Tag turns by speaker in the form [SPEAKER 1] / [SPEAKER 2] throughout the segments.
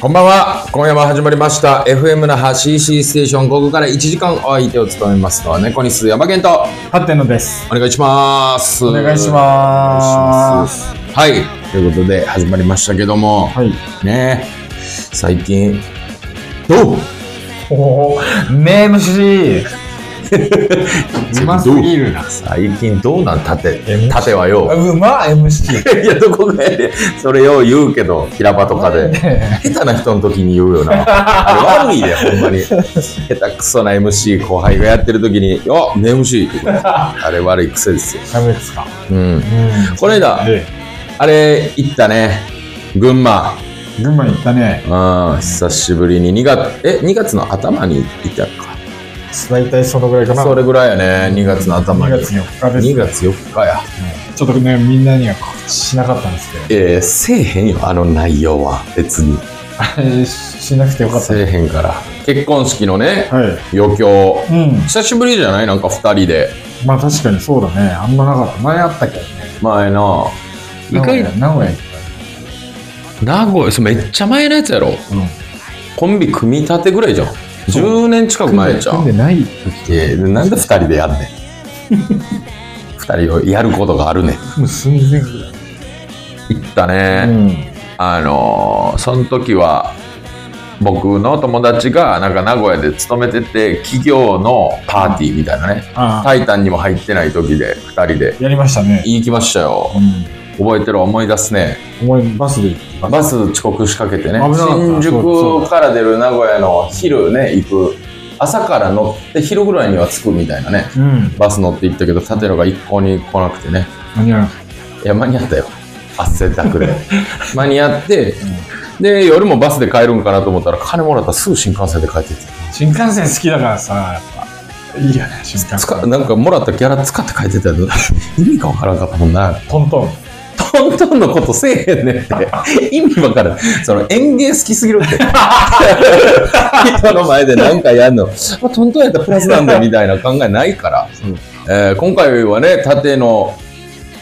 [SPEAKER 1] こんばんは。今夜も始まりました。FM 那覇 CC ステーション。ここから1時間お相手を務めますのは、猫にす山健と、
[SPEAKER 2] 発展のです。
[SPEAKER 1] お願いします。
[SPEAKER 2] お願いしま
[SPEAKER 1] お願いします。はい。ということで、始まりましたけども、
[SPEAKER 2] はい。
[SPEAKER 1] ねえ最近、どう
[SPEAKER 2] おお、名 虫。うますぎるな。
[SPEAKER 1] 最近どうなん縦
[SPEAKER 2] え。
[SPEAKER 1] 縦はよ。
[SPEAKER 2] うま MC。
[SPEAKER 1] いや、どこかやで、それを言うけど、平場とかで。
[SPEAKER 2] ね
[SPEAKER 1] 下手な人の時に言うよな。 あれ悪いで、ほんまに。下手くそな MC 後輩がやってる時に、あ、ね MC って言うあれ悪い癖ですよ。
[SPEAKER 2] ダメですか。
[SPEAKER 1] うん。
[SPEAKER 2] うん
[SPEAKER 1] この間、
[SPEAKER 2] で、
[SPEAKER 1] あれ、行ったね。群馬。
[SPEAKER 2] 群馬行ったね。
[SPEAKER 1] うん、久しぶりに2月、え、2月の頭に行ったか。
[SPEAKER 2] 大体そのぐらいかな。
[SPEAKER 1] それぐらいやね、2月の頭
[SPEAKER 2] 2
[SPEAKER 1] に。
[SPEAKER 2] 月4日です。
[SPEAKER 1] 2月4日や。
[SPEAKER 2] ちょっとね、みんなには告知しなかったんですけど
[SPEAKER 1] えー、せえへんよ、あの内容は。別に。
[SPEAKER 2] あれ、しなくてよかった。
[SPEAKER 1] せえへんから。結婚式のね、
[SPEAKER 2] はい。
[SPEAKER 1] 余興。
[SPEAKER 2] うん。
[SPEAKER 1] 久しぶりじゃないなんか2人で。
[SPEAKER 2] まあ確かにそうだね。あんまなかった。前あったけどね。
[SPEAKER 1] 前な意
[SPEAKER 2] 名古屋、
[SPEAKER 1] 外
[SPEAKER 2] 名古屋行っ
[SPEAKER 1] 名古屋それめっちゃ前のやつやろ
[SPEAKER 2] た。うん。
[SPEAKER 1] コンビ組み立てぐらいじゃん10年近く前じゃ
[SPEAKER 2] 組
[SPEAKER 1] ん
[SPEAKER 2] んでない。
[SPEAKER 1] えなんで2人でやんねん2人をやることがあるねん
[SPEAKER 2] もう寸前ぐらい。
[SPEAKER 1] 行った
[SPEAKER 2] う
[SPEAKER 1] ね、
[SPEAKER 2] ん。
[SPEAKER 1] あのーその時は僕の友達がなんか名古屋で勤めてて企業のパーティーみたいなね「
[SPEAKER 2] あ
[SPEAKER 1] タイタン」にも入ってない時で2人で
[SPEAKER 2] あ、やりましたね。
[SPEAKER 1] 行きましたよ
[SPEAKER 2] うん。
[SPEAKER 1] 覚えてる思い出すね
[SPEAKER 2] 思いバスで行っ
[SPEAKER 1] バス遅刻しかけてね
[SPEAKER 2] 危なかった
[SPEAKER 1] 新宿から出る名古屋の昼ね行く朝から乗って昼ぐらいには着くみたいなね
[SPEAKER 2] た。うん。
[SPEAKER 1] バス乗って行ったけど舘野が一向に来なくてね
[SPEAKER 2] 間に合わなかっ
[SPEAKER 1] いや間に合ったよ汗だくで 間に合ってで夜もバスで帰るんかなと思ったら金もらったらすぐ新幹線で帰ってきて
[SPEAKER 2] た新幹線好きだからさ、やっぱ、いいよね、新幹
[SPEAKER 1] つか
[SPEAKER 2] 線。
[SPEAKER 1] なんかもらったギャラ使って帰ってたやつ意味がわからんかったもんな
[SPEAKER 2] トントン。
[SPEAKER 1] トントンのことせえへんねんって。意味わからん。その園芸好きすぎるって。人の前で何かやんの。まあ、トントンやったらプラスなんだみたいな考えないから。えー今回はね、縦の、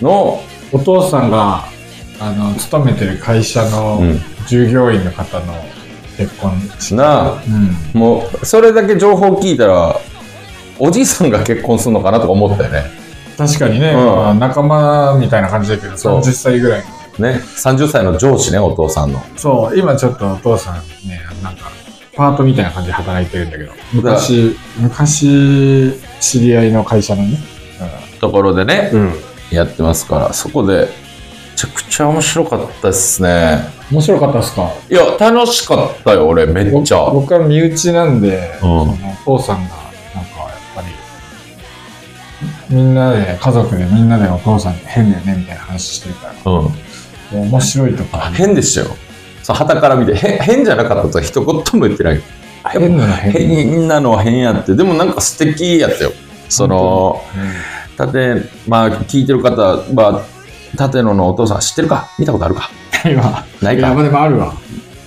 [SPEAKER 1] の、
[SPEAKER 2] お父さんが、あの、勤めてる会社の
[SPEAKER 1] うん
[SPEAKER 2] 従業員の方の結婚式。
[SPEAKER 1] なあ、
[SPEAKER 2] うん。
[SPEAKER 1] もう、それだけ情報聞いたら、おじいさんが結婚するのかなとか思ったよね。
[SPEAKER 2] 確かにね、
[SPEAKER 1] うん
[SPEAKER 2] まあ仲間みたいな感じだけど、
[SPEAKER 1] そう
[SPEAKER 2] 30歳ぐらい。
[SPEAKER 1] ね。30歳の上司ね、お父さんの。
[SPEAKER 2] そう、今ちょっとお父さんね、なんか、パートみたいな感じで働いてるんだけど、昔、昔、知り合いの会社のね、
[SPEAKER 1] ところでね、
[SPEAKER 2] うん。
[SPEAKER 1] やってますから、そこで、めちゃくちゃ面白かったですね。
[SPEAKER 2] 面白かったっすか
[SPEAKER 1] いや、楽しかったよ、俺、めっちゃ。
[SPEAKER 2] 僕僕は身内なんで、
[SPEAKER 1] うん
[SPEAKER 2] そのお父さんがなんかやっぱりみんなで家族でみんなでお父さん変だよねみたいな話してたら
[SPEAKER 1] うん。
[SPEAKER 2] もう面白いと
[SPEAKER 1] あ
[SPEAKER 2] か
[SPEAKER 1] 変でしたよ。そう、傍から見て、へ変じゃなかったとは一言も言ってない。
[SPEAKER 2] 変なの変なの
[SPEAKER 1] 変なのは変やって、でもなんか素敵やったよ。その、たて、まあ、聞いてる方は、舘野のお父さん知ってるか見たことあるか
[SPEAKER 2] うん今
[SPEAKER 1] ない
[SPEAKER 2] いや
[SPEAKER 1] か
[SPEAKER 2] まあでもあるわ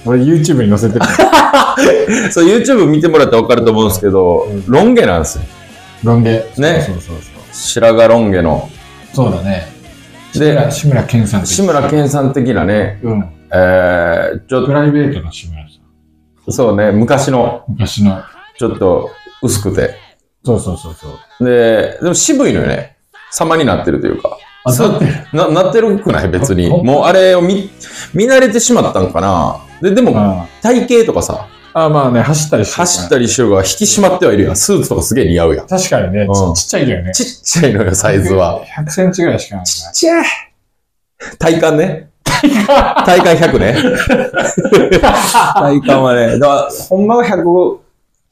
[SPEAKER 2] 俺 YouTube に載せてる
[SPEAKER 1] そう YouTube 見てもらったら分かると思うんですけど、
[SPEAKER 2] うん
[SPEAKER 1] ロン毛なんですよ
[SPEAKER 2] ロン毛
[SPEAKER 1] ね
[SPEAKER 2] そうそうそうそう
[SPEAKER 1] 白髪ロン毛の
[SPEAKER 2] そうだね
[SPEAKER 1] で
[SPEAKER 2] 志村志村けんさん
[SPEAKER 1] 志村けんさん的なね
[SPEAKER 2] うん
[SPEAKER 1] えー、ちょ
[SPEAKER 2] プライベートの志村さん
[SPEAKER 1] っとそうね昔の
[SPEAKER 2] 昔の
[SPEAKER 1] ちょっと薄くて
[SPEAKER 2] そうそうそうそう
[SPEAKER 1] で、でも渋いのよね。様になってるというか。
[SPEAKER 2] あ
[SPEAKER 1] そう
[SPEAKER 2] なってる
[SPEAKER 1] ななってるくない別に。
[SPEAKER 2] ほん
[SPEAKER 1] もうあれを見、見慣れてしまったんかな。で、でも
[SPEAKER 2] あ
[SPEAKER 1] 体型とかさ、
[SPEAKER 2] あまあね走ったりしてるから
[SPEAKER 1] 走ったりしてるから引き締まってはいるやん。スーツとかすげえ似合うやん。
[SPEAKER 2] 確かにね
[SPEAKER 1] うん
[SPEAKER 2] ちちっちゃいよね
[SPEAKER 1] ちっちゃいのよ、サイズは。
[SPEAKER 2] 100センチぐらいしかない
[SPEAKER 1] ちっちゃい。体感ね。体感100ね。体感はね。だから、ほんまは100、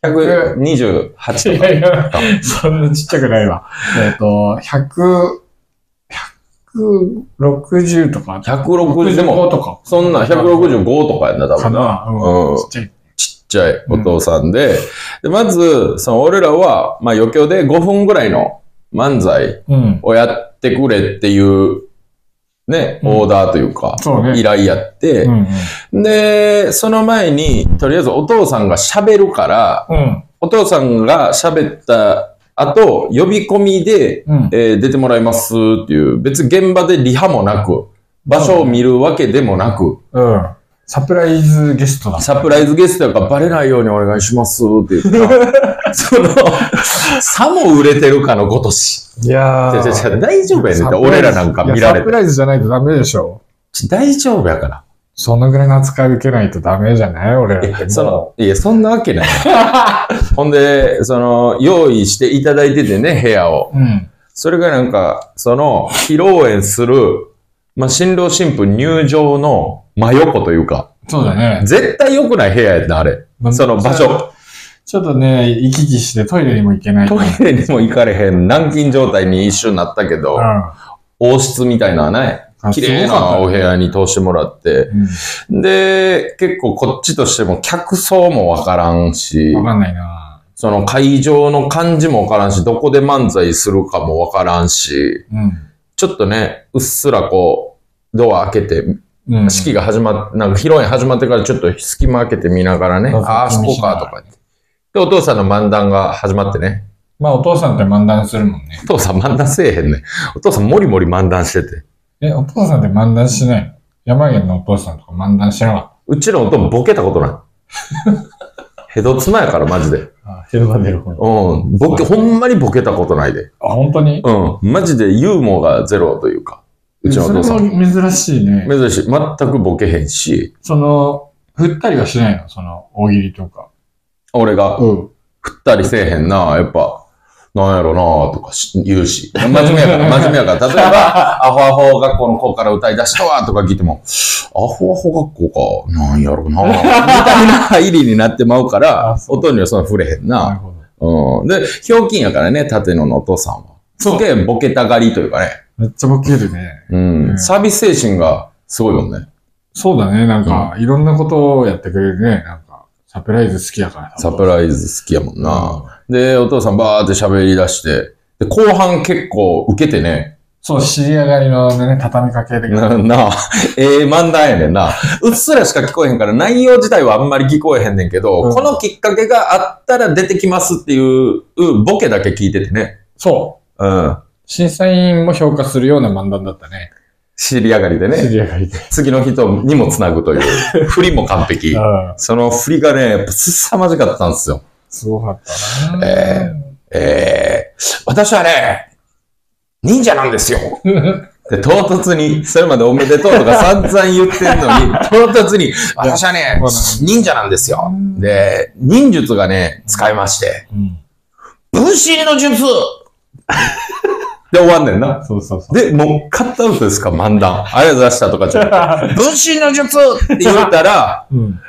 [SPEAKER 1] 128
[SPEAKER 2] い
[SPEAKER 1] とか。
[SPEAKER 2] や いや、そんなちっちゃくないわ。えっと、100、160とか。
[SPEAKER 1] 160でも
[SPEAKER 2] 65とか。
[SPEAKER 1] そんなん165とかやんな、多
[SPEAKER 2] か
[SPEAKER 1] 分な。
[SPEAKER 2] な。う。
[SPEAKER 1] うんん
[SPEAKER 2] ちっちゃい。
[SPEAKER 1] ちっちゃいお父さんで、でまず、その俺らは、まあ余興で5分ぐらいの漫才
[SPEAKER 2] うん。
[SPEAKER 1] をやってくれっていう、ね、
[SPEAKER 2] うん
[SPEAKER 1] オーダーというか、
[SPEAKER 2] そうね
[SPEAKER 1] 依頼やって
[SPEAKER 2] う、ん。
[SPEAKER 1] で、その前に、とりあえずお父さんが喋るから、
[SPEAKER 2] うん。
[SPEAKER 1] お父さんが喋ったあと、呼び込みで、
[SPEAKER 2] うん。
[SPEAKER 1] えー出てもらいますっていう、別に現場でリハもなく、場所を見るわけでもなく、
[SPEAKER 2] うん。サプライズゲストだ。
[SPEAKER 1] サプライズゲストやからバレないようにお願いしますって言 った。その、さも売れてるかのごとし。
[SPEAKER 2] いや
[SPEAKER 1] 違う違う違う大丈夫やねん
[SPEAKER 2] サ
[SPEAKER 1] っ
[SPEAKER 2] プ
[SPEAKER 1] て、
[SPEAKER 2] ラ
[SPEAKER 1] 俺
[SPEAKER 2] イズ
[SPEAKER 1] らなんか見ら
[SPEAKER 2] いや
[SPEAKER 1] れ
[SPEAKER 2] サプ
[SPEAKER 1] て。
[SPEAKER 2] ライズじゃないとダメでしょ。
[SPEAKER 1] ち大丈夫やから。
[SPEAKER 2] そのぐらいの扱い受けないとダメじゃない俺らって。
[SPEAKER 1] そ
[SPEAKER 2] も
[SPEAKER 1] の、いや、そんなわけ ない。ほんで、その、用意していただいててね、部屋を。
[SPEAKER 2] う。うん。
[SPEAKER 1] それがなんか、その、披露宴する、まあ、新郎新婦入場の真横というか、
[SPEAKER 2] そうだね。
[SPEAKER 1] 絶対良くない部屋やった、あれ。その場所。
[SPEAKER 2] ちょっとね、行き来してトイレにも行けない。
[SPEAKER 1] トイレにも行かれへん、軟禁状態に一瞬なったけど、王室みたいなね、
[SPEAKER 2] うん。
[SPEAKER 1] 綺麗なお部屋に通してもらって、で、結構こっちとしても客層もわからんし
[SPEAKER 2] うん。、わかんないな。
[SPEAKER 1] その会場の感じもわからんし、どこで漫才するかもわからんし、
[SPEAKER 2] うん。
[SPEAKER 1] ちょっとね、うっすらこう、ドア開けて、
[SPEAKER 2] うん。
[SPEAKER 1] 式が始まっ、なんか披露宴始まってからちょっと隙間開けて見ながらね、
[SPEAKER 2] そうそう
[SPEAKER 1] ああ、そこか、とか言って。で、お父さんの漫談が始まってね。
[SPEAKER 2] まあお父さんって漫談するもんね。
[SPEAKER 1] お父さん漫談せえへんね。お父さんもりもり漫談してて。
[SPEAKER 2] え、お父さんって漫談しないの山源のお父さんとか漫談しなか
[SPEAKER 1] うちのお父んボケたことない。 へど妻やから、マジで。
[SPEAKER 2] った。あ、昼間出る方
[SPEAKER 1] うん。ボケ、ほんまにボケたことないで。
[SPEAKER 2] あ、本当に
[SPEAKER 1] うん。マジでユーモアがゼロというか。うちのお父さん。
[SPEAKER 2] それも珍しいね。
[SPEAKER 1] 珍しい。全くボケへんし、
[SPEAKER 2] その、振ったりはしないのその、大喜利とか。
[SPEAKER 1] 俺が
[SPEAKER 2] うん。
[SPEAKER 1] 振ったりせえへんな、やっぱ、なんやろなとかし言うし。真面目や から、真面目やから。例えば、アホアホ学校の子から歌い出したわとか聞いても、アホアホ学校か、なんやろなみたいな入りになってまうから
[SPEAKER 2] あ、そう
[SPEAKER 1] 音にはそんな触れへん
[SPEAKER 2] なる
[SPEAKER 1] な。
[SPEAKER 2] ほど。
[SPEAKER 1] うん。で、ひょうきんやからね、縦野のお父さんは。
[SPEAKER 2] そう
[SPEAKER 1] すげえボケたがりというかね。
[SPEAKER 2] めっちゃボケるね。
[SPEAKER 1] う。
[SPEAKER 2] うんん
[SPEAKER 1] サービス精神がすごいもんね。
[SPEAKER 2] そうだね。なんか、いろんなことをやってくれるね。なんか、サプライズ好きやから。
[SPEAKER 1] サプライズ好きやもんな。
[SPEAKER 2] な。
[SPEAKER 1] で、お父さんバーって喋り出して、で、後半結構受けてね、
[SPEAKER 2] そう、知り上がりのね、畳みかけ的な。
[SPEAKER 1] な、な、ええ漫談やねんな。うっすらしか聞こえへんから、内容自体はあんまり聞こえへんねんけど、
[SPEAKER 2] うん
[SPEAKER 1] このきっかけがあったら出てきますっていう、うんボケだけ聞いててね。
[SPEAKER 2] そう。
[SPEAKER 1] うん。
[SPEAKER 2] 審査員も評価するような漫談だったね。
[SPEAKER 1] 知り上がりで
[SPEAKER 2] 知
[SPEAKER 1] ね。
[SPEAKER 2] り上がりで。
[SPEAKER 1] 次の人にも繋ぐと いう。振りも完璧。
[SPEAKER 2] うん。
[SPEAKER 1] その振りがね、やっぱ凄まじかったんですよ。
[SPEAKER 2] すごかったな。
[SPEAKER 1] ええー、私はね、忍者なんですよ。で、唐突に、それまでおめでとうとか散々言ってんのに、唐突に、私はね
[SPEAKER 2] まあ、
[SPEAKER 1] 忍者なんですよ。で、忍術がね、使いまして、
[SPEAKER 2] うん。
[SPEAKER 1] 分身の 術で終わんねんな。
[SPEAKER 2] そうそうそう。
[SPEAKER 1] で、もう、カットアウトですか、漫談。ありがとうございましたとかじゃ なくて分身の術って言ったら、
[SPEAKER 2] うん。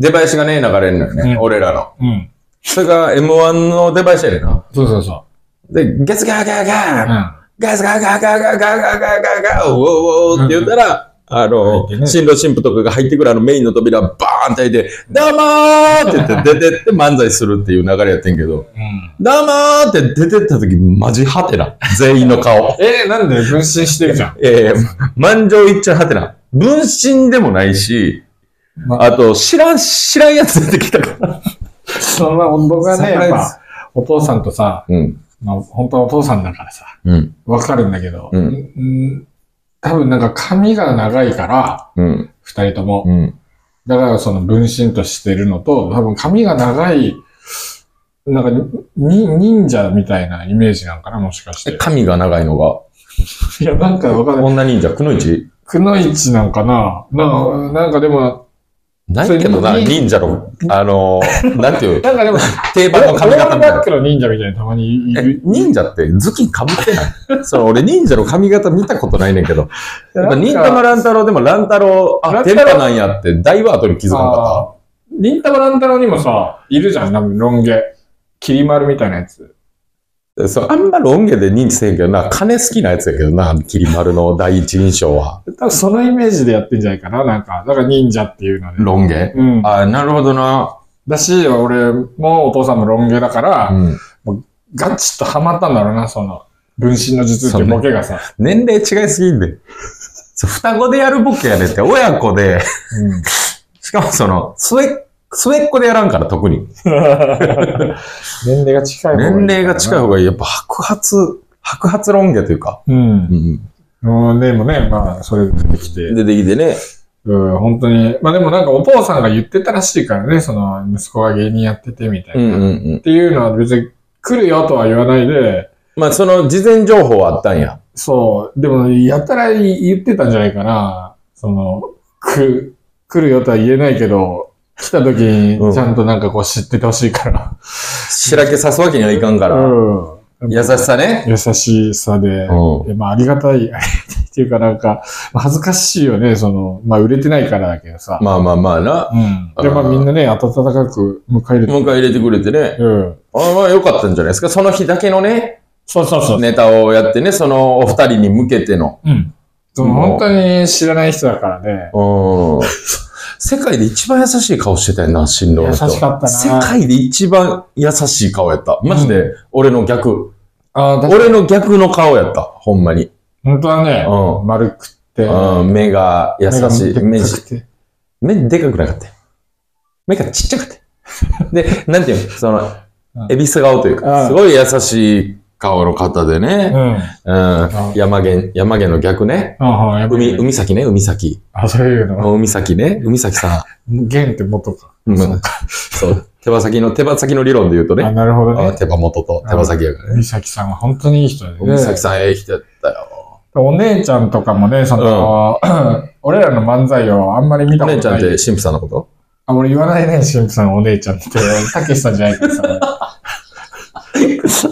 [SPEAKER 1] 出囃子がね、流れるのよね、
[SPEAKER 2] うん
[SPEAKER 1] 俺らの。
[SPEAKER 2] うん。
[SPEAKER 1] それが M1 の出囃子やねんな。
[SPEAKER 2] そうそうそ
[SPEAKER 1] で、ゲスガーガーガ
[SPEAKER 2] う。
[SPEAKER 1] ー
[SPEAKER 2] うん。あ
[SPEAKER 1] ガスガーガーガーガーガーガーガーガーガーウォーウォーって言ったら、あの
[SPEAKER 2] 入って、ね。
[SPEAKER 1] 新郎新婦とかが入ってくるあのメインの扉バーンって開いて、どうもーって言って出てって漫才するっていう流れやってんけど、どうもーって出てった時マジハテナ。全員の顔
[SPEAKER 2] えー、なんで分身してるじゃん。
[SPEAKER 1] えー、満場一致ハテナ。分身でもないし、
[SPEAKER 2] ま
[SPEAKER 1] あと、知らん、知らんやつ出てきたから。
[SPEAKER 2] そのまあ僕は
[SPEAKER 1] サプ
[SPEAKER 2] ね、
[SPEAKER 1] ラ
[SPEAKER 2] や
[SPEAKER 1] イ
[SPEAKER 2] っ
[SPEAKER 1] ズ
[SPEAKER 2] ぱ、お父さんとさ、
[SPEAKER 1] うん、
[SPEAKER 2] まあ、本当はお父さんだからさ、
[SPEAKER 1] うん、
[SPEAKER 2] わかるんだけど、
[SPEAKER 1] うん
[SPEAKER 2] ん多分なんか髪が長いから、
[SPEAKER 1] うん、
[SPEAKER 2] 二人とも。
[SPEAKER 1] うん。
[SPEAKER 2] だからその分身としてるのと、多分髪が長い、なんかに、忍者みたいなイメージなんかな、もしかし
[SPEAKER 1] え、
[SPEAKER 2] て。
[SPEAKER 1] 髪が長いのが、
[SPEAKER 2] いや、なんかわかんない。
[SPEAKER 1] 女忍者、くのいち
[SPEAKER 2] くのいちなんかななんか、なんかでも、
[SPEAKER 1] ないけどな、
[SPEAKER 2] それ
[SPEAKER 1] 忍者の、あのー、なんていう、
[SPEAKER 2] なんかでも、
[SPEAKER 1] 定
[SPEAKER 2] オ
[SPEAKER 1] 番の
[SPEAKER 2] ー
[SPEAKER 1] 髪
[SPEAKER 2] ル
[SPEAKER 1] 型みたい
[SPEAKER 2] バッ
[SPEAKER 1] な
[SPEAKER 2] ク。の忍者みたいにたまにい
[SPEAKER 1] え
[SPEAKER 2] る。
[SPEAKER 1] 忍者って頭巾かぶってないその俺忍者の髪型見たことないねんけど。やっぱ忍たま乱太郎でも乱太郎、あ、
[SPEAKER 2] 乱
[SPEAKER 1] 天
[SPEAKER 2] 太郎
[SPEAKER 1] パなんやって大ワードに気づかなかっ
[SPEAKER 2] あー忍たま乱太郎にもさ、いるじゃん、なんかロン毛。きり丸みたいなや
[SPEAKER 1] た。
[SPEAKER 2] つ。
[SPEAKER 1] そうあんまロン毛で認知せんけどな、金好きなやつやけどな、きり丸の第一印象は。
[SPEAKER 2] 多分そのイメージでやってんじゃないかな、なんか。だから忍者っていうので。
[SPEAKER 1] ロン毛
[SPEAKER 2] うん。
[SPEAKER 1] あ、なるほどな。
[SPEAKER 2] だし、俺もお父さんもロン毛だから、
[SPEAKER 1] うん。
[SPEAKER 2] ガチッとハマったんだろうな、その、分身の術っていうボケがさ。
[SPEAKER 1] 年齢違いすぎんで。そう双子でやるボケやねんって、親子で、
[SPEAKER 2] うん。
[SPEAKER 1] しかもその、末っ末っ子でやらんから、特に。
[SPEAKER 2] 年齢が近い方がいい
[SPEAKER 1] 年齢が近い方
[SPEAKER 2] が
[SPEAKER 1] がいい。やっぱ白髪、白髪論議というか。
[SPEAKER 2] うん。
[SPEAKER 1] ん。
[SPEAKER 2] うん、でもね、まあ、それで出てきて。
[SPEAKER 1] 出てきてね。
[SPEAKER 2] うん、本当に。まあでもなんかお父さんが言ってたらしいからね、その、息子が芸人やっててみたい
[SPEAKER 1] うん
[SPEAKER 2] な。
[SPEAKER 1] うん
[SPEAKER 2] っ
[SPEAKER 1] うん。
[SPEAKER 2] ていうのは別に来るよとは言わないで、
[SPEAKER 1] まあ、その事前情報はあったんや。
[SPEAKER 2] そう、でもやたら言ってたんじゃないかな。その、く、来るよとは言えないけど、来た時
[SPEAKER 1] うん
[SPEAKER 2] にちゃんとなんかこう知っててほしいから。
[SPEAKER 1] しらけさすわけにはいかんから。
[SPEAKER 2] うん。
[SPEAKER 1] 優しさね。
[SPEAKER 2] 優しさで、
[SPEAKER 1] う
[SPEAKER 2] でまあありがたい、ありがたいっていうかなんか、まあ恥ずかしいよね、その、まあ売れてないからだけどさ。
[SPEAKER 1] まあまあまあな。
[SPEAKER 2] うん。で、ま
[SPEAKER 1] あー
[SPEAKER 2] あみんなね、温かく迎え入れて
[SPEAKER 1] もう一回入れてくれてね。
[SPEAKER 2] うん。
[SPEAKER 1] ああ、まあよかったんじゃないですか。その日だけのね、
[SPEAKER 2] そうそうそう。
[SPEAKER 1] ネタをやってね、そのお二人に向けての。
[SPEAKER 2] うん。その
[SPEAKER 1] もう
[SPEAKER 2] 本当に知らない人だからね。
[SPEAKER 1] うん。世界で一番優しい顔してたよな、新郎の人。
[SPEAKER 2] 優しかったな
[SPEAKER 1] 世界で一番優しい顔やった。マジで、俺の逆。
[SPEAKER 2] ああ、だ
[SPEAKER 1] 俺の逆の顔やった。ほんまに。
[SPEAKER 2] 本当はね、
[SPEAKER 1] う
[SPEAKER 2] 丸くって、
[SPEAKER 1] ん。うん、目が優
[SPEAKER 2] 目が
[SPEAKER 1] しい。
[SPEAKER 2] で
[SPEAKER 1] 目
[SPEAKER 2] っ
[SPEAKER 1] じ
[SPEAKER 2] かくて。
[SPEAKER 1] 目でかくなかったよ。目がちっちゃかったよ。で、なんていうのその
[SPEAKER 2] う、ん
[SPEAKER 1] エビス顔という
[SPEAKER 2] う
[SPEAKER 1] か、
[SPEAKER 2] ん
[SPEAKER 1] すごい優しい顔の方で
[SPEAKER 2] うん。
[SPEAKER 1] ね。
[SPEAKER 2] うん
[SPEAKER 1] うん。山源、山源の逆ね。
[SPEAKER 2] うん、やっぱり
[SPEAKER 1] 海、海崎ね、海崎。
[SPEAKER 2] あ、そういうの。
[SPEAKER 1] 海崎ね、海崎さ
[SPEAKER 2] 弦って元か。
[SPEAKER 1] ん。うん
[SPEAKER 2] そう
[SPEAKER 1] そう。手羽先の、手羽先の理論で言うと
[SPEAKER 2] あ、
[SPEAKER 1] ね。
[SPEAKER 2] なるほど
[SPEAKER 1] あ
[SPEAKER 2] ね。
[SPEAKER 1] 手羽元と手羽先やからね。
[SPEAKER 2] 美咲さんは本当にいい人でね
[SPEAKER 1] 海。崎さん、ええ人やったよ。
[SPEAKER 2] お姉ちゃんとかもね、その、俺らの漫才をあんまり見
[SPEAKER 1] お
[SPEAKER 2] たこ
[SPEAKER 1] 姉
[SPEAKER 2] とない。
[SPEAKER 1] ちゃんって神父さんのこと
[SPEAKER 2] あ、俺言わないね、神父さんお姉ちゃんって。たけしさんじゃないから さ。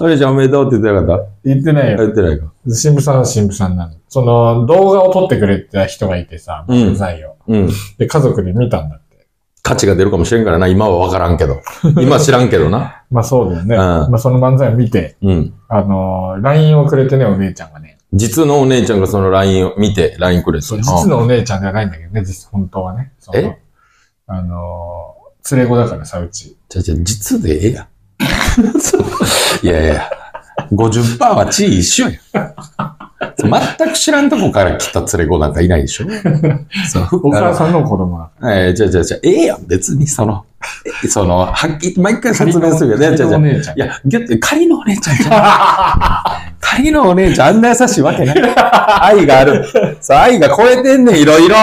[SPEAKER 1] お姉ちゃんおめでとうって言ってなかっ
[SPEAKER 2] 言ってない
[SPEAKER 1] た
[SPEAKER 2] よ。
[SPEAKER 1] 言ってないか。
[SPEAKER 2] 新婦さんは新婦さんなの。その、動画を撮ってくれた人がいてさ、
[SPEAKER 1] うん
[SPEAKER 2] 漫才を。
[SPEAKER 1] うん。
[SPEAKER 2] で、家族で見たんだって。
[SPEAKER 1] 価値が出るかもしれんからな。今はわからんけ ど。今知らんけどな。
[SPEAKER 2] まあそうだよね。
[SPEAKER 1] うん
[SPEAKER 2] まあその漫才を見て、
[SPEAKER 1] うん。
[SPEAKER 2] あのー、LINE をくれてね、お姉ちゃんがね。
[SPEAKER 1] 実のお姉ちゃんがその LINE を見て、LINE くれて。
[SPEAKER 2] そう、実のお姉ちゃんじゃないんだけどね、実、本当はね。その
[SPEAKER 1] え
[SPEAKER 2] あのー、連れ子だからさ、うち。
[SPEAKER 1] じゃじゃ実でええやん。 そういやいや、50%は地位一緒やん。全く知らんとこから来た連れ子なんかいないでしょ。そう
[SPEAKER 2] お母さんの子供だか
[SPEAKER 1] えー、じゃじゃじゃええやん、別にその、えその、はっきり、毎回
[SPEAKER 2] ら。
[SPEAKER 1] 説明するけど ね、じゃじ
[SPEAKER 2] 仮
[SPEAKER 1] ゃ
[SPEAKER 2] のお姉ちゃん
[SPEAKER 1] い。や、ぎゅって、仮のお姉ちゃんじゃない。仮のお姉ちゃん、あんな優しいわけない。愛がある。そう、愛が超えてんねん、いろいろ。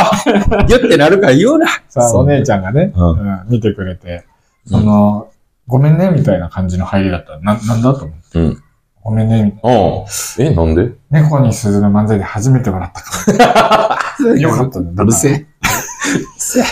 [SPEAKER 1] ぎゅってなるから言うな。
[SPEAKER 2] さあ、
[SPEAKER 1] そう
[SPEAKER 2] お姉ちゃんがね、
[SPEAKER 1] うん
[SPEAKER 2] うん見てくれて、その、ごめんね、みたいな感じの入りだった。な、なんだと思って。
[SPEAKER 1] うん
[SPEAKER 2] ごめんね、みたいな。
[SPEAKER 1] うん。え、なんで
[SPEAKER 2] 猫に鈴の漫才で初めて笑ったから。よかったね。
[SPEAKER 1] うるせえ。うるせえ。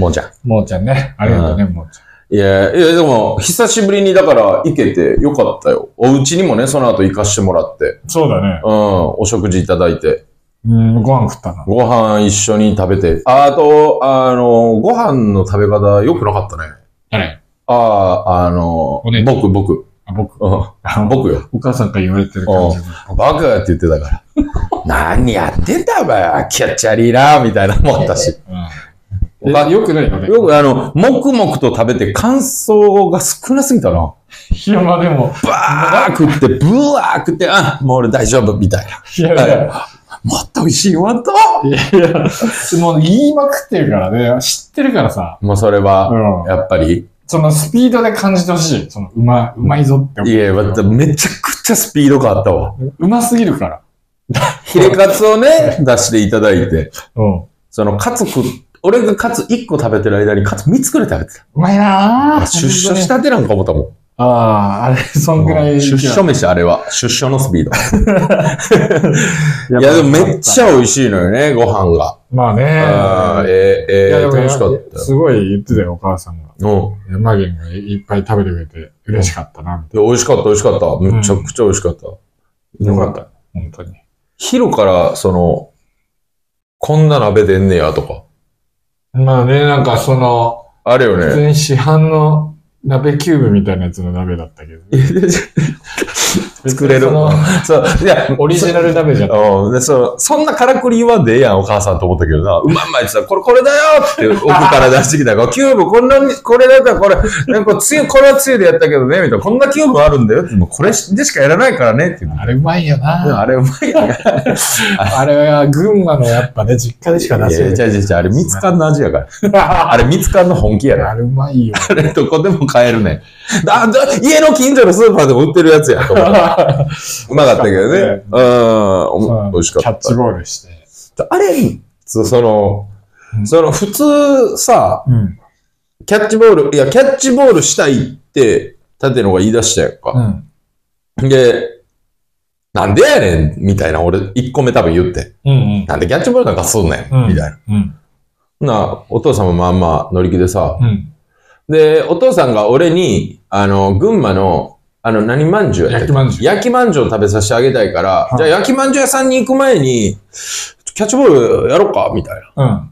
[SPEAKER 1] もうじゃん。
[SPEAKER 2] もうちゃんね。ありがとうね、もうち
[SPEAKER 1] いや、いや、でも、久しぶりにだから行けてよかったよ。お家にもね、その後行かしてもらって。
[SPEAKER 2] ゃん。そうだね。
[SPEAKER 1] うん、お食事いただいて。
[SPEAKER 2] うん、ご飯食ったな。
[SPEAKER 1] ご飯一緒に食べて。ああと、あの、ご飯の食べ方良くなかったね。
[SPEAKER 2] あれ
[SPEAKER 1] ああ、あの
[SPEAKER 2] お、姉ちゃ
[SPEAKER 1] 僕、
[SPEAKER 2] ん
[SPEAKER 1] 僕。
[SPEAKER 2] あ僕。
[SPEAKER 1] うん、
[SPEAKER 2] あの
[SPEAKER 1] 僕よ。
[SPEAKER 2] お母さんから言われてる感じで。
[SPEAKER 1] バカって言ってた から。何やってんだお前、キャッチャリーな、みたいな思ったし。
[SPEAKER 2] うん
[SPEAKER 1] お母
[SPEAKER 2] えよくないよね。
[SPEAKER 1] よくあの、黙々と食べて感想が少なすぎたな。
[SPEAKER 2] いや、まあでも、
[SPEAKER 1] バー食って、ブワー食って、あ、もう俺大丈夫、みたいな。
[SPEAKER 2] いやいや、
[SPEAKER 1] もっと美味しいわと。
[SPEAKER 2] いやいや、もう言いまくってるからね。知ってるからさ。
[SPEAKER 1] もうそれ
[SPEAKER 2] う
[SPEAKER 1] は、
[SPEAKER 2] ん。
[SPEAKER 1] やっぱり、
[SPEAKER 2] そのスピードで感じてほしい。その、うま、うまいぞって思う。
[SPEAKER 1] いや、まためちゃくちゃスピード感あったわ。
[SPEAKER 2] うますぎるから。
[SPEAKER 1] ヒレカツをね、出していただいて、
[SPEAKER 2] うん。う
[SPEAKER 1] そのカツ食っ、俺がカツ1個食べてる間にカツ3つくらい食べてた。
[SPEAKER 2] まいなぁ。
[SPEAKER 1] 出所したてなんか思ったも
[SPEAKER 2] ああ、あれ、そん
[SPEAKER 1] ん。
[SPEAKER 2] くらい。
[SPEAKER 1] 出所飯あれは。出所のスピード。いや、でもめっち
[SPEAKER 2] ゃ。
[SPEAKER 1] ゃ美味しいのよね、ご飯が。
[SPEAKER 2] まあ
[SPEAKER 1] あー
[SPEAKER 2] ね。
[SPEAKER 1] ええ
[SPEAKER 2] い
[SPEAKER 1] ええ
[SPEAKER 2] やでも
[SPEAKER 1] 楽しかった
[SPEAKER 2] すごい言ってたよ、お母さんが。
[SPEAKER 1] よ。うん。
[SPEAKER 2] 山源がいっぱい食べてくれて嬉しかったな、
[SPEAKER 1] い
[SPEAKER 2] み
[SPEAKER 1] や美味しかった、美味しかった。めちゃくちゃ美味しかった。
[SPEAKER 2] たいな。よかった。本当に。
[SPEAKER 1] ヒロから、その、こんな鍋でんねやとか。
[SPEAKER 2] まあね、なんかその、
[SPEAKER 1] あれよ
[SPEAKER 2] 普
[SPEAKER 1] ね。
[SPEAKER 2] 通に市販の鍋キューブみたいなやつの鍋だったけど。
[SPEAKER 1] 作れる
[SPEAKER 2] その
[SPEAKER 1] そう、いや、
[SPEAKER 2] オリジナル鍋じゃん。
[SPEAKER 1] うん、でそうそんなからくり言わんでええやん、お母さんと思ったけどな。うまうまいってさ、これ、これだよって奥から出してきた から、キューブこんなに、これだったらこれ、なんかつゆ、これはつゆでやったけどね、みたいな。こんなキューブあるんだよって、もうこれでしかやらないからねっていう。
[SPEAKER 2] あれうまいよ
[SPEAKER 1] うん
[SPEAKER 2] な。
[SPEAKER 1] あれうまいやん。
[SPEAKER 2] あれは群馬のやっぱね、実家でしか出せない
[SPEAKER 1] いや違う違う違うあれ、蜜缶の味やから。
[SPEAKER 2] あ
[SPEAKER 1] あれ、蜜缶の本気や から。
[SPEAKER 2] れうまいよ。
[SPEAKER 1] あれ、どこでも買えるね。だだ家の近所のスーパーでも売ってるやつや と思った。うまかったけどね。うん、おも美味しかった。
[SPEAKER 2] キャッチボールして。
[SPEAKER 1] あれ、そその
[SPEAKER 2] う、ん
[SPEAKER 1] その普通さ、
[SPEAKER 2] うん。
[SPEAKER 1] キャッチボール、いや、キャッチボールしたいって、縦の方が言い出したやん
[SPEAKER 2] う
[SPEAKER 1] か。
[SPEAKER 2] ん。
[SPEAKER 1] で、なんでやねんみたいな、俺、1個目多分言って。
[SPEAKER 2] うん。
[SPEAKER 1] なんでキャッチボールなんかすんねん、
[SPEAKER 2] うん
[SPEAKER 1] みたいな。
[SPEAKER 2] うん。
[SPEAKER 1] な、お父さんもまあまあ乗り気でさ。
[SPEAKER 2] うん。
[SPEAKER 1] で、お父さんが俺に、あの、群馬の、あの、何まんじゅうやったっけ
[SPEAKER 2] 焼きまんじゅう。
[SPEAKER 1] 焼きまんじゅうを食べさせてあげたいから、
[SPEAKER 2] い
[SPEAKER 1] じゃあ焼きまんじゅう屋さんに行く前に、キャッチボールやろうかみたいな。
[SPEAKER 2] うん。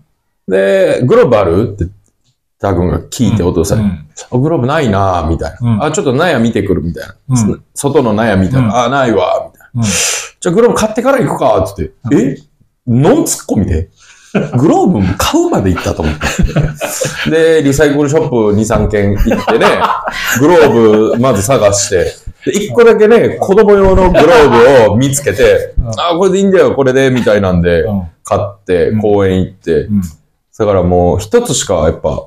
[SPEAKER 1] で、グローブあるって、タ君が聞いて、お父さんに、
[SPEAKER 2] ん。
[SPEAKER 1] あグローブないなぁ、みたいな。
[SPEAKER 2] うん
[SPEAKER 1] あ、ちょっと納屋見てくる、みたいな。
[SPEAKER 2] うん
[SPEAKER 1] そ外の納屋見たら、
[SPEAKER 2] うん
[SPEAKER 1] あ、ないわ、みたいな。
[SPEAKER 2] うん
[SPEAKER 1] じゃあグローブ買ってから行くか、つって。
[SPEAKER 2] う
[SPEAKER 1] えノンツッコミでグローブ買うまで行ったと思 って。で、リサイクルショップ2、3軒行ってね、グローブまず探して、で、1個だけね、子供用のグローブを見つけて
[SPEAKER 2] うん、
[SPEAKER 1] あ、これでいいんだよ、これで、みたいなんで
[SPEAKER 2] う、ん。
[SPEAKER 1] 買って
[SPEAKER 2] う、ん
[SPEAKER 1] 公園行って、
[SPEAKER 2] うん。
[SPEAKER 1] だからもう一つしかやっぱ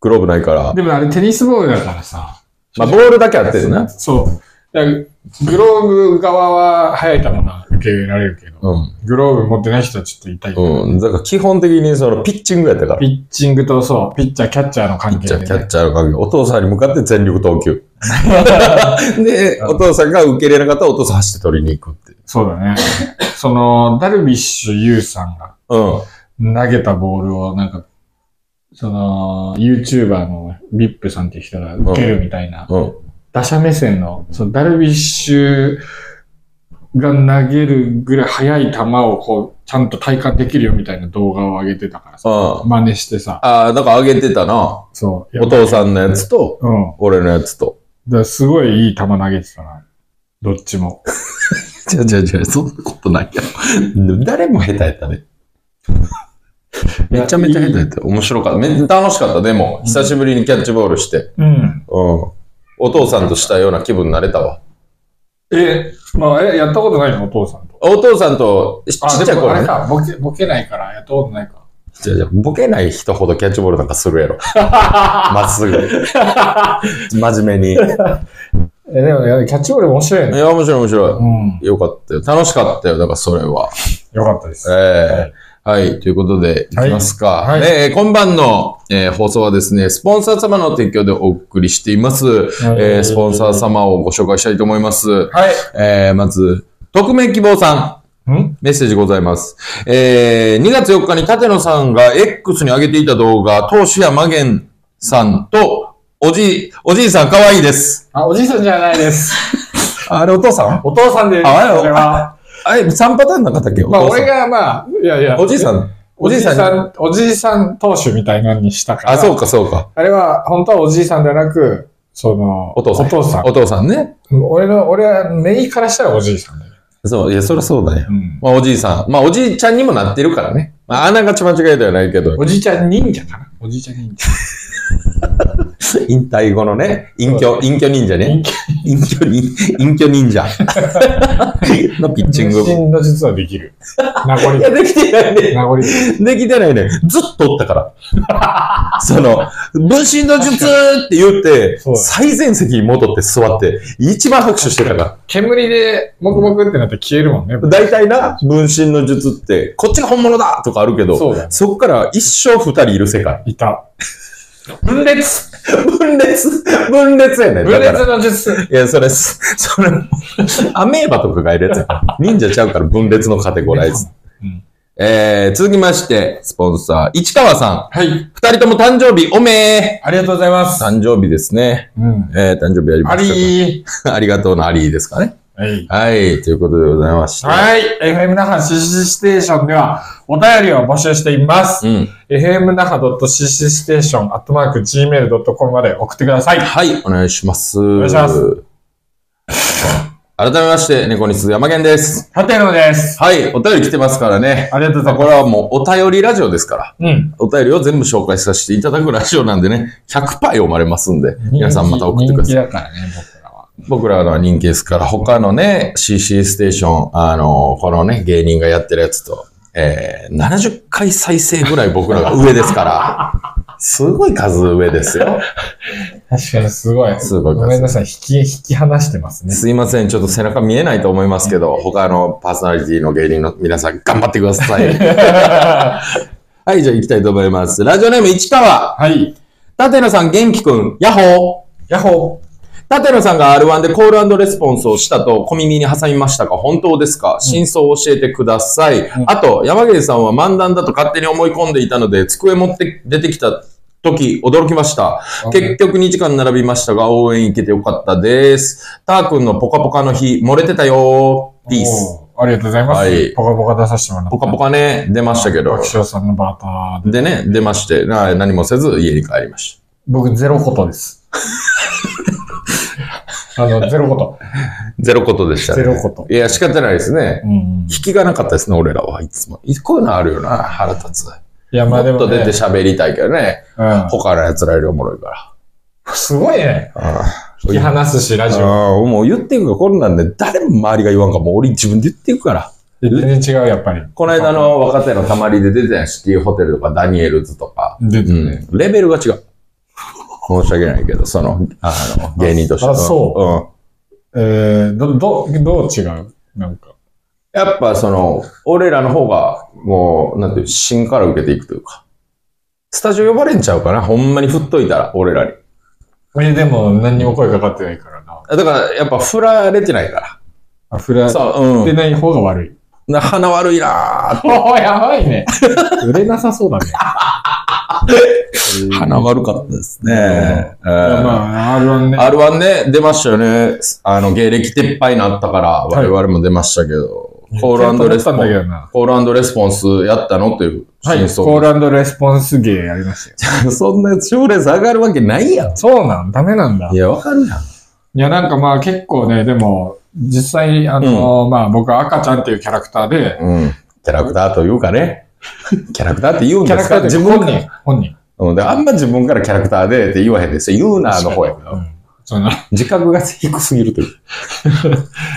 [SPEAKER 1] グローブないから、
[SPEAKER 2] でもあれテニスボールだからさ。
[SPEAKER 1] まあボールだけあってるな。
[SPEAKER 2] そう。だからグローブ側は早い球が受け入れられるけど、
[SPEAKER 1] うん。
[SPEAKER 2] グローブ持ってない人はちょっと痛い。
[SPEAKER 1] うん。だから基本的にそのピッチングやったから。ピ
[SPEAKER 2] ピッチングとそう、ピッチャー、キャッチャーの関
[SPEAKER 1] ッチ
[SPEAKER 2] 係
[SPEAKER 1] ャー、キ
[SPEAKER 2] で、
[SPEAKER 1] ャッ
[SPEAKER 2] ね。
[SPEAKER 1] チャーの関係。お父さんに向かって全力投 球。で、お父さんが受け入れなかったらお父さん走って取りに行くって。
[SPEAKER 2] そうだね。 その、ダルビッシュ有さんが
[SPEAKER 1] うん。
[SPEAKER 2] 投げたボールをなんか、その、YouTuber のビップさんっていう人が受けるみたいな、
[SPEAKER 1] うん。
[SPEAKER 2] 打者目線の、そのダルビッシュが投げるぐらい速い球をこう、ちゃんと体感できるよみたいな動画を上げてたからさ、
[SPEAKER 1] あ
[SPEAKER 2] 真似してさ、
[SPEAKER 1] あ、だから上げてたな。
[SPEAKER 2] そう。
[SPEAKER 1] お父さんのやつと、
[SPEAKER 2] うん。だか
[SPEAKER 1] 俺のやつと。
[SPEAKER 2] らすごいいい球投げてたな。どっちも。
[SPEAKER 1] じゃじゃじゃそんなことないやろ。誰も下手やったね。めちゃめちゃ下手やった。面白かった。めっちゃ楽しかった。でも、久しぶりにキャッチボールして。
[SPEAKER 2] うん。
[SPEAKER 1] うん。お父さんとしたような気分になれたわ。
[SPEAKER 2] え、まあ、え、やったことないのお父さんと。
[SPEAKER 1] お父さんと、ち
[SPEAKER 2] あ、
[SPEAKER 1] っちゃい
[SPEAKER 2] でも
[SPEAKER 1] 頃
[SPEAKER 2] あれ
[SPEAKER 1] ね。
[SPEAKER 2] か、ボケ、ボケないから、やったことないか。
[SPEAKER 1] じゃじゃボケない人ほどキャッチボールなんかするや ろ。まっすぐ。真面 目に。いや、
[SPEAKER 2] え、でも、やキャッチボール面白いよね。
[SPEAKER 1] 面白い面白
[SPEAKER 2] うん。
[SPEAKER 1] い。よかったよ。楽しかったよ。だからそれは。
[SPEAKER 2] よかったです。
[SPEAKER 1] ええはい。ということで、いきますか。
[SPEAKER 2] はいはい
[SPEAKER 1] えー今晩の、えー放送はですね、スポンサー様の提供でお送りしています。えースポンサー様をご紹介したいと思います。
[SPEAKER 2] はい。
[SPEAKER 1] えーまず、匿名希望さん。
[SPEAKER 2] ん
[SPEAKER 1] メッセージございます。えー、2月4日に立野さんが X に上げていた動画、投資やマゲンさんと、おじい、おじいさんかわいいです。
[SPEAKER 2] あ、おじいさんじゃない です。
[SPEAKER 1] あれお父さん
[SPEAKER 2] お父さんです。
[SPEAKER 1] ああ
[SPEAKER 2] それは。
[SPEAKER 1] あれ、3パターンなかったっけ
[SPEAKER 2] まあ、
[SPEAKER 1] お父さん
[SPEAKER 2] 俺が、まあ、いやいや。
[SPEAKER 1] おじいさん。
[SPEAKER 2] おじい
[SPEAKER 1] おじいさ
[SPEAKER 2] さ
[SPEAKER 1] ん
[SPEAKER 2] ん、おじいさん投手みたいなのにしたから。
[SPEAKER 1] あ、そうか、そうか。
[SPEAKER 2] あれは、本当はおじいさんではなく、その、
[SPEAKER 1] お父さん。
[SPEAKER 2] お父さん。
[SPEAKER 1] お父さんね。
[SPEAKER 2] 俺の、俺は、メイからしたらおじいさんだよ。
[SPEAKER 1] そう、いや、そりゃそうだよ。
[SPEAKER 2] うん。
[SPEAKER 1] まあ、おじいさん。まあ、おじいちゃんにもなってるからね。まあ、あながち間違いではないけど、
[SPEAKER 2] おじいちゃん忍者かなおじいちゃん忍者。
[SPEAKER 1] 引退後のね、隠居、隠居忍者ね。
[SPEAKER 2] 忍者。
[SPEAKER 1] 隠居忍、隠居忍 者。のピッチング。
[SPEAKER 2] 分身の術はでき る。名残
[SPEAKER 1] いや、。できてないね。
[SPEAKER 2] 名残。
[SPEAKER 1] できてないね。ずっとおったから。 その、分身の術って言って
[SPEAKER 2] そう、だ
[SPEAKER 1] 最前席に戻って座って、一番拍手してたか
[SPEAKER 2] 煙で、もくもくってなって消えるもんね。
[SPEAKER 1] ら。大体な、分身の術って、こっちが本物だとかあるけど、
[SPEAKER 2] そうだね
[SPEAKER 1] そっから一生二人いる世界。
[SPEAKER 2] いた。分裂
[SPEAKER 1] 分裂、分裂やねん。
[SPEAKER 2] 分
[SPEAKER 1] だから。
[SPEAKER 2] 裂の術。
[SPEAKER 1] いや、それ、すそれ、アメーバとかがいるやつやから忍者ちゃうから分裂のカテゴライズ。
[SPEAKER 2] うん
[SPEAKER 1] えー、続きまして、スポンサー、市川さん。
[SPEAKER 2] はい。
[SPEAKER 1] 二人とも誕生日おめ
[SPEAKER 2] ありがとうございま
[SPEAKER 1] ー
[SPEAKER 2] す。
[SPEAKER 1] 誕生日ですね。
[SPEAKER 2] うん。
[SPEAKER 1] えー、誕生日やりま
[SPEAKER 2] あ
[SPEAKER 1] したか
[SPEAKER 2] りー。
[SPEAKER 1] ありがとうのアリーですかね。
[SPEAKER 2] はい。
[SPEAKER 1] はい、ということでございました。
[SPEAKER 2] はい。FM 那覇 CC ステーションではお便りを募集しています。
[SPEAKER 1] うん。
[SPEAKER 2] FM 那覇 .cc ステーションアットマーク gmail.com まで送ってください。
[SPEAKER 1] はい、お願いします。お
[SPEAKER 2] 願いします。
[SPEAKER 1] 改めまして、猫に鈴山健です。
[SPEAKER 2] 立野です。
[SPEAKER 1] はい、お便り来てますからね。
[SPEAKER 2] ありがとうご
[SPEAKER 1] ま
[SPEAKER 2] ざ
[SPEAKER 1] あ
[SPEAKER 2] い
[SPEAKER 1] こ
[SPEAKER 2] ます。
[SPEAKER 1] れはもうお便りラジオですから、
[SPEAKER 2] うん。
[SPEAKER 1] お便りを全部紹介させていただくラジオなんでね、100%読まれますんで、皆さんまた送ってください。
[SPEAKER 2] 人気だからね、僕らは。
[SPEAKER 1] 僕らの人気ですから、他のね、CC ステーション、あの、このね、芸人がやってるやつと、えー、70回再生ぐらい僕らが上ですから、すごい数上ですよ。
[SPEAKER 2] 確かにすごい。
[SPEAKER 1] すごい数
[SPEAKER 2] ごめんなさい。引き、引き離してますね。
[SPEAKER 1] すいません、ちょっと背中見えないと思いますけど、他のパーソナリティの芸人の皆さん、頑張ってください。
[SPEAKER 2] は
[SPEAKER 1] はい、じゃあ行きたいと思います。ラジオネーム市川。
[SPEAKER 2] い。
[SPEAKER 1] 舘野さん、元気くん、ヤッホ
[SPEAKER 2] ヤッホ
[SPEAKER 1] ー。舘野さんが R1 でコールレスポンスをしたと小耳に挟みましたが、本当ですか真相を教えてください。
[SPEAKER 2] ん
[SPEAKER 1] あと、山毛さんは漫談だと勝手に思い込んでいたので、机持って出てきた時、驚きました。
[SPEAKER 2] ー。
[SPEAKER 1] 結局2時間並びましたが、応援行けてよかったです。ターくんのポカポカの日、漏れてたよー。ピース。
[SPEAKER 2] おー。ありがとうございます。
[SPEAKER 1] はい
[SPEAKER 2] ポカポカ出させてもらった。
[SPEAKER 1] ポカポカね、出ましたけど
[SPEAKER 2] 爆。笑さんのバーターで。
[SPEAKER 1] でね、出まして、な何もせず家に帰りまし
[SPEAKER 2] 僕、ゼロことです。 あの、ゼロこと。
[SPEAKER 1] た。ゼロことでしたね。
[SPEAKER 2] ゼロこと
[SPEAKER 1] いや、仕方ないですね。
[SPEAKER 2] うんうん。
[SPEAKER 1] 引きがなかったですね、俺らはいつも。こういうのあるよな、腹立つ。
[SPEAKER 2] いや、ま
[SPEAKER 1] も
[SPEAKER 2] あで
[SPEAKER 1] っ
[SPEAKER 2] も、
[SPEAKER 1] と
[SPEAKER 2] ね。
[SPEAKER 1] 出て喋りたいけどね。
[SPEAKER 2] う
[SPEAKER 1] 他の奴らよりおもろいか
[SPEAKER 2] ん。すごいね。
[SPEAKER 1] ら。
[SPEAKER 2] 引き離すし、ラジオ。
[SPEAKER 1] ああ、もう言っていくが、こんなんで誰も周りが言わんから、もう俺自分で言っていくから。
[SPEAKER 2] 全然違う、やっぱり。
[SPEAKER 1] この間の若手のたまりで出てたシティホテルとか、ダニエルズとか。
[SPEAKER 2] 出て
[SPEAKER 1] う
[SPEAKER 2] るね。
[SPEAKER 1] ん。レベルが違う。申し訳ないけど、その、あの、芸人として。
[SPEAKER 2] あそう
[SPEAKER 1] うん。
[SPEAKER 2] えー、ど、ど、どう違うなんか。
[SPEAKER 1] やっぱその、俺らの方が、もう、なんていう、芯から受けていくというか、スタジオ呼ばれんちゃうかな、ほんまに振っといたら、俺らに。
[SPEAKER 2] えでも、何にも声かかってないからな。
[SPEAKER 1] だから、やっぱ振られてないか
[SPEAKER 2] あ、振ら
[SPEAKER 1] ら。
[SPEAKER 2] れ
[SPEAKER 1] そう、う
[SPEAKER 2] て
[SPEAKER 1] ん。
[SPEAKER 2] ない方が悪い。
[SPEAKER 1] な鼻悪いなーっ
[SPEAKER 2] おーやばい ね。売れなさそう だね。
[SPEAKER 1] て。鼻悪かったですね。え
[SPEAKER 2] いや
[SPEAKER 1] ー
[SPEAKER 2] まあ、R1 ね。
[SPEAKER 1] R1 ね、出ましたよね。あの、芸歴撤廃になったから、我
[SPEAKER 2] い
[SPEAKER 1] 々も出ましたけど、コールレスポ
[SPEAKER 2] やってたんだけ
[SPEAKER 1] ンス、
[SPEAKER 2] どな。
[SPEAKER 1] コールレスポンスやったのという
[SPEAKER 2] はい、
[SPEAKER 1] 真
[SPEAKER 2] コ
[SPEAKER 1] 相。
[SPEAKER 2] ールレスポンス芸やりましたよ。
[SPEAKER 1] そんな賞レース上がるわけないやん。
[SPEAKER 2] そうなんダメなんだ
[SPEAKER 1] い。や、わかるやん。
[SPEAKER 2] いや、なんかまあ結構ね、でも、実際、あの、まあ僕は赤ちゃんっていうキャラクターで、
[SPEAKER 1] うん。キャラクターというかね。キャラクターって言うん
[SPEAKER 2] キャ
[SPEAKER 1] です
[SPEAKER 2] ラクタ
[SPEAKER 1] か
[SPEAKER 2] ーで
[SPEAKER 1] 自分
[SPEAKER 2] 本
[SPEAKER 1] から
[SPEAKER 2] 人、本人。
[SPEAKER 1] うんで。あんま自分からキャラクターでって言わへんですよ。言うなの方やけ
[SPEAKER 2] う
[SPEAKER 1] ど。
[SPEAKER 2] んその、
[SPEAKER 1] 自覚が低すぎるという。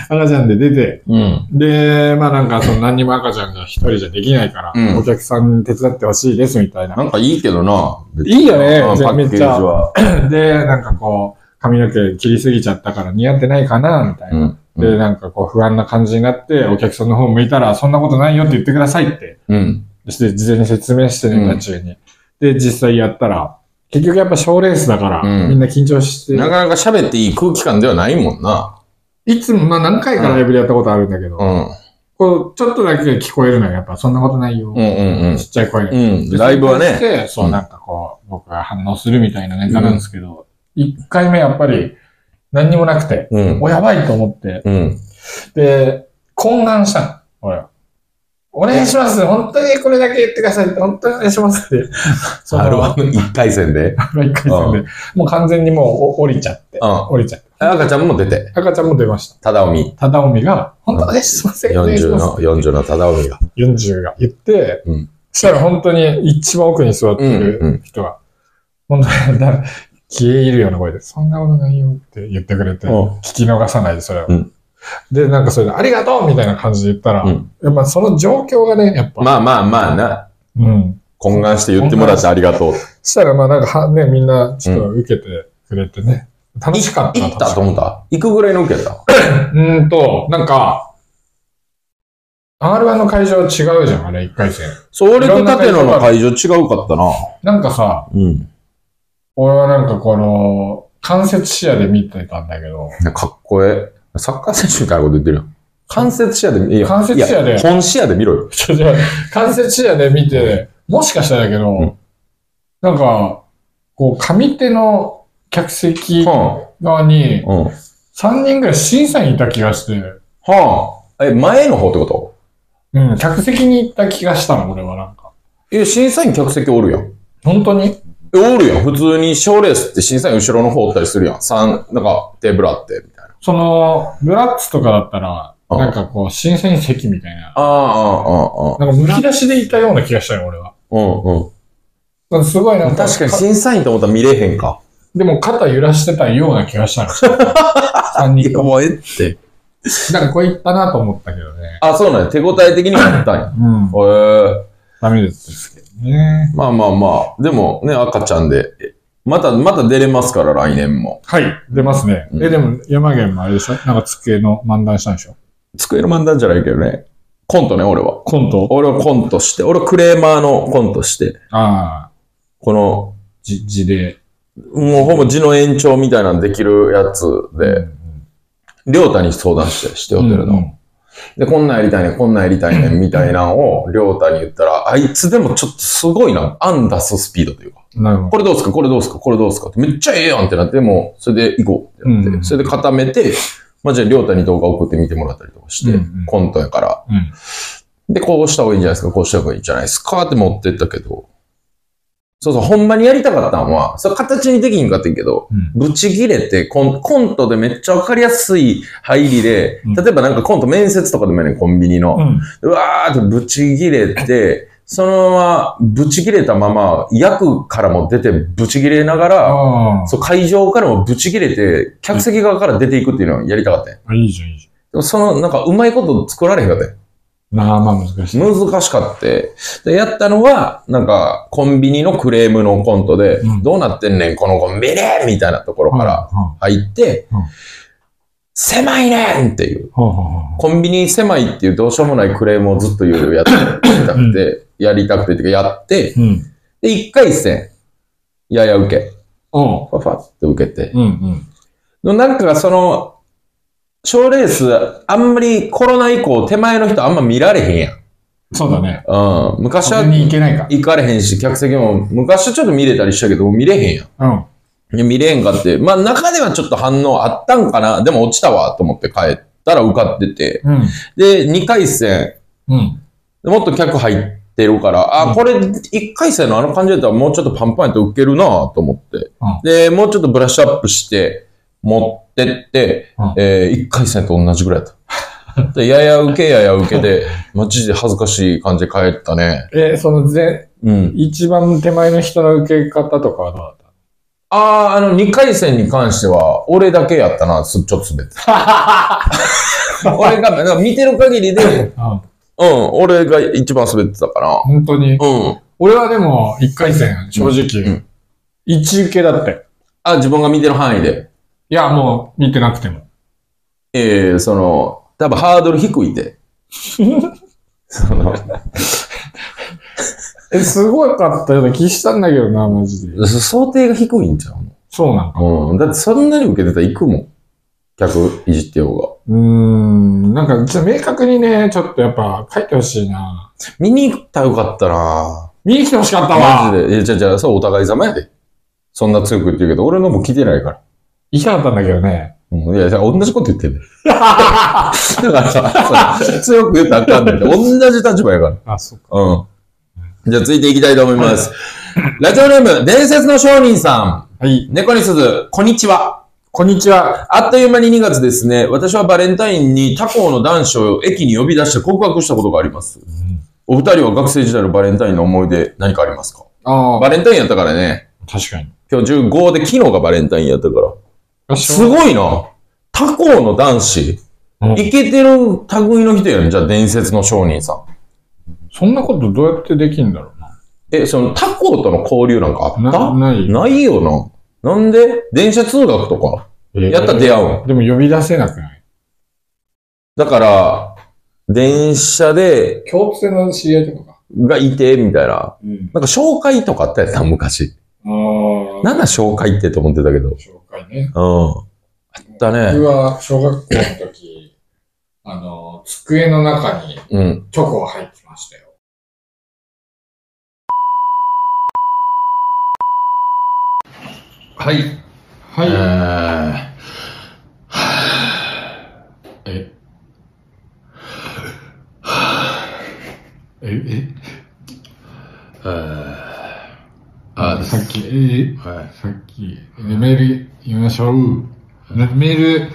[SPEAKER 2] 赤ちゃんで出て、
[SPEAKER 1] うん。
[SPEAKER 2] で、まあなんかその何にも赤ちゃんが一人じゃできないから、
[SPEAKER 1] うん
[SPEAKER 2] お客さん手伝ってほしいですみたいな
[SPEAKER 1] な。んかいいけどな。
[SPEAKER 2] いいよね
[SPEAKER 1] うん
[SPEAKER 2] じゃ
[SPEAKER 1] パ
[SPEAKER 2] あ
[SPEAKER 1] ッケージは。
[SPEAKER 2] で、なんかこう、髪の毛切りすぎちゃったから似合ってないかな、みたいうな。
[SPEAKER 1] ん。
[SPEAKER 2] で、なんかこう不安な感じになって、お客さんの方向いたら、そんなことないよって言ってくださいって。
[SPEAKER 1] うん。
[SPEAKER 2] そして事前に説明してネタ中に。で、実際やったら、結局やっぱ賞レースだから、
[SPEAKER 1] うん
[SPEAKER 2] みんな緊張して、
[SPEAKER 1] なかなか喋っていい空気感ではないもんな。
[SPEAKER 2] いつも、まあ何回かライブでやったことあるんだけど、
[SPEAKER 1] うん。
[SPEAKER 2] こう、ちょっとだけ聞こえるのよ、やっぱ、そんなことないよ。
[SPEAKER 1] うんうん
[SPEAKER 2] ちっちゃい声で。
[SPEAKER 1] うん。うん。
[SPEAKER 2] で
[SPEAKER 1] ライブは
[SPEAKER 2] そ
[SPEAKER 1] ね。
[SPEAKER 2] れに対してそうう、
[SPEAKER 1] ん
[SPEAKER 2] なんかこう、僕が反応するみたいなネタなんですけど、一、回目やっぱり、何にもなくて、
[SPEAKER 1] うん。
[SPEAKER 2] お、やばいと思って、
[SPEAKER 1] うん。
[SPEAKER 2] で、懇願したの俺は。お願いします本当にこれだけ言ってください本当にお願いします って。その
[SPEAKER 1] R1 の一回戦 で。
[SPEAKER 2] 一回戦で。もう完全にもうお降りちゃって。
[SPEAKER 1] うん。
[SPEAKER 2] 降りちゃって。
[SPEAKER 1] 赤ちゃんも出て。
[SPEAKER 2] 赤ちゃんも出ました。
[SPEAKER 1] ただおみ。
[SPEAKER 2] ただおみが、本当ですすいません。お願いし
[SPEAKER 1] 40
[SPEAKER 2] ます
[SPEAKER 1] の、40のただおみが。
[SPEAKER 2] 40が言って、
[SPEAKER 1] うん
[SPEAKER 2] そしたら本当に一番奥に座って
[SPEAKER 1] うんう
[SPEAKER 2] る
[SPEAKER 1] ん
[SPEAKER 2] 人が、本当に、だから消え入るような声で、そんなことないよって言ってくれて、
[SPEAKER 1] うん
[SPEAKER 2] 聞き逃さないで、それを。
[SPEAKER 1] うん
[SPEAKER 2] で、なんかそれで、ありがとうみたいな感じで言ったら、
[SPEAKER 1] うん
[SPEAKER 2] やっぱその状況がね、やっぱ、
[SPEAKER 1] まあまあまあな。
[SPEAKER 2] うん。
[SPEAKER 1] 懇願して言ってもらってありがとう。
[SPEAKER 2] そしたら、まあなんかは、ね、みんなちょっと受けてくれてね、楽しかった。
[SPEAKER 1] 行ったと
[SPEAKER 2] う。
[SPEAKER 1] 思った行くぐらいの受けた。
[SPEAKER 2] うーんと、なんか、R1 の会場違うじゃん、あれ、1回戦。
[SPEAKER 1] それと縦野の会場違うかったな。
[SPEAKER 2] なんかさ、
[SPEAKER 1] うん。
[SPEAKER 2] 俺はなんかこの、間接視野で見てたんだけど、
[SPEAKER 1] かっこええ。サッカー選手みたいなこと言ってるよ。間接視野で、いや、
[SPEAKER 2] 間接視野で
[SPEAKER 1] いや本視野で見ろよ。
[SPEAKER 2] ちょちょ間接視野で見て、もしかしたらだけど、
[SPEAKER 1] うん
[SPEAKER 2] なんか、こう、上手の客席
[SPEAKER 1] う
[SPEAKER 2] 側に、
[SPEAKER 1] ん。うん。
[SPEAKER 2] 3人ぐらい審査にいた気がして、
[SPEAKER 1] はあ。え、前の方ってこと
[SPEAKER 2] うん、客席に行った気がしたの、俺はなんか。
[SPEAKER 1] え、審査員客席おるやん。
[SPEAKER 2] 本当に
[SPEAKER 1] えおるやん。普通に賞レースって審査員後ろの方おったりするやん。三、なんかテーブルあって、みたいな。
[SPEAKER 2] その、ブラッツとかだったら、
[SPEAKER 1] あ
[SPEAKER 2] なんかこう、審査員席みたいな。
[SPEAKER 1] ああ、ああ、ああ。
[SPEAKER 2] なんかむき出しでいたような気がしたよ、俺は。
[SPEAKER 1] うんうん。
[SPEAKER 2] なんかすごいなんか。
[SPEAKER 1] 確かに審査員と思ったら見れへんか。
[SPEAKER 2] でも肩揺らしてたような気 がしたの。3人とも。
[SPEAKER 1] もうええって。
[SPEAKER 2] なんかこれいったなと思ったけどね。
[SPEAKER 1] あ、そうなんや。手応え的にもあったん や。
[SPEAKER 2] うん。
[SPEAKER 1] へえ。
[SPEAKER 2] ダメですけどね。
[SPEAKER 1] まあまあまあ。でもね、赤ちゃんで。えまた、また出れますから、来年も。
[SPEAKER 2] はい、出ますね。
[SPEAKER 1] うん
[SPEAKER 2] え、でも山源もあれでしょなんか机の漫談したんでしょ
[SPEAKER 1] 机の漫談じゃないけどね。コントね、俺は。
[SPEAKER 2] コント
[SPEAKER 1] 俺はコントして、俺はクレーマーのコントして、
[SPEAKER 2] ああ、
[SPEAKER 1] この、
[SPEAKER 2] じ、字で。
[SPEAKER 1] もうほぼ字の延長みたいなのできるやつ
[SPEAKER 2] う
[SPEAKER 1] で、
[SPEAKER 2] ん
[SPEAKER 1] りょうたに相談して、して
[SPEAKER 2] う
[SPEAKER 1] お
[SPEAKER 2] ん
[SPEAKER 1] てるの。で、こんなんやりたいねん、こんなんやりたいねん、みたいなのを、りょうたに言ったら、あいつでもちょっとすごいな、案出すスピードというか、
[SPEAKER 2] うんなるほど。
[SPEAKER 1] これどうすか、これどうすか、これどうすかって、めっちゃええやんってなって、もう、それで行こうってなって、
[SPEAKER 2] うん
[SPEAKER 1] それで固めて、まあ、じゃあ、りょうたに動画送って見てもらったりとかして、
[SPEAKER 2] うんうん
[SPEAKER 1] コントやから、
[SPEAKER 2] うん。
[SPEAKER 1] で、こうした方がいいんじゃないですか、こうした方がいいんじゃないですかって持ってったけど、そうそう、ほんまにやりたかったんは、それ形にできひんかったんやけど、
[SPEAKER 2] うん。
[SPEAKER 1] ブチギレてコン、コントでめっちゃわかりやすい入りで
[SPEAKER 2] うん、
[SPEAKER 1] 例えばなんかコント面接とかでもやねんコンビニの。
[SPEAKER 2] うん。
[SPEAKER 1] うわーってブチギレて、そのままブチギレたまま、役からも出てブチギレながら、
[SPEAKER 2] あ
[SPEAKER 1] そう会場からもブチギレて、客席側から出ていくっていうのをやりたかったんやで
[SPEAKER 2] あ。いいじゃん、いいじ
[SPEAKER 1] もその、なんかうまいこと作られへんかったんや
[SPEAKER 2] ゃん。なあ、まあ難しい。
[SPEAKER 1] 難しかって。で、やったのは、なんか、コンビニのクレームのコントで、
[SPEAKER 2] うん
[SPEAKER 1] どうなってんねん、このコンビニみたいなところから
[SPEAKER 2] うん。
[SPEAKER 1] 入って、
[SPEAKER 2] うん
[SPEAKER 1] 狭いねんっていう。
[SPEAKER 2] ほうほうほうほ
[SPEAKER 1] コンビニ狭いっていうどうしようもないクレームをずっと言うやつやりたくて、やりたくてっていうかやって、
[SPEAKER 2] う。うん。
[SPEAKER 1] で、一回戦、やや受け、
[SPEAKER 2] おう
[SPEAKER 1] ファファって受けて。
[SPEAKER 2] うんうん。
[SPEAKER 1] のなんか、その、賞レース、あんまりコロナ以降手前の人あんま見られへんやん。
[SPEAKER 2] そうだね。
[SPEAKER 1] うん。昔は
[SPEAKER 2] 壁に行けないか。
[SPEAKER 1] 行かれへんし、客席も昔ちょっと見れたりしたけど、もう見れへんやん
[SPEAKER 2] うん。
[SPEAKER 1] いや。見れへんかって。まあ中ではちょっと反応あったんかな。でも落ちたわと思って帰ったら受かってて。
[SPEAKER 2] うん。
[SPEAKER 1] で、2回戦、
[SPEAKER 2] うん。
[SPEAKER 1] もっと客入ってるから、
[SPEAKER 2] う
[SPEAKER 1] あ、
[SPEAKER 2] ん
[SPEAKER 1] これ1回戦のあの感じだったらもうちょっとパンパンやと受けるなと思って
[SPEAKER 2] うん。
[SPEAKER 1] で、もうちょっとブラッシュアップして、持ってって
[SPEAKER 2] うん、
[SPEAKER 1] え1回戦と同じぐらいだった。 で、やや受けやや受け で、マジで恥ずかしい感じで帰ったね。
[SPEAKER 2] え、その前、
[SPEAKER 1] うん。
[SPEAKER 2] 一番手前の人の受け方とかはどうだった
[SPEAKER 1] ああ、あの、2回戦に関しては、俺だけやったな、すちょっと 滑ってた。俺が、だから見てる限りで、
[SPEAKER 2] あ
[SPEAKER 1] うん、俺が一番滑ってたかな。
[SPEAKER 2] 本当に。
[SPEAKER 1] うん。
[SPEAKER 2] 俺はでも、一回戦、正
[SPEAKER 1] う
[SPEAKER 2] 直
[SPEAKER 1] ん。
[SPEAKER 2] 一受けだって。
[SPEAKER 1] あ、自分が見てる範囲で。
[SPEAKER 2] いや、もう、見てなくても。
[SPEAKER 1] ええその、多分ハードル低いで。その、
[SPEAKER 2] え、すごかったような気したんだけどな、マジで。
[SPEAKER 1] 想定が低いんちゃ
[SPEAKER 2] そうなんか。
[SPEAKER 1] うのうん。だってそんなに受けてたら行くもん。客いじってようが。
[SPEAKER 2] うーん。なんか、ちょっと明確にね、ちょっとやっぱ、書いてほしいな。
[SPEAKER 1] 見に行ったらよかったな
[SPEAKER 2] 見に来てほしかった
[SPEAKER 1] マ
[SPEAKER 2] わ。
[SPEAKER 1] ジで。え、じゃあじゃあ、そうお互い様やで。そんな強く言ってるけど、俺のも聞いてないから。
[SPEAKER 2] 行きたかったんだけどね。
[SPEAKER 1] うん、いや、同じこと言ってる。だからさ、そう強く言ったらあかんねんて。同じ立場やから。
[SPEAKER 2] あ、そっか。
[SPEAKER 1] うん。じゃあ、ついていきたいと思います。ラジオネーム、伝説の商人さ
[SPEAKER 2] はい。
[SPEAKER 1] ん。猫に鈴、こんにちは。
[SPEAKER 2] こんにちは。
[SPEAKER 1] あっという間に2月ですね。私はバレンタインに他校の男子を駅に呼び出して告白したことがあります。お二人は学生時代のバレンタインの思い出何かありますか
[SPEAKER 2] ああ、
[SPEAKER 1] バレンタインやったからね。
[SPEAKER 2] 確かに。
[SPEAKER 1] 今日15で昨日がバレンタインやったから。すごいな。他校の男子。
[SPEAKER 2] うん
[SPEAKER 1] イケてる類の人やん。じゃあ伝説の商人さん。
[SPEAKER 2] そんなことどうやってできんだろうな。
[SPEAKER 1] え、その他校との交流なんかあった
[SPEAKER 2] な、ない。
[SPEAKER 1] ないよな。なんで電車通学とか。やったら出会うん
[SPEAKER 2] うでも呼び出せなくない
[SPEAKER 1] だから、電車で、
[SPEAKER 2] 共通の知り合いとかか。
[SPEAKER 1] がいて、みたいな。
[SPEAKER 2] うん。
[SPEAKER 1] なんか紹介とかあったやつな、昔。
[SPEAKER 2] ああ。
[SPEAKER 1] なんだ紹介ってと思ってたけど。うん。
[SPEAKER 2] 紹介ね。
[SPEAKER 1] あった
[SPEAKER 2] 僕
[SPEAKER 1] ね。
[SPEAKER 2] は小学校の時、あの、机の中に
[SPEAKER 1] うん。
[SPEAKER 2] チョコが入ってましたよ。
[SPEAKER 1] はい。
[SPEAKER 2] は
[SPEAKER 1] えー
[SPEAKER 2] い。
[SPEAKER 1] は
[SPEAKER 2] え、え、
[SPEAKER 1] ああ、
[SPEAKER 2] さっき、え、
[SPEAKER 1] はい。
[SPEAKER 2] さっき、メール読みましょう。メール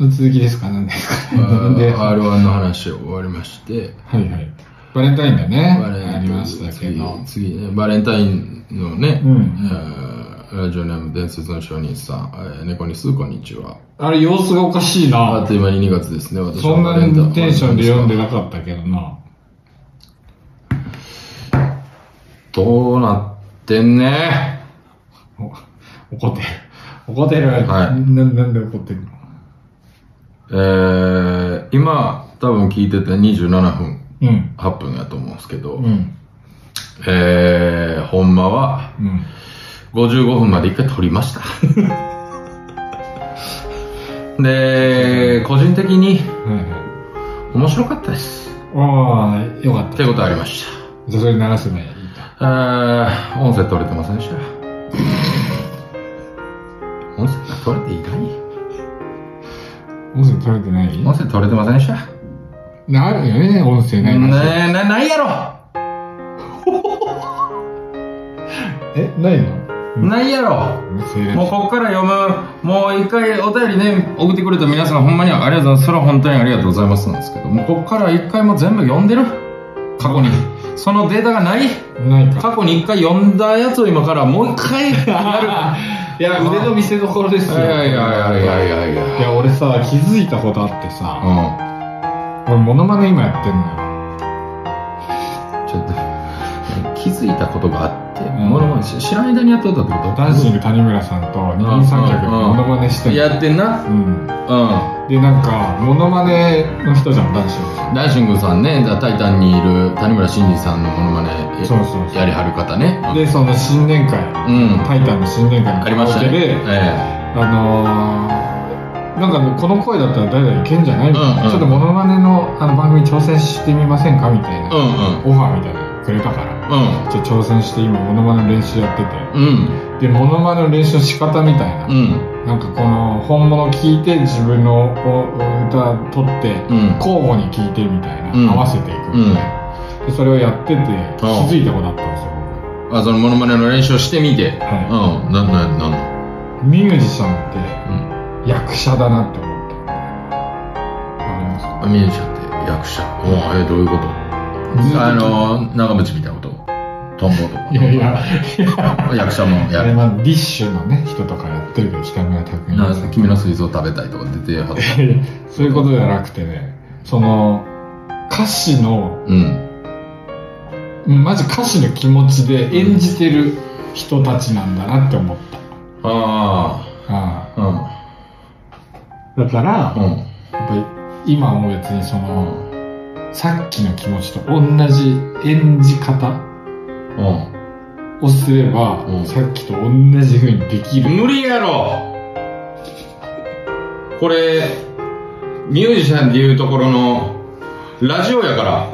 [SPEAKER 2] の続きですか何ですかなんで、は
[SPEAKER 1] R1 の話終わりまして、
[SPEAKER 2] いはい。バレンタインだね。
[SPEAKER 1] バレンタイン
[SPEAKER 2] ありましたけど。
[SPEAKER 1] 次次ね、バレンタインのね、
[SPEAKER 2] うん
[SPEAKER 1] えーラジオネーム伝説の商人さん、えー猫にすこんにちは。
[SPEAKER 2] あれ、様子がおかしい
[SPEAKER 1] あ
[SPEAKER 2] な
[SPEAKER 1] っ。という間に2月ですね、私
[SPEAKER 2] そ
[SPEAKER 1] は
[SPEAKER 2] ん
[SPEAKER 1] バレ
[SPEAKER 2] な
[SPEAKER 1] ンタイ
[SPEAKER 2] にテンションで読んで
[SPEAKER 1] る。
[SPEAKER 2] なかったけどな。
[SPEAKER 1] どうなってんね
[SPEAKER 2] お怒ってる。怒ってる。
[SPEAKER 1] はい
[SPEAKER 2] ななんで怒ってるの
[SPEAKER 1] えー、今、多分聞いてて27分、
[SPEAKER 2] うん。
[SPEAKER 1] 8分やと思うんですけど、
[SPEAKER 2] うん。
[SPEAKER 1] えー、ほんまは
[SPEAKER 2] うん。
[SPEAKER 1] 55分まで一回撮りました。 で、個人的に
[SPEAKER 2] はいはい。
[SPEAKER 1] 面白かったです。
[SPEAKER 2] ああ、よかっ。
[SPEAKER 1] ったてことありまし
[SPEAKER 2] じゃあそれ流せばいいと。
[SPEAKER 1] た。あー音声取れてませんでした。 音声が取れていない
[SPEAKER 2] 音声取れてない
[SPEAKER 1] 音声取れてませんでした。
[SPEAKER 2] なあるよね、音声
[SPEAKER 1] ね
[SPEAKER 2] ね。
[SPEAKER 1] え、な、ないやろ
[SPEAKER 2] え、ないの
[SPEAKER 1] ないやろ
[SPEAKER 2] 音声
[SPEAKER 1] もうこっから読む、もう一回お便りね、送ってくれた皆さんほんまにありがとうございます。それは本当にありがとうございますなんですけど、もうこっから一回も全部読んでる過去に。そのデータがない
[SPEAKER 2] ないか。
[SPEAKER 1] 過去に一回読んだやつを今からもう一回や
[SPEAKER 2] いや、腕の見せ所です
[SPEAKER 1] る。
[SPEAKER 2] よ。
[SPEAKER 1] いやいやいやいやいやい
[SPEAKER 2] い
[SPEAKER 1] や。
[SPEAKER 2] や、俺さ、気づいたことあってさ、
[SPEAKER 1] うん。
[SPEAKER 2] 俺、モノマネ今やってんのよ。
[SPEAKER 1] ちょっと、気づいたことがあって、
[SPEAKER 2] ん
[SPEAKER 1] ものまねし知らん間にやっとったってこと
[SPEAKER 2] ダンシング谷村さんと二人三脚でモノマネしてんの
[SPEAKER 1] やってんな。
[SPEAKER 2] うん。
[SPEAKER 1] う
[SPEAKER 2] で、なんか、モノマネの人じゃん、ダンシングさん。
[SPEAKER 1] ん。ダンシングさんね、ザタイタンにいる谷村新司さんのものまね
[SPEAKER 2] そうそうそう
[SPEAKER 1] やりはる方ね。
[SPEAKER 2] で、その新年会、
[SPEAKER 1] うん。
[SPEAKER 2] タイタンの新年会の
[SPEAKER 1] ありましたね。
[SPEAKER 2] で、
[SPEAKER 1] え
[SPEAKER 2] あのー、なんかね、この声だったら誰々いけんじゃないみたいな、
[SPEAKER 1] うんうん
[SPEAKER 2] ちょっとモノマネのあの番組挑戦してみませんかみたい
[SPEAKER 1] え
[SPEAKER 2] な、
[SPEAKER 1] うん
[SPEAKER 2] オファーみたいなのくれたから、
[SPEAKER 1] う
[SPEAKER 2] ちょっと挑戦して今モノマネの練習やってて、
[SPEAKER 1] ん。うん。
[SPEAKER 2] で、モノマネの練習の仕方みたいな、
[SPEAKER 1] うん。うん。
[SPEAKER 2] なんかこの本物聞いて自分のお歌取って、
[SPEAKER 1] うん。
[SPEAKER 2] 交互に聞いてみたいな、
[SPEAKER 1] うん
[SPEAKER 2] 合わせていくみたいな、でそれをやってて気づいたことあったんですよ、
[SPEAKER 1] あ、そのものまねの練習をしてみて。
[SPEAKER 2] は
[SPEAKER 1] うん。なんなんなんの
[SPEAKER 2] 僕ミュージシャンって
[SPEAKER 1] うん。
[SPEAKER 2] 役者だなって思ったわかりますか
[SPEAKER 1] あミュージシャンって役者。うん。え、どういうことあの、長渕みたいなこと。トンボとか。
[SPEAKER 2] いやいや、
[SPEAKER 1] 役者もや
[SPEAKER 2] あ
[SPEAKER 1] る
[SPEAKER 2] れ。はディッシュのね、人とかやってるけど、北村匠海さ。
[SPEAKER 1] なん君の水槽食べたいとか出てはった。
[SPEAKER 2] そういうことじゃなくてね、その、歌詞の、
[SPEAKER 1] うん。
[SPEAKER 2] まず歌詞の気持ちで演じてる人たちなんだなって思っ
[SPEAKER 1] あ
[SPEAKER 2] た。あ
[SPEAKER 1] あ。
[SPEAKER 2] あだから、や
[SPEAKER 1] うん。うん。
[SPEAKER 2] っぱり今も別にその、さっきの気持ちと同じ演じ方
[SPEAKER 1] う
[SPEAKER 2] をすれば、
[SPEAKER 1] うん
[SPEAKER 2] さっきと同じ風にできる。
[SPEAKER 1] ん。無理やろこれ、ミュージシャンでいうところの、ラジオやから。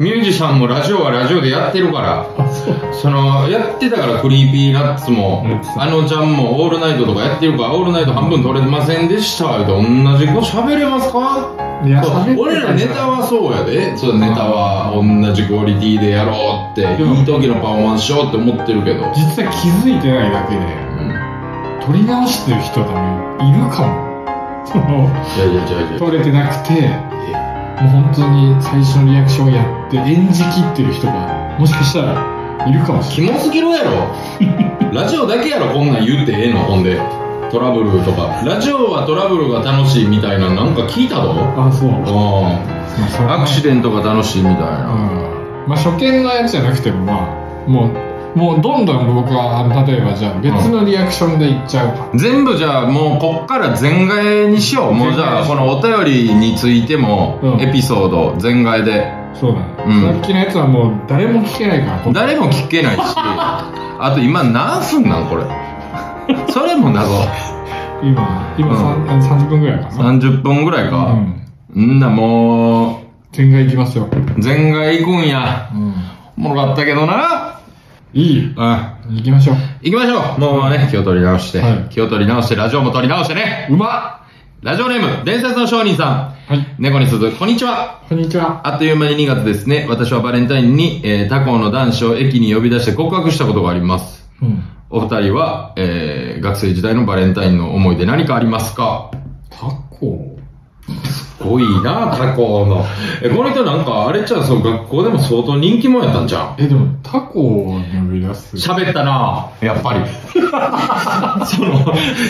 [SPEAKER 1] ミュージシャンもラジオはラジオでやってるから。
[SPEAKER 2] あそう
[SPEAKER 1] その、やってたから、クリーピーナッツも
[SPEAKER 2] やって、た
[SPEAKER 1] あのちゃんも、オールナイトとかやってるから、オールナイト半分取れませんでしたと同じ子喋れますか
[SPEAKER 2] いや
[SPEAKER 1] そう
[SPEAKER 2] 喋ってた
[SPEAKER 1] 俺らネタはそうやでそうネタは同じクオリティでやろうって
[SPEAKER 2] うん
[SPEAKER 1] いい時のパフォーマンスしようって思ってるけど、
[SPEAKER 2] 実は気づいてないだけで、
[SPEAKER 1] うん、い
[SPEAKER 2] 撮り直してる人でもいるかも。その、
[SPEAKER 1] やいやいやいや
[SPEAKER 2] 撮れてなくて、もう本当に最初のリアクションやって演じきってる人が、もしかしたらいるかもし
[SPEAKER 1] キ
[SPEAKER 2] れない。
[SPEAKER 1] モすぎるやろラジオだけやろこんなん言ってええのほんでトラブルとかラジオはトラブルが楽しいみたいななんか聞いたぞ
[SPEAKER 2] あ、そう。
[SPEAKER 1] う
[SPEAKER 2] ま
[SPEAKER 1] ん
[SPEAKER 2] あそれは
[SPEAKER 1] アクシデントが楽しいみたいな
[SPEAKER 2] うん。まあ、初見のやつじゃなくても、まあ、もう、もうどんどん僕は、あの例えばじゃあ別のリアクションでいっちゃうか。
[SPEAKER 1] 全部じゃあもうこっから全替えにしようもうじゃあこのお便りについても
[SPEAKER 2] うん
[SPEAKER 1] エピソード全替えで
[SPEAKER 2] そうだね。
[SPEAKER 1] うん
[SPEAKER 2] さっきのやつはもう誰も聞けないから、こ
[SPEAKER 1] 誰も聞け ないしあと今何分なんこれそれも謎
[SPEAKER 2] 今、今三あ30分ぐらいかな。
[SPEAKER 1] 30分ぐらい
[SPEAKER 2] うん
[SPEAKER 1] か、
[SPEAKER 2] ん。
[SPEAKER 1] んなも
[SPEAKER 2] 全外いきますよ。
[SPEAKER 1] う全外行くんや
[SPEAKER 2] うん。
[SPEAKER 1] おもろかったけどない
[SPEAKER 2] いよ。
[SPEAKER 1] うん
[SPEAKER 2] 行きましょう。
[SPEAKER 1] 行きましょうもうね気を取り直して、
[SPEAKER 2] はい
[SPEAKER 1] 気を取り直してラジオも取り直してね
[SPEAKER 2] うまっ
[SPEAKER 1] ラジオネーム伝説の商人さん
[SPEAKER 2] はい。
[SPEAKER 1] 猫に鈴、こんにちは。
[SPEAKER 2] こんにちは。
[SPEAKER 1] あっという間に2月ですね。私はバレンタインに、えー他校の男子を駅に呼び出して告白したことがあります。
[SPEAKER 2] うん。
[SPEAKER 1] お二人は、えー学生時代のバレンタインの思い出何かありますか
[SPEAKER 2] タコ
[SPEAKER 1] すごいな、他校の。え、この人なんか、あれちゃう、その学校でも相当人気者やったんじゃん。
[SPEAKER 2] え、でもタコを呼び出す。
[SPEAKER 1] 喋ったなやっぱり。 その、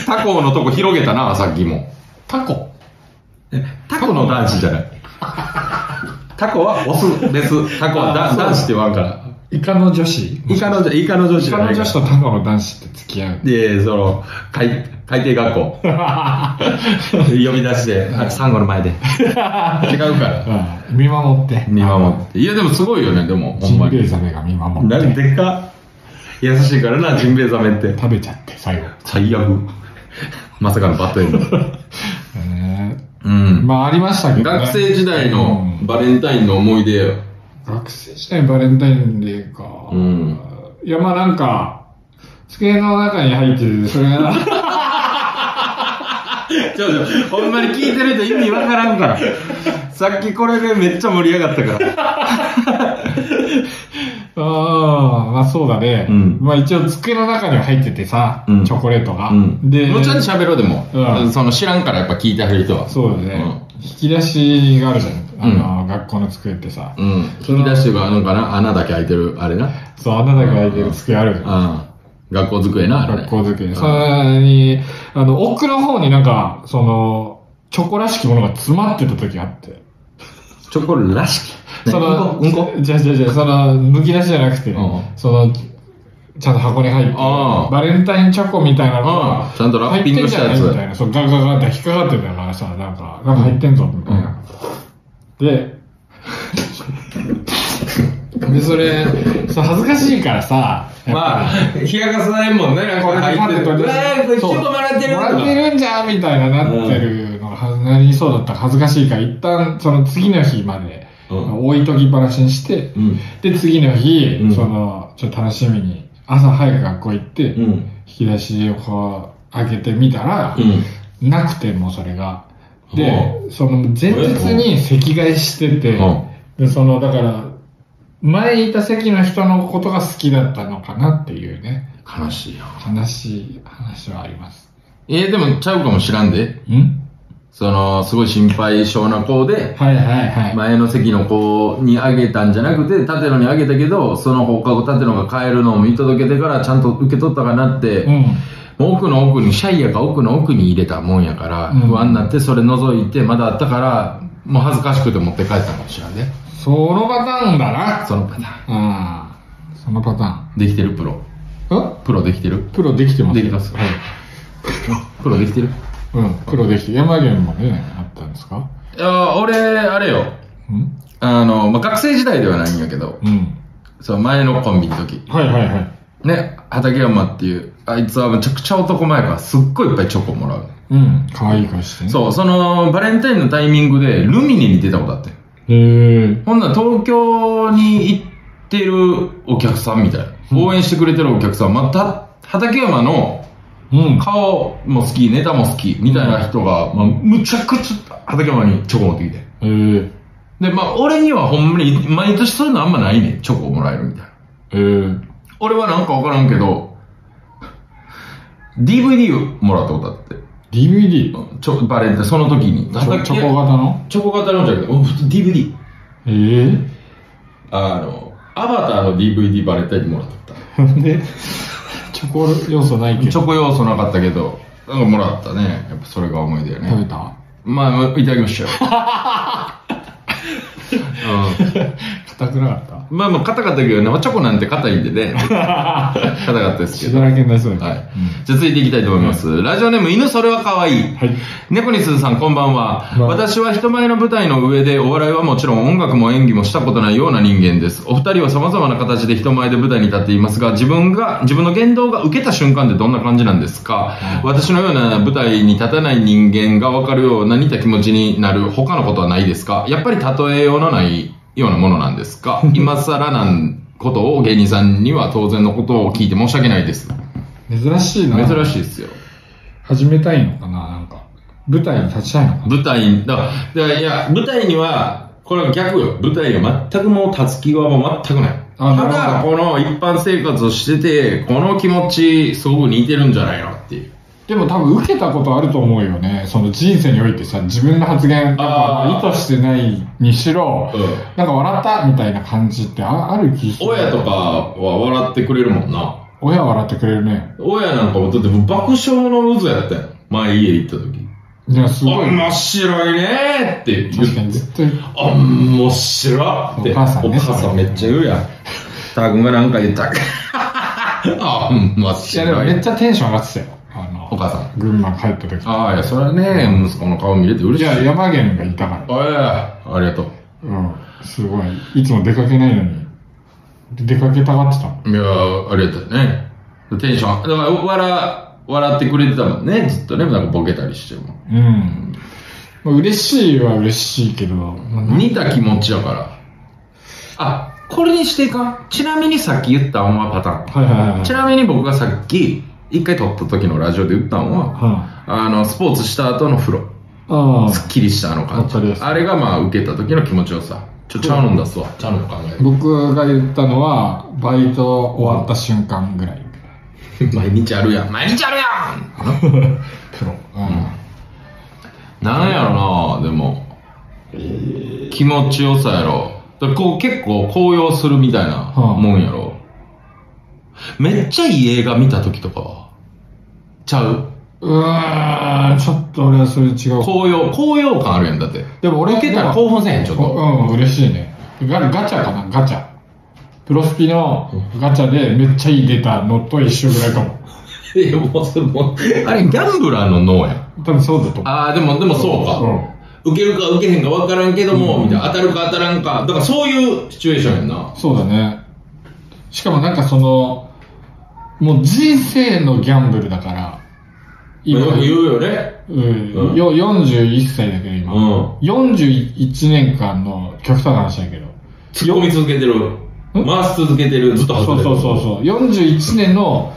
[SPEAKER 1] 他校のとこ広げたなさっきも。
[SPEAKER 2] タコ
[SPEAKER 1] タコの男子じゃない。タコはオスです。タコはだ
[SPEAKER 2] あそう
[SPEAKER 1] 男子って言わんから。
[SPEAKER 2] イカの女子
[SPEAKER 1] イカの女、イカの女子
[SPEAKER 2] イ
[SPEAKER 1] じゃ
[SPEAKER 2] カ
[SPEAKER 1] な
[SPEAKER 2] の
[SPEAKER 1] いか
[SPEAKER 2] 女
[SPEAKER 1] ら
[SPEAKER 2] 子とタコの男子って付き合う。
[SPEAKER 1] で、その、海、海底学 校。 呼び出して、あサンゴの 前で。違うから。
[SPEAKER 2] うん見守って。
[SPEAKER 1] 見守って。いや、でもすごいよね、でも、ほ
[SPEAKER 2] ジ
[SPEAKER 1] んま
[SPEAKER 2] ンベエ
[SPEAKER 1] に。
[SPEAKER 2] ザメが見守
[SPEAKER 1] な
[SPEAKER 2] っ
[SPEAKER 1] ん
[SPEAKER 2] て。
[SPEAKER 1] でっか。優しいからな、ジンベエザメって。
[SPEAKER 2] 食べちゃって、最後。
[SPEAKER 1] 最悪。まさかのバッドエンド。
[SPEAKER 2] ね
[SPEAKER 1] うん。
[SPEAKER 2] まあ、ありましたけどね。
[SPEAKER 1] 学生時代のバレンタインの思い出よ。
[SPEAKER 2] 学生時代バレンタインデーか。
[SPEAKER 1] うん。
[SPEAKER 2] いや、まあなんか、机の中に入ってて、それが、
[SPEAKER 1] ちょちょ、ほんまに聞いてる人意味わからんから。さっきこれでめっちゃ盛り上がったから。
[SPEAKER 2] ああ、まあそうだね。
[SPEAKER 1] うん
[SPEAKER 2] まあ一応机の中には入っててさ、
[SPEAKER 1] うん
[SPEAKER 2] チョコレートが。
[SPEAKER 1] うん。
[SPEAKER 2] で、
[SPEAKER 1] もうちろんと喋ろうでも。
[SPEAKER 2] うん
[SPEAKER 1] その知らんからやっぱ聞いてはる人は。
[SPEAKER 2] そうだね、引き出しがあるじゃん。あの、学校の机ってさ。
[SPEAKER 1] うん。引き出しがあるのかな穴だけ開いてる、あれな。
[SPEAKER 2] そう、穴だけ開いてる机あるじゃん。
[SPEAKER 1] うん。学校机な、あれね。
[SPEAKER 2] 学校机
[SPEAKER 1] うん
[SPEAKER 2] で。それに、あの、奥の方になんか、その、チョコらしきものが詰まってた時があって。
[SPEAKER 1] チョコらしき。
[SPEAKER 2] その、
[SPEAKER 1] うんこ
[SPEAKER 2] じゃあじゃあじゃあその、むき出しじゃなくて、
[SPEAKER 1] うん
[SPEAKER 2] その、ちゃんと箱に入ってる、
[SPEAKER 1] ああ
[SPEAKER 2] バレンタインチョコみたいなのが
[SPEAKER 1] うんちゃんとラッピングしたやつ
[SPEAKER 2] 入ってんじゃないみたいな。そう、ガンガンガンって引っかかってたからさ、なんか、なんか入ってんぞ、みたいな。で、で、それ、そう恥ずかしいからさ、
[SPEAKER 1] まあ、冷やかさないもんね、なん
[SPEAKER 2] こ
[SPEAKER 1] か
[SPEAKER 2] れ
[SPEAKER 1] 入ってる。うわーこれチョコもらってる
[SPEAKER 2] もらってるんじゃんみたいななってるのがはなりそうだったら恥ずかしいから、一旦その次の日まで、
[SPEAKER 1] うん
[SPEAKER 2] 置いときっぱなしにして、
[SPEAKER 1] うん。
[SPEAKER 2] で、次の日、
[SPEAKER 1] うん
[SPEAKER 2] その、ちょっと楽しみに、朝早く学校行って、
[SPEAKER 1] う
[SPEAKER 2] 引
[SPEAKER 1] ん。
[SPEAKER 2] き出しをこう、開けてみたら、
[SPEAKER 1] うん。
[SPEAKER 2] なくてもうそれが。
[SPEAKER 1] ほ
[SPEAKER 2] で、その前日に席替えしてて、
[SPEAKER 1] うん
[SPEAKER 2] で、その、だから、前いた席の人のことが好きだったのかなっていうね、
[SPEAKER 1] 悲しいよ。
[SPEAKER 2] 悲しい話はあります。
[SPEAKER 1] えー、でもちゃうかもしらんで。
[SPEAKER 2] ん
[SPEAKER 1] その、すごい心配性な子で、
[SPEAKER 2] はいはいはい。
[SPEAKER 1] 前の席の子にあげたんじゃなくて、縦野にあげたけど、その放課後縦野が帰るのを見届けてからちゃんと受け取ったかなって、
[SPEAKER 2] うん。
[SPEAKER 1] 奥の奥にシャイやが奥の奥に入れたもんやから、
[SPEAKER 2] うん
[SPEAKER 1] 不安になってそれ覗いてまだあったからもう恥ずかしくて持って帰ったかもしれんね
[SPEAKER 2] そのパターンだな。
[SPEAKER 1] そのパター
[SPEAKER 2] ああ、そのパタ
[SPEAKER 1] ンできてるプロ
[SPEAKER 2] ーン。ん
[SPEAKER 1] プロできてる
[SPEAKER 2] プロできてます
[SPEAKER 1] できてます
[SPEAKER 2] はい。
[SPEAKER 1] プロできてる
[SPEAKER 2] うん、黒できて、山源もね、あったんですか
[SPEAKER 1] いや俺あれよ
[SPEAKER 2] うん
[SPEAKER 1] あの、まあ、学生時代ではないんやけど
[SPEAKER 2] うん。
[SPEAKER 1] その前のコンビの時
[SPEAKER 2] はいはいはい。
[SPEAKER 1] ね畠山っていうあいつはめちゃくちゃ男前やからすっごいいっぱいチョコもらう
[SPEAKER 2] うん、可愛い顔してね。
[SPEAKER 1] そうそのバレンタインのタイミングでルミネに出たことあって
[SPEAKER 2] う。へえ。
[SPEAKER 1] ほんなら東京に行ってるお客さんみたいな。応援してくれてるお客さん、また、畠山の
[SPEAKER 2] うん。
[SPEAKER 1] 顔も好き、ネタも好き、みたいな人が、まあ、むちゃくちゃ畠山にチョコ持ってきて。
[SPEAKER 2] へえ。
[SPEAKER 1] で、まあ、俺にはほんまに、毎年そういうのあんまないねんチョコもらえるみたいな。
[SPEAKER 2] へえ。
[SPEAKER 1] 俺はなんかわからんけど、DVD をもらったことあって。
[SPEAKER 2] DVD?
[SPEAKER 1] ちょバレンタイン、その時に。
[SPEAKER 2] チョチョコ型の
[SPEAKER 1] チョコ型のじゃなくて、お DVD。
[SPEAKER 2] へえ。
[SPEAKER 1] あの、アバターの DVD バレンタインにもらった。
[SPEAKER 2] なんで、チョコ要素ないけど。
[SPEAKER 1] チョコ要素なかったけど、なんかもらったね。やっぱそれが思い出よ
[SPEAKER 2] 食べ
[SPEAKER 1] ね。
[SPEAKER 2] た
[SPEAKER 1] まあ、いただきま したよ。
[SPEAKER 2] 硬くなかった
[SPEAKER 1] うん、まあまあ、硬かったけどね、まあチョコなんて硬いんで ね。硬かったですけ
[SPEAKER 2] 血
[SPEAKER 1] ど。
[SPEAKER 2] だらけになりそうだ
[SPEAKER 1] は
[SPEAKER 2] け
[SPEAKER 1] い。じゃあ続いていきたいと思います。ラジオネーム、犬それは可愛い。
[SPEAKER 2] どはい。
[SPEAKER 1] 猫にすずさんこんばんは、
[SPEAKER 2] まあ
[SPEAKER 1] 私は人前の舞台の上でお笑いはもちろん音楽も演技もしたことないような人間ですお二人は様々な形で人前で舞台に立っていますが自分が自分の言動が受けた瞬間ってどんな感じなんですか、私のような舞台に立たない人間が分かるような似た気持ちになる他のことはないですかやっぱり例えようのないようなものなんです か今更なんことを芸人さんには当然のことを聞いて申し訳ないです
[SPEAKER 2] 珍しいな。
[SPEAKER 1] 珍しいですよ
[SPEAKER 2] 始めたいのかな、なんか。舞台に立ちたいのか
[SPEAKER 1] 舞台、だから、だからいや、舞台には、これは逆よ。舞台が全くもう立つ気はもう全くない。
[SPEAKER 2] あ
[SPEAKER 1] た
[SPEAKER 2] な
[SPEAKER 1] だ、
[SPEAKER 2] るほ
[SPEAKER 1] この一般生活をしてて、この気持ち、すごく似てるんじゃないのっていう。
[SPEAKER 2] でも多分受けたことあると思うよね。その人生においてさ、自分の発言、
[SPEAKER 1] あー
[SPEAKER 2] 意図してないにしろ、なんか笑ったみたいな感じってあある気する
[SPEAKER 1] 親とか。は笑ってくれるもんな。
[SPEAKER 2] 親は笑ってくれるね。
[SPEAKER 1] 親なんかも、だってもう爆笑の渦やったよ。前家行った時。
[SPEAKER 2] いや、すごい。
[SPEAKER 1] 面白いねーって言
[SPEAKER 2] 確かに
[SPEAKER 1] って。
[SPEAKER 2] ずっと言って
[SPEAKER 1] 面白いって。
[SPEAKER 2] お母さん
[SPEAKER 1] お
[SPEAKER 2] ね
[SPEAKER 1] 母さんめっちゃ言 うやん。たくんがなんか言った。 あ、面
[SPEAKER 2] いや、でも
[SPEAKER 1] 白
[SPEAKER 2] めっ
[SPEAKER 1] い。
[SPEAKER 2] ちゃテンション上がってたよ。あの、
[SPEAKER 1] お母さん。
[SPEAKER 2] 群馬帰った時。
[SPEAKER 1] ああ、いや、それはね、息子の顔見れて嬉
[SPEAKER 2] い
[SPEAKER 1] しい。
[SPEAKER 2] や、山源がいたから。
[SPEAKER 1] おいありがと
[SPEAKER 2] うん。すごい。いつも出かけないのに。出かけたがってたの。
[SPEAKER 1] う。いやー、ありがとうね。テンション、だから、笑、笑ってくれてたもんね、ずっとね、なんかボケたりしても。
[SPEAKER 2] うん。まあ、嬉しいは嬉しいけど、ま
[SPEAKER 1] 似た気持ちやから。あ、これにしていかんちなみにさっき言ったんはパターン。
[SPEAKER 2] あはいはいはい。
[SPEAKER 1] ちなみに僕がさっき、一回撮った時のラジオで言ったんは、
[SPEAKER 2] は
[SPEAKER 1] あの、スポーツした後の風呂。
[SPEAKER 2] あ、ああ
[SPEAKER 1] すっきりしたあの感
[SPEAKER 2] わかりやす
[SPEAKER 1] じ。
[SPEAKER 2] い
[SPEAKER 1] あれがまあ、受けた時の気持ちよさ。ちょ、ちゃうの出すわ。ちゃうの考
[SPEAKER 2] 僕が言ったのは、バイト終わった瞬間ぐらい。
[SPEAKER 1] えて。毎日あるやん。毎日あるやん
[SPEAKER 2] プロ。
[SPEAKER 1] なんやろなでも、気持ちよさやろだからこう結構高揚するみたいな
[SPEAKER 2] はあ
[SPEAKER 1] もんやろ、めっちゃいい映画見た時とかはちゃう
[SPEAKER 2] うん。うーん、ちょっと俺はそれ違う。
[SPEAKER 1] 高揚高揚感あるやんだって
[SPEAKER 2] でも俺
[SPEAKER 1] 受けたら興奮せへんちょっと
[SPEAKER 2] うん、嬉しいね。ガガチャかな、ガチャ。プロスピのガチャでめっちゃいい出たのと一緒ぐらいかも。
[SPEAKER 1] いやもうそれもうあれギャンブラーの脳やん
[SPEAKER 2] 多分そうだと思
[SPEAKER 1] ああでもでもそうか、
[SPEAKER 2] う。
[SPEAKER 1] 受けるか受けへんか分からんけども、みたいな当たるか当たらんかだからそういうシチュエーションやんな
[SPEAKER 2] うん、そうだね。しかもなんかその、もう人生のギャンブルだから、
[SPEAKER 1] 今
[SPEAKER 2] 今、
[SPEAKER 1] 言うよね
[SPEAKER 2] うん、よ41歳だけど
[SPEAKER 1] う
[SPEAKER 2] 今、
[SPEAKER 1] ん
[SPEAKER 2] 41年間の極端な話だけど、
[SPEAKER 1] 突っ込み続けてる回し続けてるずっと外
[SPEAKER 2] そう
[SPEAKER 1] れてる
[SPEAKER 2] そうそうそう41年の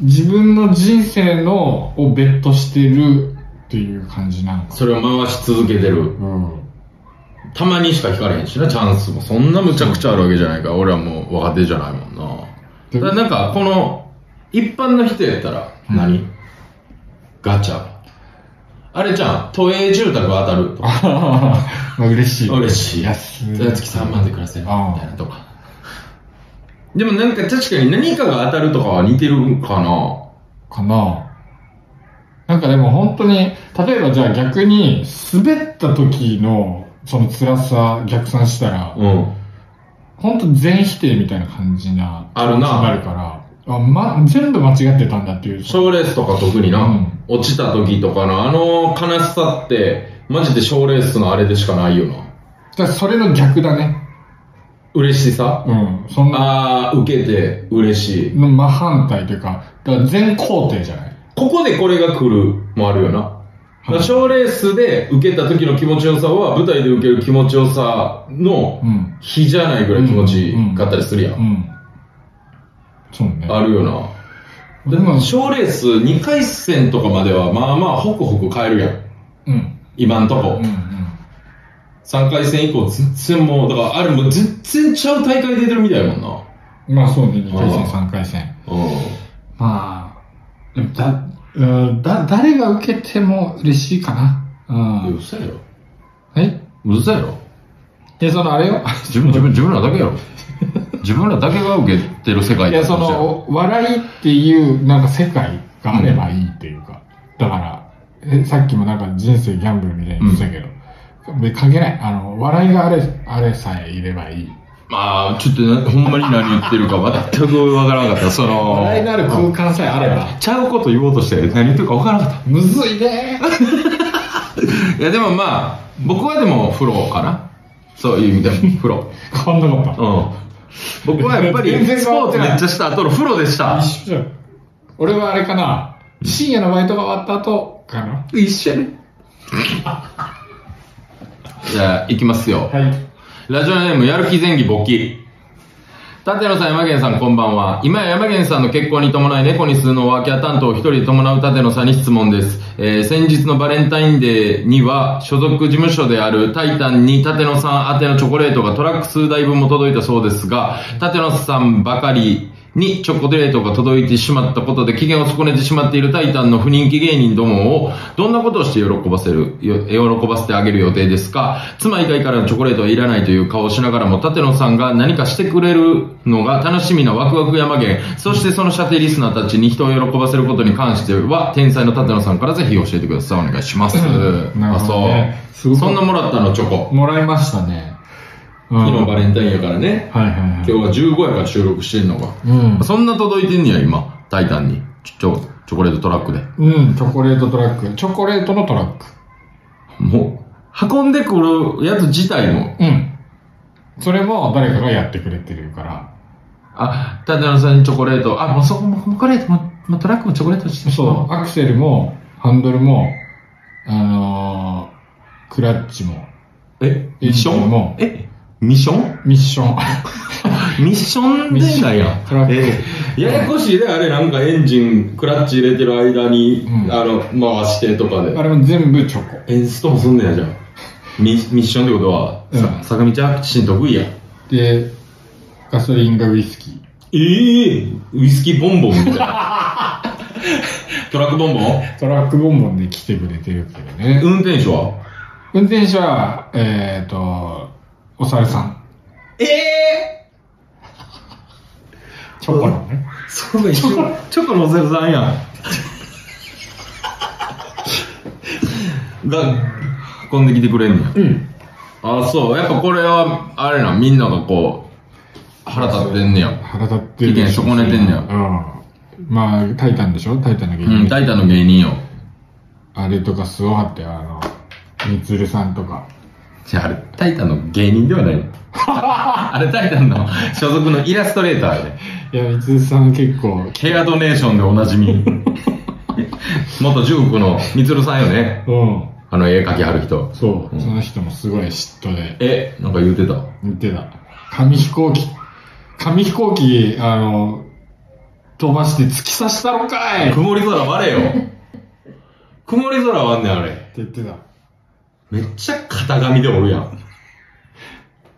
[SPEAKER 2] 自分の人生のをベットしてるっていう感じなんか
[SPEAKER 1] それを回し続けてる。
[SPEAKER 2] うん
[SPEAKER 1] たまにしか引かれへんしな、チャンスも。そんなむちゃくちゃあるわけじゃないから、俺はもう若手じゃないもんな。だ
[SPEAKER 2] で
[SPEAKER 1] からなんか、この、一般の人やったら何、ガチャ。あれじゃん、都営住宅当たるとか。
[SPEAKER 2] まあ嬉しい
[SPEAKER 1] 嬉しい。
[SPEAKER 2] 安い
[SPEAKER 1] 月3万で暮らせる。み
[SPEAKER 2] ああ
[SPEAKER 1] たいなとか。でもなんか確かに何かが当たるとかは似てるかな。
[SPEAKER 2] かななんかでも本当に例えばじゃあ逆に滑った時のその辛さ逆算したら、
[SPEAKER 1] うん。
[SPEAKER 2] 本当全否定みたいな感じな
[SPEAKER 1] あるな
[SPEAKER 2] 気持ちになるからあ、ま、全部間違ってたんだっていう
[SPEAKER 1] 賞レースとか特にな、
[SPEAKER 2] うん
[SPEAKER 1] 落ちた時とかのあの悲しさってマジで賞レースのあれでしかないよな
[SPEAKER 2] だからそれの逆だね
[SPEAKER 1] 嬉しさ
[SPEAKER 2] うんそんな
[SPEAKER 1] ああ受けて嬉しい
[SPEAKER 2] の真反対というか、だから全肯定じゃない。
[SPEAKER 1] ここでこれが来るもあるよなだから賞レースで受けた時の気持ちよさは舞台で受ける気持ちよさの
[SPEAKER 2] うん。
[SPEAKER 1] 比じゃないぐらい気持ちかったりするやん、
[SPEAKER 2] うん。そうね。
[SPEAKER 1] あるよな
[SPEAKER 2] でも、
[SPEAKER 1] 賞レース2回戦とかまではまあまあホクホク変えるやん
[SPEAKER 2] うん。
[SPEAKER 1] 今んとこ、
[SPEAKER 2] うんうん。
[SPEAKER 1] 3回戦以降全然もうだからあれもう全然ちゃう大会出てるみたいやもんな
[SPEAKER 2] まあそうね、2回
[SPEAKER 1] あ
[SPEAKER 2] 戦、
[SPEAKER 1] ー
[SPEAKER 2] 3回戦。
[SPEAKER 1] う
[SPEAKER 2] まあ、でもだ、うんだ、誰が受けても嬉しいかな。うん
[SPEAKER 1] う。るさいやろ
[SPEAKER 2] はい。
[SPEAKER 1] うるさいやろ
[SPEAKER 2] で、そのあれよ。
[SPEAKER 1] 自分自分自分らだけやろ自分らだけが受けてる世界
[SPEAKER 2] いや、その、お笑いっていう、なんか世界があればいいっていうか。だから、えさっきもなんか人生ギャンブルみたいに言ってたけど、で関係ない。あの、笑いがあれ、あれさえいればいい。
[SPEAKER 1] まあちょっとなほんまに何言ってるか全くわからなかったその
[SPEAKER 2] 笑いのある空間さえあれば。
[SPEAKER 1] ちゃうこと言おうとして何言ってるかわからなかっ
[SPEAKER 2] むずい ね。
[SPEAKER 1] たいやでもまあ僕はでも風呂かなそういう意味でも風呂
[SPEAKER 2] 変わんなかった。
[SPEAKER 1] うん僕はやっぱり
[SPEAKER 2] 全然
[SPEAKER 1] ス
[SPEAKER 2] 変わ
[SPEAKER 1] ポー
[SPEAKER 2] って
[SPEAKER 1] ツ
[SPEAKER 2] ない
[SPEAKER 1] めっちゃした後の風呂でした
[SPEAKER 2] 一緒じゃん。俺はあれかな。深夜のバイトが終わった後かな。
[SPEAKER 1] 一緒やねじゃあ行きますよ
[SPEAKER 2] はい。
[SPEAKER 1] ラジオネームやる気前期勃起立野さん、山源さん、こんばんは。今や山源さんの結婚に伴い猫にするのワーキャー担当を一人で伴う立野さんに質問です。えー先日のバレンタインデーには、所属事務所であるタイタンに立野さん宛てのチョコレートがトラック数台分も届いたそうですが、立野さんばかり、にチョコレートが届いてしまったことで機嫌を損ねてしまっているタイタンの不人気芸人どもをどんなことをして喜ばせる、よ喜ばせてあげる予定ですか妻以外からのチョコレートはいらないという顔をしながらも、立野さんが何かしてくれるのが楽しみなワクワク山源、そしてその射程リスナーたちに人を喜ばせることに関しては、天才の立野さんからぜひ教えてください。お願いします。
[SPEAKER 2] なるほどね
[SPEAKER 1] あ、
[SPEAKER 2] す
[SPEAKER 1] そ
[SPEAKER 2] ご
[SPEAKER 1] う。
[SPEAKER 2] く
[SPEAKER 1] そんなもらったのチョコ。
[SPEAKER 2] もらいましたね。うん
[SPEAKER 1] 昨日バレンタインやからね。
[SPEAKER 2] はいはいは
[SPEAKER 1] 今
[SPEAKER 2] い。
[SPEAKER 1] 日は15やから収録してんのが。
[SPEAKER 2] うん。
[SPEAKER 1] そんな届いてんねや、今。タイタンに。ちょ、ちょチョコレートトラックで。
[SPEAKER 2] うん、チョコレートトラック。チョコレートのトラック。
[SPEAKER 1] もう、運んでくるやつ自体も。
[SPEAKER 2] うん。それも誰かがやってくれてるから。
[SPEAKER 1] あ、タイタンさんにチョコレート。あ、もうそこも、チョコレートも、もうトラックもチョコレートして
[SPEAKER 2] そう、アクセルも、ハンドルも、あのー、クラッチも、
[SPEAKER 1] う。え、ミッショ
[SPEAKER 2] いいも
[SPEAKER 1] ン
[SPEAKER 2] ん
[SPEAKER 1] え、ミッション
[SPEAKER 2] ミッション。
[SPEAKER 1] ミッションでなんや
[SPEAKER 2] ミッショントラッ。ク
[SPEAKER 1] えー、ややこしいで、あれなんかエンジン、クラッチ入れてる間に、
[SPEAKER 2] うん
[SPEAKER 1] あの、回してとか
[SPEAKER 2] あ
[SPEAKER 1] で。
[SPEAKER 2] れも全部チョコ。
[SPEAKER 1] エンストもすんねや、じゃあ。ミミッションってことは、
[SPEAKER 2] うん
[SPEAKER 1] さ坂道アクシン得意や。
[SPEAKER 2] で、ガソリンがウイスキー。
[SPEAKER 1] ええウイスキーボンボンみたいな。トラックボンボン
[SPEAKER 2] トラックボンボンで来てくれてるけどね。
[SPEAKER 1] 運転手は
[SPEAKER 2] 運転手は、えっ、ー、と、お猿さん。
[SPEAKER 1] ええ
[SPEAKER 2] チョコのね。
[SPEAKER 1] そうだ、一緒。チョコのお猿さんやん。が、運んできてくれんのや。
[SPEAKER 2] うん。
[SPEAKER 1] あ、そう。やっぱこれは、あれな、みんながこう、腹立ってんねや。
[SPEAKER 2] 腹立ってる。
[SPEAKER 1] 意見損ねてんねや
[SPEAKER 2] うん。まあ、タイタンでしょタイタンの芸
[SPEAKER 1] う
[SPEAKER 2] 人。
[SPEAKER 1] ん、タイタンの芸人よ。
[SPEAKER 2] あれとか、スワハって、あの、みつるさんとか。
[SPEAKER 1] じゃあ、あれ、タイタンの芸人では ないの。あれ、タイタンの所属のイラストレーターやで。
[SPEAKER 2] いや、みつるさん結構、
[SPEAKER 1] ケアドネーションでおなじみ。 元中国のみつるさんよね。
[SPEAKER 2] うん。
[SPEAKER 1] あの絵描きはる人。
[SPEAKER 2] そう、
[SPEAKER 1] ん
[SPEAKER 2] その人もすごい嫉妬で、
[SPEAKER 1] え、なんか言うてた。
[SPEAKER 2] 言ってた。紙飛行機、紙飛行機、あの、飛ばして突き刺したろかいって
[SPEAKER 1] 曇り空割れよ。曇り空割んねん、あれ。
[SPEAKER 2] 言ってた。
[SPEAKER 1] めっちゃ型紙でおるやん。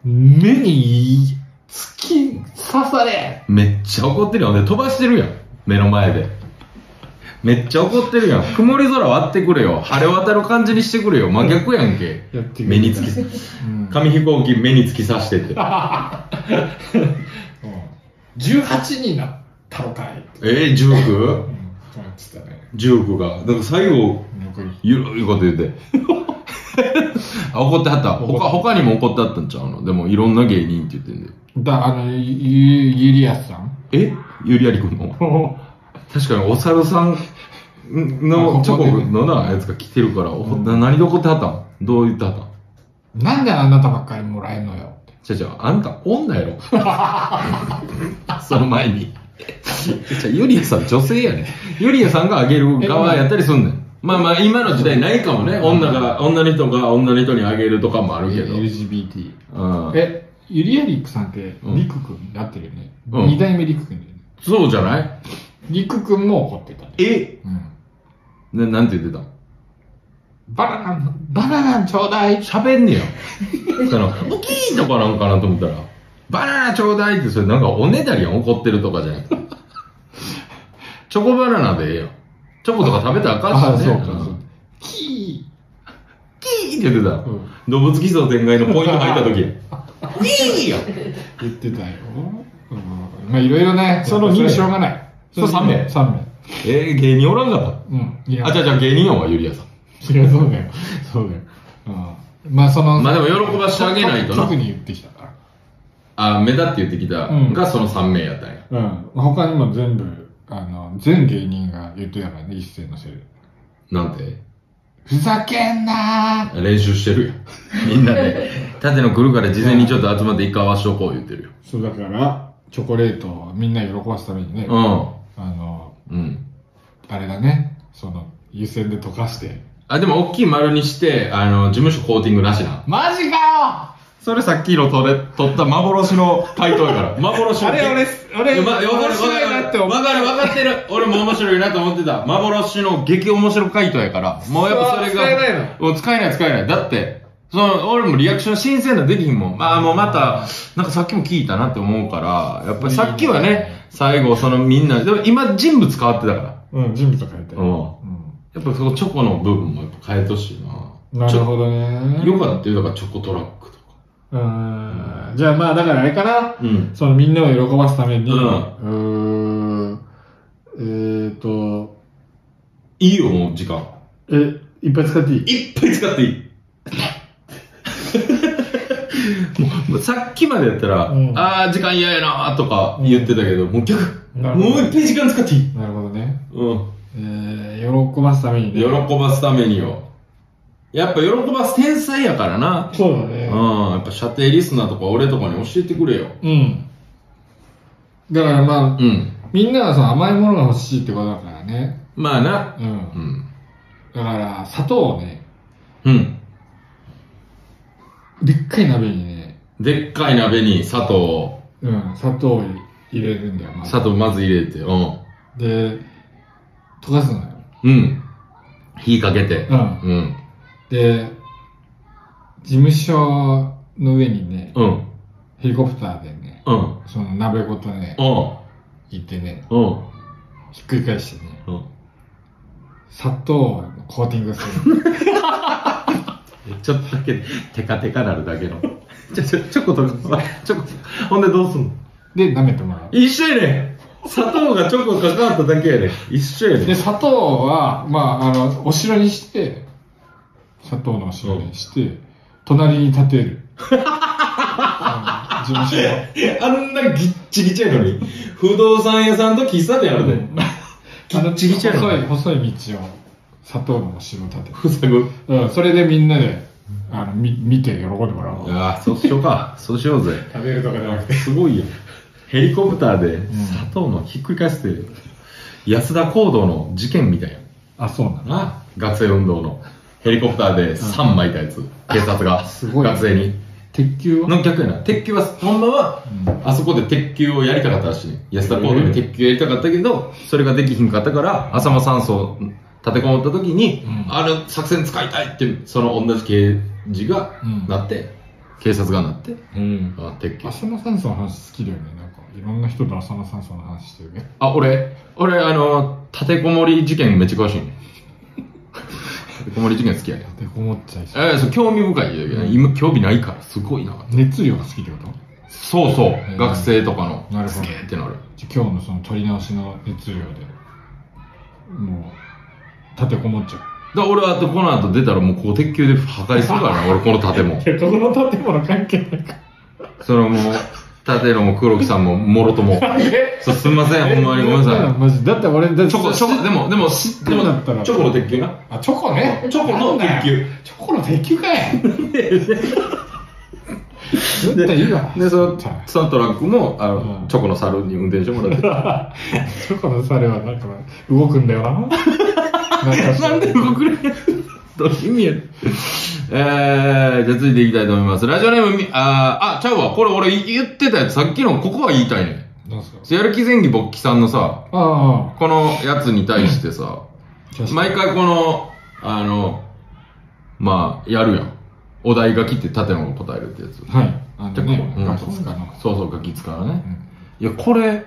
[SPEAKER 2] 目に突き刺され
[SPEAKER 1] めっちゃ怒ってるやん。で、飛ばしてるやん。目の前で。めっちゃ怒ってるやん。曇り空割ってくれよ。晴れ渡る感じにしてくれよ。真逆やんけ。
[SPEAKER 2] やってくれた
[SPEAKER 1] 目につき、
[SPEAKER 2] うん。
[SPEAKER 1] 紙飛行機目につき刺してって。
[SPEAKER 2] うん18になったろかいって
[SPEAKER 1] えー、ジューク
[SPEAKER 2] 言ってたね。
[SPEAKER 1] ジュークが。なんか最後、
[SPEAKER 2] 残り
[SPEAKER 1] ゆるいこと言うて。あ、怒ってはった。他、他にも怒ってはったんちゃうのでも、いろんな芸人って言ってんで。
[SPEAKER 2] だ、あの、ゆ、ゆゆりやすさん
[SPEAKER 1] えゆりやりくんの確かに、お猿さんの
[SPEAKER 2] あ
[SPEAKER 1] チョ
[SPEAKER 2] ここで
[SPEAKER 1] コのな、やつが来てるから、おな何で怒ってはったんどう言ってはったん
[SPEAKER 2] なんであなたばっかりもらえんのよ。
[SPEAKER 1] じゃじゃあんた女やろ。 その前に。じゃゆりやさん女性やね。ゆりやさんがあげる側やったりすんねん。まあまあ、今の時代ないかもね。女が、女の人が女の人にあげるとかもあるけど。
[SPEAKER 2] LGBT。
[SPEAKER 1] うん
[SPEAKER 2] え、ゆりやりくさんって、
[SPEAKER 1] うん
[SPEAKER 2] りくくんになってるよね。
[SPEAKER 1] うん
[SPEAKER 2] 二代目りくくんだよね。
[SPEAKER 1] そうじゃない
[SPEAKER 2] りくくんも怒ってたね。
[SPEAKER 1] え
[SPEAKER 2] うん。
[SPEAKER 1] ななんて言ってたん
[SPEAKER 2] バナナ、バナナちょうだい
[SPEAKER 1] 喋んねや。その、大きいとかなんかなと思ったら、バナナちょうだいって、それなんかおねだりやん怒ってるとかじゃなくて。チョコバナナでええやん。チョコとか食べたらあかんしね。ん。キーっ
[SPEAKER 2] キ
[SPEAKER 1] て言ってたの。
[SPEAKER 2] ーうん。
[SPEAKER 1] 動物偽装展開のポイント入った時や。キーや
[SPEAKER 2] 言ってたよ。うん。まあいろいろね、その認証がない。
[SPEAKER 1] それ三名
[SPEAKER 2] 三名。
[SPEAKER 1] えー、芸人おらんかっ
[SPEAKER 2] うん。い
[SPEAKER 1] た
[SPEAKER 2] や、
[SPEAKER 1] あ、じゃあじゃあ芸人やわ、ゆりやさん。
[SPEAKER 2] そりゃそうだよ。そうだよ。うん。まあその、
[SPEAKER 1] まあでも喜ばしてあげないとな
[SPEAKER 2] 特に言ってきたから。
[SPEAKER 1] あ、目立って言ってきた
[SPEAKER 2] うん
[SPEAKER 1] がその3名やったんや。
[SPEAKER 2] うん。他にも全部、あの、全芸人が言ってたからね、一斉のせいで。
[SPEAKER 1] なんて
[SPEAKER 2] ふざけんなー
[SPEAKER 1] 練習してるやん。みんなで。縦の来るから事前にちょっと集まって一回合わしとこう言ってるよ。
[SPEAKER 2] そうだから、チョコレートをみんな喜ばすためにね、
[SPEAKER 1] う
[SPEAKER 2] あの、
[SPEAKER 1] ん。うん。
[SPEAKER 2] あれだね、その、湯煎で溶かして。
[SPEAKER 1] あ、でも大きい丸にして、あの、事務所コーティングなしな。
[SPEAKER 2] マジかよ
[SPEAKER 1] それさっきの取れ、取った幻の回答やから。幻の。
[SPEAKER 2] あれ俺俺
[SPEAKER 1] いやまわかる
[SPEAKER 2] 面白いなって思う
[SPEAKER 1] わかる、わかってる。俺も面白いなと思ってた。幻の激面白回答やから。もうやっぱそれが。
[SPEAKER 2] 使えないの
[SPEAKER 1] もう使えない、使えない。だって、その、俺もリアクション新鮮なできひんもん。まあもうまた、なんかさっきも聞いたなって思うから、やっぱりさっきはね、最後そのみんな、でも今人物変わってたから。
[SPEAKER 2] うん、準備とかやって。
[SPEAKER 1] うん。やっぱそのチョコの部分もやっぱ変えてほしいな。
[SPEAKER 2] なるほどね。
[SPEAKER 1] よかったよ、だからチョコトラックとか。
[SPEAKER 2] うーん。じゃあまあ、だからあれかな。
[SPEAKER 1] うん。
[SPEAKER 2] そのみんなを喜ばすために、
[SPEAKER 1] う
[SPEAKER 2] うんーん。えっ、ー、と、
[SPEAKER 1] いいよ、もう時間。
[SPEAKER 2] え、いっぱい使っていい
[SPEAKER 1] いっぱい使ってい い。もうさっきまでやったら、
[SPEAKER 2] うん
[SPEAKER 1] ああ、時間嫌やなーとか言ってたけど、もう逆、
[SPEAKER 2] なるほど
[SPEAKER 1] もういっぱい時間使っていい。
[SPEAKER 2] なるほどね。
[SPEAKER 1] うん。
[SPEAKER 2] えー、喜ばすためにね。
[SPEAKER 1] 喜ばすためによ。やっぱ喜ばす天才やからな。
[SPEAKER 2] そうだ
[SPEAKER 1] う
[SPEAKER 2] ね
[SPEAKER 1] ん。。やっぱ射程リスナーとか俺とかに教えてくれよ。
[SPEAKER 2] うん。だからまあ、
[SPEAKER 1] うん。
[SPEAKER 2] みんながさ、甘いものが欲しいってことだからね。
[SPEAKER 1] まあな。
[SPEAKER 2] う。
[SPEAKER 1] うんん。
[SPEAKER 2] だから、砂糖をね、
[SPEAKER 1] うん。
[SPEAKER 2] でっかい鍋にね、
[SPEAKER 1] でっかい鍋に砂糖を、
[SPEAKER 2] うん、砂糖を入れるんだよ、まず
[SPEAKER 1] 砂糖まず入れて、うん。
[SPEAKER 2] で、溶かすのよ。
[SPEAKER 1] うん。火かけて。
[SPEAKER 2] うん。
[SPEAKER 1] うん。
[SPEAKER 2] で、事務所の上にね、
[SPEAKER 1] うん。
[SPEAKER 2] ヘリコプターでね、
[SPEAKER 1] うん。
[SPEAKER 2] その鍋ごとね、
[SPEAKER 1] うん。
[SPEAKER 2] 行ってね、
[SPEAKER 1] うん。
[SPEAKER 2] ひっくり返してね、
[SPEAKER 1] うん。
[SPEAKER 2] 砂糖をコーティングする。
[SPEAKER 1] ちょっとだ け、テカテカなるだけ の。ちょ、ちょ、チョコと、チョコ、ほんでどうすんの
[SPEAKER 2] で、舐めてもらう。
[SPEAKER 1] 一緒やねん砂糖がチョコかかっただけやねん一緒やね
[SPEAKER 2] で、
[SPEAKER 1] ん
[SPEAKER 2] 砂糖は、まあ、あの、お城にして、砂糖のお城にして、隣に立て る。あの事務所を
[SPEAKER 1] あんなギッチギチやのに、不動産屋さんと喫茶店あるで。ギッチギチや
[SPEAKER 2] 細い、
[SPEAKER 1] のに。
[SPEAKER 2] 細い道を、砂糖のお城を立てる。
[SPEAKER 1] ふさぐ。
[SPEAKER 2] うん、それでみんなで、あの、み見て喜んでもらおう。
[SPEAKER 1] ああ、そうしようか。 そうしようぜ。
[SPEAKER 2] 食べるとかじゃなくて。
[SPEAKER 1] すごいよ。ヘリコプターで砂糖のひっくり返すって、安田講堂の事件みたいやん。
[SPEAKER 2] あ、そうなの
[SPEAKER 1] な学生運動のヘリコプターで3枚いたやつ、警察が
[SPEAKER 2] すごい
[SPEAKER 1] 学生に
[SPEAKER 2] 鉄球は
[SPEAKER 1] の逆やな鉄球はほんまは、
[SPEAKER 2] うん
[SPEAKER 1] あそこで鉄球をやりたかったらしいね安田講堂で鉄球やりたかったけどそれができひんかったから浅間山荘立てこもった時に、
[SPEAKER 2] うん
[SPEAKER 1] あの作戦使いたいってその同じ刑事が
[SPEAKER 2] うん
[SPEAKER 1] なって、警察がなって
[SPEAKER 2] うん。
[SPEAKER 1] あ鉄球
[SPEAKER 2] 浅野酸素の話好きだよね。なんか、いろんな人と浅野酸素の話してるね。
[SPEAKER 1] あ俺俺あの立てこもり事件めっちゃ詳しい ね立てこもり事件好きやね
[SPEAKER 2] 立てこもっちゃいし。
[SPEAKER 1] えー、そう興味深いよ、今興味ないからすごいな
[SPEAKER 2] 熱量が好きってこと
[SPEAKER 1] そうそう、
[SPEAKER 2] ー
[SPEAKER 1] 学生とかの
[SPEAKER 2] なるほ
[SPEAKER 1] す
[SPEAKER 2] ど
[SPEAKER 1] げえってなる
[SPEAKER 2] じゃ今日のその取り直しの熱量で、もう、立てこもっちゃう。
[SPEAKER 1] だから俺はあとこの後出たらもうこう鉄球で破壊するからな俺この建物
[SPEAKER 2] いや、この建物関係ないか
[SPEAKER 1] そのもう建野も黒木さんももろとも
[SPEAKER 2] ら。え
[SPEAKER 1] そうすみませんほんまにごめんなさ
[SPEAKER 2] マジ。だって俺、だっ
[SPEAKER 1] い
[SPEAKER 2] て
[SPEAKER 1] チョコチョコでもでもしでも
[SPEAKER 2] どうだったら
[SPEAKER 1] チョコの鉄球な
[SPEAKER 2] あ、チョコね。
[SPEAKER 1] チョコの鉄球。
[SPEAKER 2] チョコの鉄球かい。絶対いい わ。
[SPEAKER 1] でその
[SPEAKER 2] 絶対
[SPEAKER 1] そのトラックもあの、
[SPEAKER 2] うん
[SPEAKER 1] チョコの猿に運転してもらって
[SPEAKER 2] チョコの猿はなんか動くんだよ な。なんかし
[SPEAKER 1] なんで動くれどういう意味やえー、じゃあ続いていきたいと思います。ラジオネームみ、あーあ、ちゃうわ。これ俺言ってたやつ、さっきのここは言いたいね。
[SPEAKER 2] なんすか
[SPEAKER 1] やる気前儀勃起さんのさ、
[SPEAKER 2] あ
[SPEAKER 1] このやつに対してさ、
[SPEAKER 2] あ。
[SPEAKER 1] 毎回この、あの、まあ、やるやん。お題書きって縦の答えるってやつ。
[SPEAKER 2] はい。あのね、
[SPEAKER 1] うん
[SPEAKER 2] ガキ使うの。
[SPEAKER 1] そうそう、ガキ使うね。いや、これ、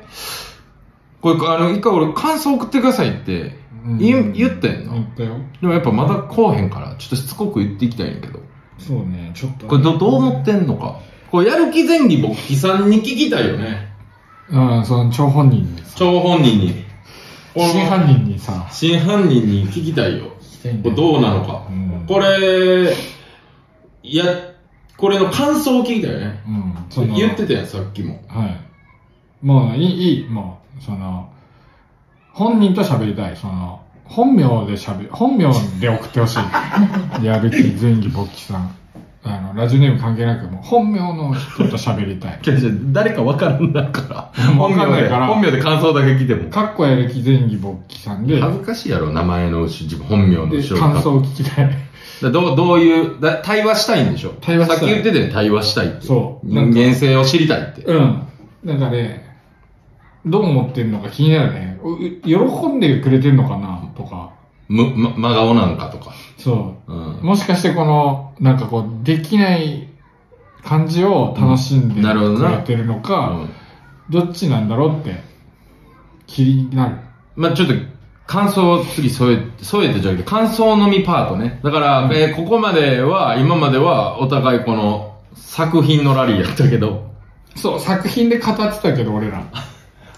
[SPEAKER 1] これ、あの、一回俺感想送ってくださいって
[SPEAKER 2] うん
[SPEAKER 1] 言言ったやんな。
[SPEAKER 2] 言ったよ。
[SPEAKER 1] でもやっぱまだこうへんから、ちょっとしつこく言っていきたいんやけど。
[SPEAKER 2] そうね、ちょっと。
[SPEAKER 1] これどどう思ってんのか。これやる気前儀勃起さんに聞きたいよね。
[SPEAKER 2] うん、その、張本人にさ。
[SPEAKER 1] 張本人に。
[SPEAKER 2] 真犯人にさ。
[SPEAKER 1] 真犯人に聞きたいよ。これどうなのか。
[SPEAKER 2] うん
[SPEAKER 1] これ、いや、これの感想を聞いたよね。
[SPEAKER 2] うん、その
[SPEAKER 1] 言ってたやん、さっきも。
[SPEAKER 2] はい。もういい、いい、もう、その、本人と喋りたい。その、本名で喋、本名で送ってほし い。やる気、前儀、勃起さん。あの、ラジオネーム関係なく、もう本名の人と喋りたい。
[SPEAKER 1] 誰かわからんだから。
[SPEAKER 2] わ
[SPEAKER 1] 本
[SPEAKER 2] かん
[SPEAKER 1] 名
[SPEAKER 2] な
[SPEAKER 1] で、
[SPEAKER 2] いから
[SPEAKER 1] 本名で感想だけ聞いても。
[SPEAKER 2] かっこやる気、前儀、勃起さんで、
[SPEAKER 1] 恥ずかしいやろ、名前の後ろ、自分本名の
[SPEAKER 2] で
[SPEAKER 1] 後ろ
[SPEAKER 2] 感想を聞きたい。
[SPEAKER 3] だどう、どういう、だ対話したいんでしょ
[SPEAKER 2] 対話したい
[SPEAKER 3] さっき言ってたよ対話したいって。
[SPEAKER 2] そう
[SPEAKER 3] 人間性を知りたいって。
[SPEAKER 2] うん。なんかね、どう思ってるのか気になるね。うう喜んでくれてるのかなとか。
[SPEAKER 3] む、ま、真顔なんかとか。
[SPEAKER 2] そうう。
[SPEAKER 3] ん。
[SPEAKER 2] もしかしてこの、なんかこう、できない感じを楽しんで
[SPEAKER 3] うんなるほど
[SPEAKER 2] く
[SPEAKER 3] な
[SPEAKER 2] れてるの
[SPEAKER 3] う
[SPEAKER 2] か、
[SPEAKER 3] ん
[SPEAKER 2] どっちなんだろうって、気になる。
[SPEAKER 3] まあちょっと、感想を次添え、添えてじゃなくて、 感想のみパートね。だから、えーここまでは、今までは、お互いこの、作品のラリーやったけど、
[SPEAKER 2] そう、作品で語ってたけど、俺 ら。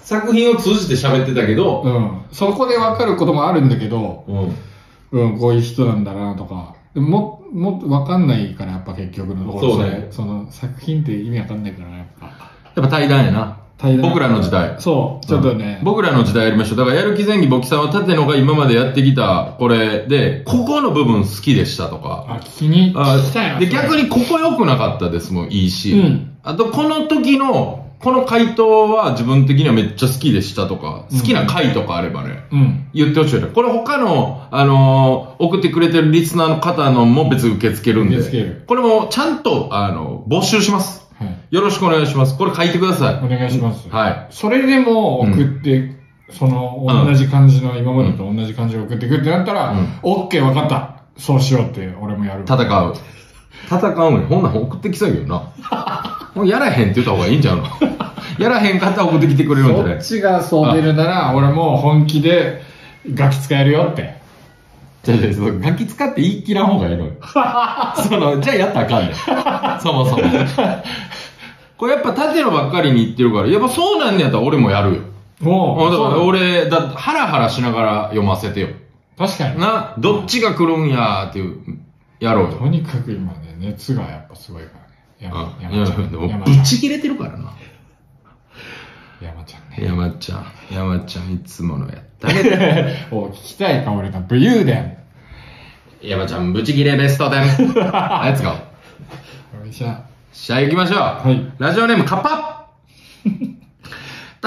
[SPEAKER 3] 作品を通じて喋ってたけど、
[SPEAKER 2] うん。そこでわかることもあるんだけど、
[SPEAKER 3] うん。
[SPEAKER 2] うん、こういう人なんだなとか。でも、もっとわかんないから、やっぱ結局のところ
[SPEAKER 3] そうね
[SPEAKER 2] れその作品って意味わかんないから、やっぱ。
[SPEAKER 3] やっぱ対談やな。
[SPEAKER 2] 対談
[SPEAKER 3] 僕らの時代。
[SPEAKER 2] そう、ちょっとね。
[SPEAKER 3] 僕らの時代やりましょう。だから、やる気前儀、簿記さんは縦野が今までやってきた、これで、ここの部分好きでしたとか。
[SPEAKER 2] あ、聞きに
[SPEAKER 3] あ
[SPEAKER 2] 聞きたいな
[SPEAKER 3] で、逆にここ良くなかったですもいいし。
[SPEAKER 2] うん
[SPEAKER 3] あと、この時の、この回答は自分的にはめっちゃ好きでしたとか、
[SPEAKER 2] うん
[SPEAKER 3] 好きな回とかあればね、
[SPEAKER 2] うん。
[SPEAKER 3] 言ってほしいよね。これ他の、あのー送ってくれてるリスナーの方のも別に受け付けるんで。
[SPEAKER 2] 受け付ける
[SPEAKER 3] これもちゃんと、あの、募集します。
[SPEAKER 2] はい。
[SPEAKER 3] よろしくお願いします。これ書いてくだ
[SPEAKER 2] お
[SPEAKER 3] さ
[SPEAKER 2] 願いします。
[SPEAKER 3] い。はい。
[SPEAKER 2] それでも送って、その、
[SPEAKER 3] うん
[SPEAKER 2] 同じ感じの、今までと同じ感じを送ってくってなったら、
[SPEAKER 3] うん
[SPEAKER 2] オッケー分かった。そうしようって、俺もやる。
[SPEAKER 3] 戦う。戦うんや。ほんなん送ってきそうやけどな。 もうやらへんって言った方がいいんちゃうのやらへんかったら送ってきてくれるんじゃ
[SPEAKER 2] そ
[SPEAKER 3] ない
[SPEAKER 2] っちがそう出るなら、俺も本気でガキ使えるよって。
[SPEAKER 3] じゃあ、そのガキ使って言い切らん方がい いのよ。その、じゃあやったらあかんねん。そもそも。これやっぱ縦のばっかりに言ってるから、やっぱそうなんねやったら俺もやるよ。
[SPEAKER 2] も
[SPEAKER 3] あ
[SPEAKER 2] う、
[SPEAKER 3] だから
[SPEAKER 2] そう
[SPEAKER 3] 俺、だハラハラしながら読ませてよ。
[SPEAKER 2] 確かに。
[SPEAKER 3] な、どっちが来るんやーっていう、やろうよ。
[SPEAKER 2] とにかく今ね、熱がやっぱすごいからね。山
[SPEAKER 3] うん、い
[SPEAKER 2] 山
[SPEAKER 3] や
[SPEAKER 2] ちゃん。
[SPEAKER 3] でも
[SPEAKER 2] 山
[SPEAKER 3] ぶ
[SPEAKER 2] ちゃ
[SPEAKER 3] ち切れてるからな。
[SPEAKER 2] ん。山ちゃんね。
[SPEAKER 3] 山ちゃん、山ちゃんいつものやったけど。
[SPEAKER 2] お、聞きたいか、俺の武勇伝。
[SPEAKER 3] 山ちゃん、ブチギレベスト10。Let's go。
[SPEAKER 2] よいしょ。
[SPEAKER 3] 試合行きましょう。
[SPEAKER 2] はい
[SPEAKER 3] ラジオネーム、カッ パ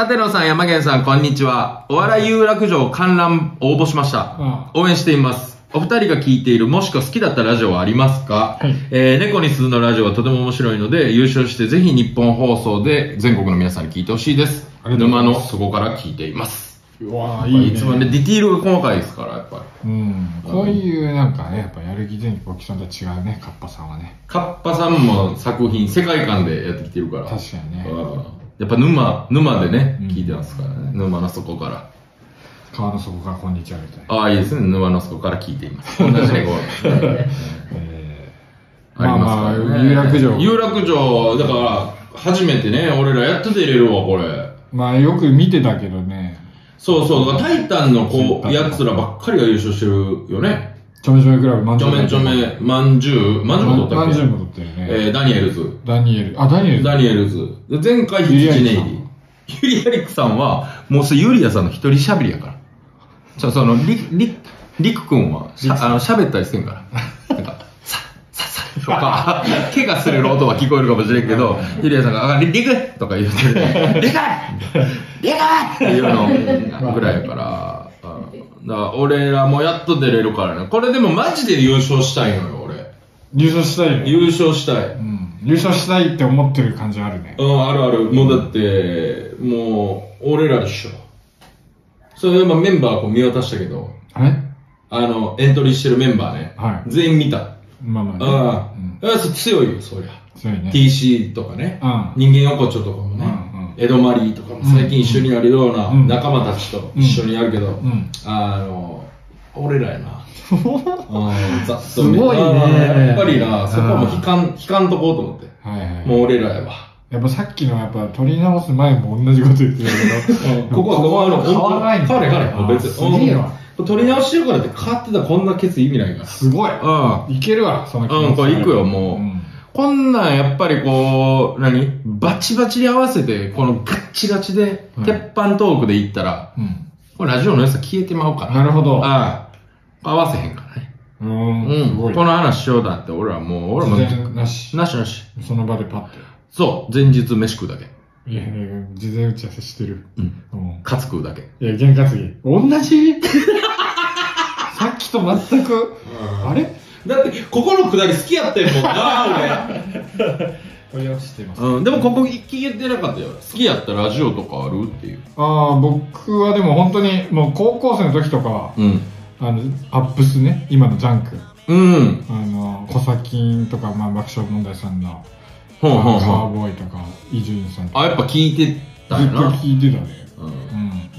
[SPEAKER 3] 立野さん、山源さん、こんにちは。お笑い有楽町観覧応募しました。
[SPEAKER 2] あ
[SPEAKER 3] 応援しています。お二人が聞いている、もしくは好きだったラジオはありますか、
[SPEAKER 2] はい
[SPEAKER 3] えー猫に鈴のラジオはとても面白いので、優勝してぜひ日本放送で全国の皆さんに聞いてほしいです。
[SPEAKER 2] ありがとうござ
[SPEAKER 3] 沼
[SPEAKER 2] います
[SPEAKER 3] の底から聞いています。
[SPEAKER 2] うわーいい
[SPEAKER 3] つもね、
[SPEAKER 2] ね。
[SPEAKER 3] ディティールが細かいですから、やっぱり。
[SPEAKER 2] うん。こういうなんかね、やっぱやる気前にボキさんとは違うね、カッパさんはね。
[SPEAKER 3] カッパさんも作品、世界観でやってきてるから。
[SPEAKER 2] 確かにね。
[SPEAKER 3] やっぱ沼、沼でね
[SPEAKER 2] うん、
[SPEAKER 3] 聞いてますからね。沼の底から。
[SPEAKER 2] 川の底からこんにちはみたいな。
[SPEAKER 3] ああ、いいですね。沼の底から聞いてい ます。同じね、こう。
[SPEAKER 2] えー、
[SPEAKER 3] あり
[SPEAKER 2] まあ
[SPEAKER 3] ます
[SPEAKER 2] ま
[SPEAKER 3] か
[SPEAKER 2] あ、
[SPEAKER 3] らね
[SPEAKER 2] 有楽城。
[SPEAKER 3] 有楽町、だから、初めてね、俺らやっと出れるわ、これ。
[SPEAKER 2] まあよく見てたけどね、
[SPEAKER 3] そうそう、だからタイタンのこ
[SPEAKER 2] タ
[SPEAKER 3] う、
[SPEAKER 2] イタ
[SPEAKER 3] や
[SPEAKER 2] ン
[SPEAKER 3] つらばっかりが優勝してるよね。
[SPEAKER 2] ちょめちょめクラブ、まん
[SPEAKER 3] ちょめちょめ、まんじゅう、まんじゅうも取
[SPEAKER 2] まん
[SPEAKER 3] っ
[SPEAKER 2] じ
[SPEAKER 3] た
[SPEAKER 2] ゅう
[SPEAKER 3] っ
[SPEAKER 2] も取って
[SPEAKER 3] け
[SPEAKER 2] るね。
[SPEAKER 3] えーダニエルズ。
[SPEAKER 2] ダニエル。あ、ダニエル。
[SPEAKER 3] ダニエルズ。で前回、ヒチネイリ。ユリアリックさんは、もうそれユリアさんの一人しゃべりやから。ちょ、その、リ、リ、リク君は、しゃ、あの、喋ったりせんから。なんか、さ、さ、さ、とか、怪我する音は聞こえるかもしれんけど、ユリアさんが、あ、リ、リクとか言ってる。リクリクっていうのぐらいやから。うんだから、俺らもやっと出れるからね。これでもマジで優勝したいのよ、俺。
[SPEAKER 2] 優勝したいよ。
[SPEAKER 3] 優勝したい。
[SPEAKER 2] うん。優勝したいって思ってる感じあるね。
[SPEAKER 3] うん、あるある。もうだって、もう、俺らでしょ。それ今メンバーこう見渡したけど、
[SPEAKER 2] あれ
[SPEAKER 3] あの、エントリーしてるメンバーね。
[SPEAKER 2] はい
[SPEAKER 3] 全員見た。
[SPEAKER 2] まあまあ
[SPEAKER 3] あ
[SPEAKER 2] ね。
[SPEAKER 3] あ、あそう強いよ、そりゃ。
[SPEAKER 2] うん。強いね。
[SPEAKER 3] TC とかね、
[SPEAKER 2] う
[SPEAKER 3] 人間横丁とかもね、
[SPEAKER 2] うんうん
[SPEAKER 3] 江戸マリーとかも最近一緒にやるような
[SPEAKER 2] うん
[SPEAKER 3] 仲間たちと一緒にやるけど、
[SPEAKER 2] ん
[SPEAKER 3] あの、俺らや な。うんざっと見
[SPEAKER 2] すごいね
[SPEAKER 3] あーやっぱりな、そこはもう悲観、悲観とこうと思って。
[SPEAKER 2] はいはい。
[SPEAKER 3] もう俺らやわ。
[SPEAKER 2] やっぱさっきのやっぱ取り直す前も同じこと言ってたけど、
[SPEAKER 3] ここは変わる
[SPEAKER 2] 変わらないんだ
[SPEAKER 3] 変わらない変わらない別
[SPEAKER 2] あすげえわ。
[SPEAKER 3] うん取り直してるからって変わってたらこんなケツ意味ないか
[SPEAKER 2] すごい。
[SPEAKER 3] ら。
[SPEAKER 2] いけるわ、その気持ち
[SPEAKER 3] うん、これ行くよ、もう。
[SPEAKER 2] うん
[SPEAKER 3] こんなんやっぱりこう、何バチバチに合わせて、このガッチガチで
[SPEAKER 2] うん、
[SPEAKER 3] 鉄板トークで行ったら、
[SPEAKER 2] うん。
[SPEAKER 3] これラジオの良さ消えてまうから。
[SPEAKER 2] なるほど。
[SPEAKER 3] ああ合わせへんからね。
[SPEAKER 2] う
[SPEAKER 3] う
[SPEAKER 2] ーん。す
[SPEAKER 3] ん。
[SPEAKER 2] ご
[SPEAKER 3] こ
[SPEAKER 2] い。
[SPEAKER 3] の話しようだって、俺はもう、俺はも
[SPEAKER 2] 事
[SPEAKER 3] う、
[SPEAKER 2] 前なし。
[SPEAKER 3] なしなし。
[SPEAKER 2] その場でパッて。
[SPEAKER 3] そう、前日飯食うだけ。
[SPEAKER 2] いや、事前打ち合わせしてる。
[SPEAKER 3] うん。
[SPEAKER 2] うん。
[SPEAKER 3] カツ食うだけ。
[SPEAKER 2] いや、 験担ぎ。同じさっきと全く、あれ
[SPEAKER 3] だって、ここのくだり好きやってんもん な、
[SPEAKER 2] これは知ってます。
[SPEAKER 3] 俺。うん、でもここ聞けてなかったよ。好きやったラジオとかあるっていう。
[SPEAKER 2] ああ、僕はでも本当に、もう高校生の時とかは、
[SPEAKER 3] うん。
[SPEAKER 2] あの、アップスね、今のジャンク、
[SPEAKER 3] うん。
[SPEAKER 2] あの、コサキンとか、まあ、爆笑問題さん の、
[SPEAKER 3] ほうほう
[SPEAKER 2] カ
[SPEAKER 3] ほ
[SPEAKER 2] ーボーイとか、伊集院さんと
[SPEAKER 3] う。あ、
[SPEAKER 2] か、
[SPEAKER 3] やっぱ聞いてた
[SPEAKER 2] ず
[SPEAKER 3] ん
[SPEAKER 2] っ
[SPEAKER 3] や
[SPEAKER 2] と
[SPEAKER 3] な。
[SPEAKER 2] 聞いてたね。
[SPEAKER 3] うん。
[SPEAKER 2] うん。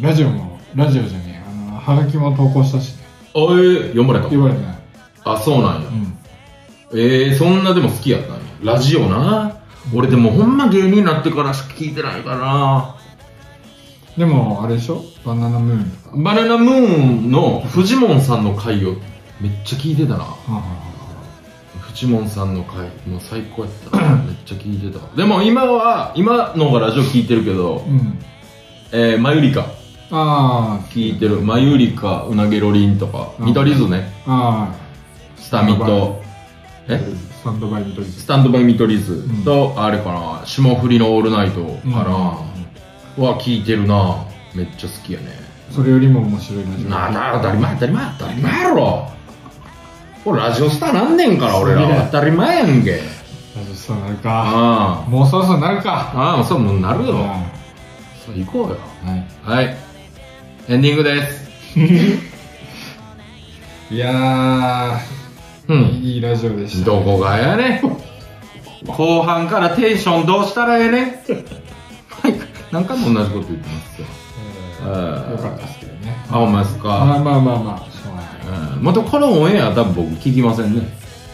[SPEAKER 2] ラジオも、ラジオじゃねえ、あの、ハガキも投稿したしね。
[SPEAKER 3] あ、えー、読まれた。
[SPEAKER 2] 言われてない。
[SPEAKER 3] あ、そうなんや
[SPEAKER 2] う。ん。
[SPEAKER 3] えー、そんなでも好きやったんや。ラジオな。俺でもほんま芸人になってからしか聞いてないからな。
[SPEAKER 2] でも、あれでしょバナナムーンとか。
[SPEAKER 3] バナナムーンのフジモンさんの回をめっちゃ聞いてたな。
[SPEAKER 2] ははは
[SPEAKER 3] フジモンさんの回、もう最高やった な。めっちゃ聞いてた。でも今は、今の方がラジオ聞いてるけど、
[SPEAKER 2] うん。
[SPEAKER 3] えー、マユリカ
[SPEAKER 2] ああ、
[SPEAKER 3] 聞いてる。マユリカ、うなげろりんとか、
[SPEAKER 2] うん
[SPEAKER 3] 見取り図ね、
[SPEAKER 2] あ
[SPEAKER 3] スタミと、
[SPEAKER 2] あ、
[SPEAKER 3] え
[SPEAKER 2] スタンドバイミトリーズ
[SPEAKER 3] ス。タンドバイ見取り図
[SPEAKER 2] ん
[SPEAKER 3] と、あれかな、霜降りのオールナイトか
[SPEAKER 2] うん
[SPEAKER 3] な、は聞いてるな。めっちゃ好きやね。
[SPEAKER 2] それよりも面白いラジオ。
[SPEAKER 3] なあ、当たり前、当たり前、当たり前やろ。俺、ラジオスターなんねんから、俺
[SPEAKER 2] すげえ
[SPEAKER 3] ら。当たり前やんけ。
[SPEAKER 2] ラジオスターなるか。
[SPEAKER 3] あ
[SPEAKER 2] もうそろそろなるか。
[SPEAKER 3] あ、ああ、そう、もうなるよ。
[SPEAKER 2] は
[SPEAKER 3] そう、行こうよ。
[SPEAKER 2] いは
[SPEAKER 3] はい。エンディングです。
[SPEAKER 2] い。いや
[SPEAKER 3] う
[SPEAKER 2] ー、
[SPEAKER 3] ん。
[SPEAKER 2] いいラジオでした。
[SPEAKER 3] どこがやねん。後半からテンションどうしたらええねん。はい。何回も同じこと言ってますよ。
[SPEAKER 2] えー
[SPEAKER 3] あ
[SPEAKER 2] よかったですけどね。
[SPEAKER 3] あ、ほんまです
[SPEAKER 2] まあ
[SPEAKER 3] か。
[SPEAKER 2] まあまあまあ、しょうがない。
[SPEAKER 3] うん。またこのオンエア多分僕聞きませんね。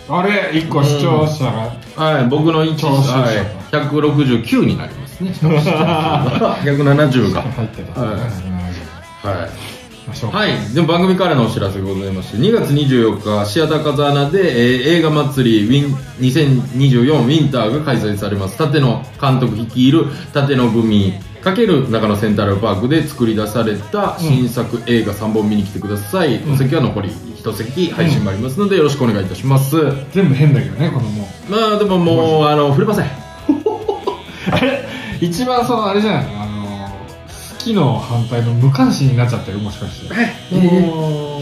[SPEAKER 2] あれ、一個視聴者が、
[SPEAKER 3] はい、僕の一、
[SPEAKER 2] 調子
[SPEAKER 3] はい、169になります ね。170が。
[SPEAKER 2] 入ってたんですね。
[SPEAKER 3] はい。
[SPEAKER 2] まあしょうが
[SPEAKER 3] は
[SPEAKER 2] ない。
[SPEAKER 3] い、でも番組からのお知らせがございまして2月24日シアター風穴で、えー映画祭りウィン2024ウィンターが開催されます立野監督率いる立野組×中野センタルパークで作り出された新作映画3本見に来てください、お席は残り1席配信もありますのでよろしくお願いいたします、
[SPEAKER 2] 全部変だけどね、このもう。
[SPEAKER 3] まあでももうあの触れません
[SPEAKER 2] あれ一番その、あれじゃないのあの、好きの反対の無関心になっちゃってるもしかして。もう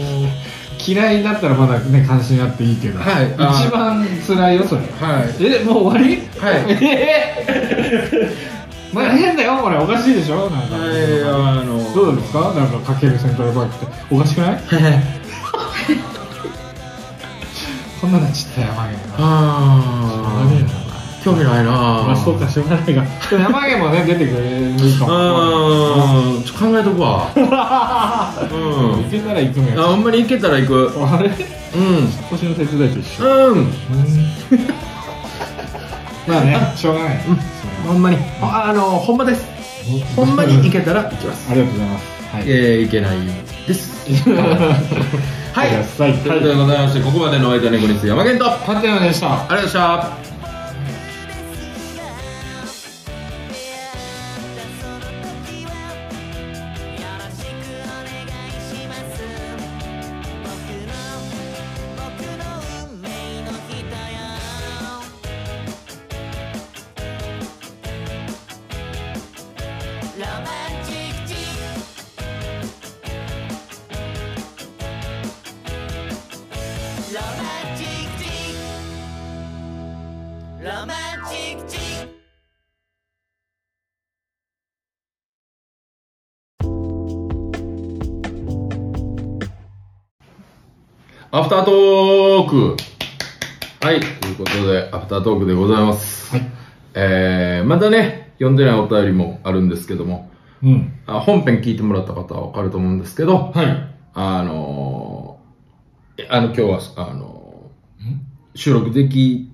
[SPEAKER 2] 嫌いになったらまだね関心あっていいけど、
[SPEAKER 3] はい
[SPEAKER 2] 一番辛いよそれ
[SPEAKER 3] はい
[SPEAKER 2] えもう終わり
[SPEAKER 3] はい
[SPEAKER 2] えー、ま あ変だよこれおかしいでしょなんか、
[SPEAKER 3] はいあの
[SPEAKER 2] どうですかなんかかけるセントラルパークっておかしく ないこんなのちった山毛が
[SPEAKER 3] あー興味ないな
[SPEAKER 2] まあそうかしょうがないがでも山毛もね出てくれるかも
[SPEAKER 3] うん、ちょっと考えとくわ。う
[SPEAKER 2] 行
[SPEAKER 3] ん。
[SPEAKER 2] けたら行くの
[SPEAKER 3] あ、
[SPEAKER 2] よ
[SPEAKER 3] ほんまに行けたら行く。
[SPEAKER 2] あ
[SPEAKER 3] う
[SPEAKER 2] れ
[SPEAKER 3] ん。
[SPEAKER 2] 腰の手伝いと一緒
[SPEAKER 3] うん。
[SPEAKER 2] まあねしょうがない、それは
[SPEAKER 3] ほんまに。ああの、ほんまです。ほんまに行けたら行きます。
[SPEAKER 2] ありがとうございますはい
[SPEAKER 3] えー、行けないです。はい。
[SPEAKER 2] ください
[SPEAKER 3] ということでございまして、ここまでのお相手はネコニス山健と。あり
[SPEAKER 2] パテナでした
[SPEAKER 3] がとうございました。
[SPEAKER 4] ロマンチックチックロマンチックチックロマンチックチック
[SPEAKER 3] アフタートークはい、ということで、アフタートークでございます。
[SPEAKER 2] はい
[SPEAKER 3] えー、またね、読んでないお便りもあるんですけども、
[SPEAKER 2] うん。
[SPEAKER 3] あ本編聞いてもらった方はわかると思うんですけど、
[SPEAKER 2] はい。
[SPEAKER 3] あのー、えあの、今日は、あのー、収録でき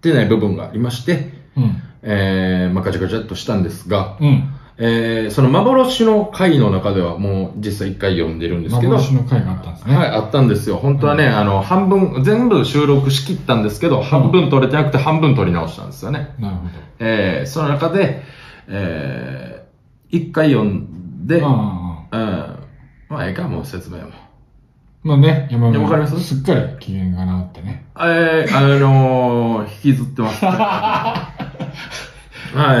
[SPEAKER 3] てない部分がありまして、
[SPEAKER 2] うん。
[SPEAKER 3] えー、まあ、ガチャガチャっとしたんですが、
[SPEAKER 2] うん。
[SPEAKER 3] えー、その幻の回の中ではもう実際一回読んでるんですけど、
[SPEAKER 2] 幻の回があったんですね。
[SPEAKER 3] はい、あったんですよ。本当はね、あの、半分、全部収録しきったんですけど、半分取れてなくて半分取り直したんですよね。
[SPEAKER 2] なるほど。
[SPEAKER 3] えー、その中で、えー、一回読んで、うん、ま
[SPEAKER 2] ああ。
[SPEAKER 3] あ、ええか、もう説明も。
[SPEAKER 2] まあね、山
[SPEAKER 3] いやわかります
[SPEAKER 2] すっかり機嫌が治ってね。
[SPEAKER 3] えー、あのー、 引きずってます。は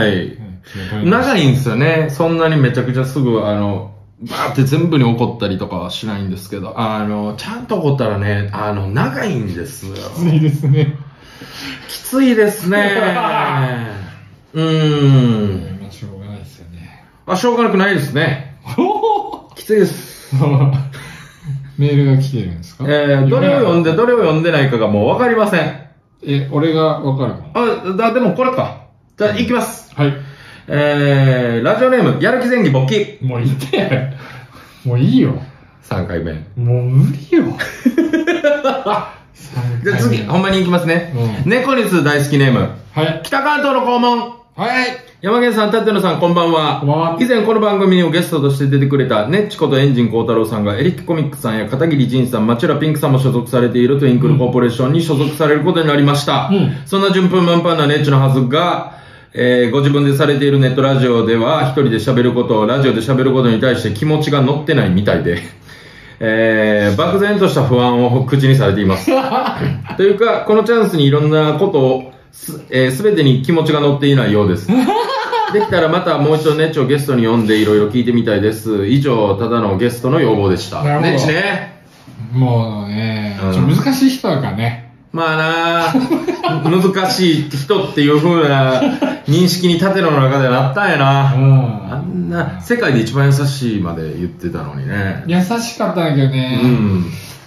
[SPEAKER 3] い。
[SPEAKER 2] うん気が取れて
[SPEAKER 3] 長いんですよね。そんなにめちゃくちゃすぐ、あの、バーって全部に怒ったりとかはしないんですけど、あの、ちゃんと怒ったらね、あの、長いんですよ。
[SPEAKER 2] きついですね。
[SPEAKER 3] きついですね。 うーん。
[SPEAKER 2] まあ、しょうがないですよね。
[SPEAKER 3] まあ、しょうがなくないですね。きついです。
[SPEAKER 2] メールが来てるんですか
[SPEAKER 3] えー、どれを読んで、どれを読んでないかがもうわかりません。
[SPEAKER 2] え、俺がわかるか
[SPEAKER 3] あ、だ、でもこれか。じゃあ、いきます。
[SPEAKER 2] なはい。
[SPEAKER 3] えー、ラジオネーム、やる気前期勃起。
[SPEAKER 2] もういいって。もういいよ。
[SPEAKER 3] 3回目。
[SPEAKER 2] もう無理 よ。
[SPEAKER 3] じゃあ次、ほんまにいきますね。
[SPEAKER 2] う
[SPEAKER 3] 猫にす大好きネーム。
[SPEAKER 2] はい。
[SPEAKER 3] 北関東の肛門。
[SPEAKER 2] はい。
[SPEAKER 3] 山源さん、舘野さん、こんばんは。
[SPEAKER 2] こんばんは
[SPEAKER 3] 以前この番組をゲストとして出てくれた、ネッチことエンジン幸太郎さんが、エリックコミックさんや片桐仁さん、町浦ピンクさんも所属されているトゥインクルコーポレーションに所属されることになりました。
[SPEAKER 2] うん
[SPEAKER 3] そんな順風満帆なネッチのはずが、えーご自分でされているネットラジオでは、一人で喋ること、ラジオで喋ることに対して気持ちが乗ってないみたいで、えー漠然とした不安を口にされています。というか、このチャンスにいろんなことをす、えー、全てに気持ちが乗っていないよう です。できたらまたもう一度ネッチをゲストに呼んでいろいろ聞いてみたいです。以上、ただのゲストの要望でした。
[SPEAKER 2] なるほど
[SPEAKER 3] ネッチね。
[SPEAKER 2] もうね、
[SPEAKER 3] うん
[SPEAKER 2] ちょっと難しい人だからね。
[SPEAKER 3] まあなあ難しい人っていう風な認識に縦の中でなったんや
[SPEAKER 2] う
[SPEAKER 3] な。あ
[SPEAKER 2] ん。
[SPEAKER 3] んな、世界で一番優しいまで言ってたのにね。
[SPEAKER 2] 優しかったんだけど
[SPEAKER 3] う
[SPEAKER 2] ね。
[SPEAKER 3] ん。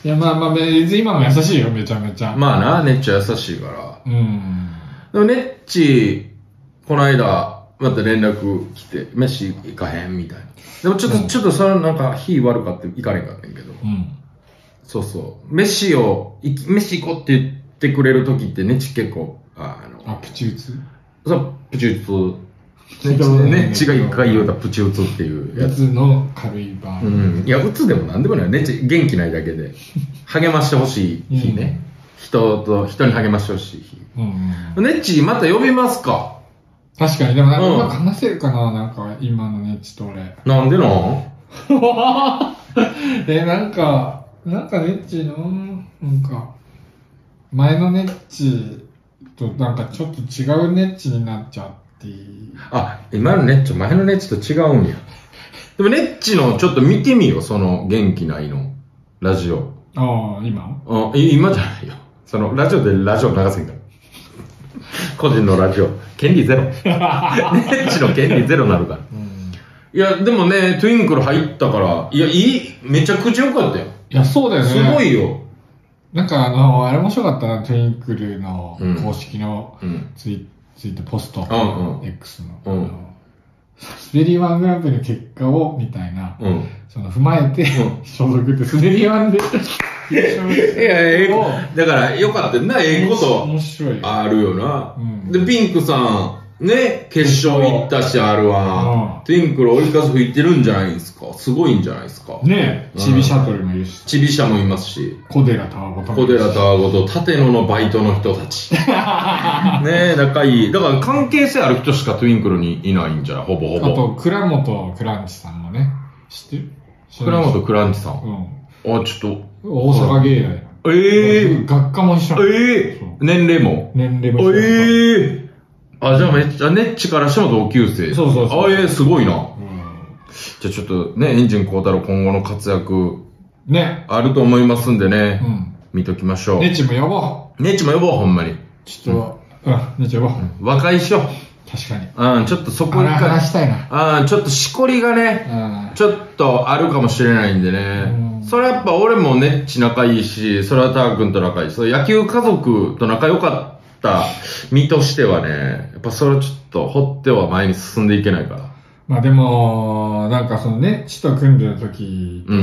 [SPEAKER 2] いや、まあまあ、別に今も優しいよ、めちゃめちゃ。
[SPEAKER 3] まあな、ネッチは優しいから。
[SPEAKER 2] うん。
[SPEAKER 3] でもネッチ、この間、また連絡来て、飯行かへんみたいな。でもちょっと、
[SPEAKER 2] うん
[SPEAKER 3] ちょっとそのなんか、火悪かって行かれんかったんやけど。
[SPEAKER 2] うん。
[SPEAKER 3] そうそう。飯を、行き飯行こうって言ってくれる時って、ネッチ結構、ああ
[SPEAKER 2] あ、
[SPEAKER 3] の、
[SPEAKER 2] プチ打つ
[SPEAKER 3] そう、プチ打つ。
[SPEAKER 2] 違
[SPEAKER 3] ネッチ
[SPEAKER 2] うね
[SPEAKER 3] ネッチが一回言うたプチ打つっていうや
[SPEAKER 2] や
[SPEAKER 3] つ。
[SPEAKER 2] つの軽い版。
[SPEAKER 3] うん。いや、打つでもなんでもない。ネッチ元気ないだけで。励ましてほしい日ね。人と、人に励ましてほしい日。
[SPEAKER 2] うん。うん。
[SPEAKER 3] ネッチ、また呼びますか
[SPEAKER 2] 確かに、でもなんか
[SPEAKER 3] うん
[SPEAKER 2] うまく話せるかな、なんか今のね、ちょっと 俺。
[SPEAKER 3] なんでなん
[SPEAKER 2] え、なんか、なんかネッチの、なんか、前のネッチとなんかちょっと違うネッチになっちゃって、
[SPEAKER 3] あ、今のネッチ、前のネッチと違うんや。でもネッチのちょっと見てみよ、その元気ないの。ラジオ。
[SPEAKER 2] ああ、今
[SPEAKER 3] あい今じゃないよ。その、ラジオでラジオ流せんから。個人のラジオ。権利 ゼロ。ネッチの権利ゼロなるから。
[SPEAKER 2] うん。
[SPEAKER 3] いや、でもね、トゥインクル入ったから、いや、いい、めちゃくちゃ良かったよ。
[SPEAKER 2] いや、そうだよね。
[SPEAKER 3] すごいよ。
[SPEAKER 2] なんかあの、あれ面白かったな、トゥインクルの
[SPEAKER 3] うん
[SPEAKER 2] 公式の
[SPEAKER 3] うん。
[SPEAKER 2] ツイ,、ツイート、ポスト、
[SPEAKER 3] うんうん
[SPEAKER 2] X の、
[SPEAKER 3] うん
[SPEAKER 2] あの滑りワングランプリの結果を、みたいな、
[SPEAKER 3] うん。
[SPEAKER 2] その踏まえて、
[SPEAKER 3] う
[SPEAKER 2] 所属って、滑りワンで、
[SPEAKER 3] いや、ええ
[SPEAKER 2] お
[SPEAKER 3] だから、良かったよな、ええこと
[SPEAKER 2] 面白い。
[SPEAKER 3] あるよな。
[SPEAKER 2] うん
[SPEAKER 3] で、ピンクさん、ね、決勝行ったし、
[SPEAKER 2] うん
[SPEAKER 3] R1。トゥインクル追い風吹いてるんじゃないですか。すごいんじゃないですか。
[SPEAKER 2] ねえ、チビシャトルもいるし、
[SPEAKER 3] チビ社もいますし、
[SPEAKER 2] 小寺タワゴとも
[SPEAKER 3] 小
[SPEAKER 2] いるし
[SPEAKER 3] 寺タワゴと立野のバイトの人た ち。ねえ、仲いい。だから関係性ある人しかトゥインクルにいないんじゃないほぼほ
[SPEAKER 2] あ
[SPEAKER 3] ぼ。
[SPEAKER 2] と、倉本クランチさんもね、知ってる
[SPEAKER 3] 倉本クランチさん。
[SPEAKER 2] うん。
[SPEAKER 3] あ、ちょっ
[SPEAKER 2] 大阪芸大。
[SPEAKER 3] と。ええ
[SPEAKER 2] 学科も一緒なの
[SPEAKER 3] ええ
[SPEAKER 2] そう
[SPEAKER 3] 年齢も。
[SPEAKER 2] 年齢も一緒なの
[SPEAKER 3] ええあ、じゃあめっちゃ、ネッチからしても同級生。
[SPEAKER 2] そうそうそう
[SPEAKER 3] あ、ええすごいな。
[SPEAKER 2] うん
[SPEAKER 3] じゃあちょっとね、エンジン孝太郎今後の活躍
[SPEAKER 2] ね。
[SPEAKER 3] あると思いますんでね、
[SPEAKER 2] うん。
[SPEAKER 3] 見ときましょう。
[SPEAKER 2] ねちも呼ぼ
[SPEAKER 3] ネッチも呼ぼう、ほんまに。
[SPEAKER 2] う。ちょっと、うん、ねち呼ぼう。
[SPEAKER 3] 和解しよ
[SPEAKER 2] 確かに。
[SPEAKER 3] う。うん、ちょっとそこに
[SPEAKER 2] あら、話したいな。
[SPEAKER 3] うん、ちょっとしこりがね、
[SPEAKER 2] うん。
[SPEAKER 3] ちょっとあるかもしれないんでね
[SPEAKER 2] うん。
[SPEAKER 3] それやっぱ俺もネッチ仲いいし、それはター君と仲いいし、そう野球家族と仲良かった身としてはね、やっぱそれはちょっと掘っては前に進んでいけないから。
[SPEAKER 2] まあでも、なんかそのね、ちと組んでる時と、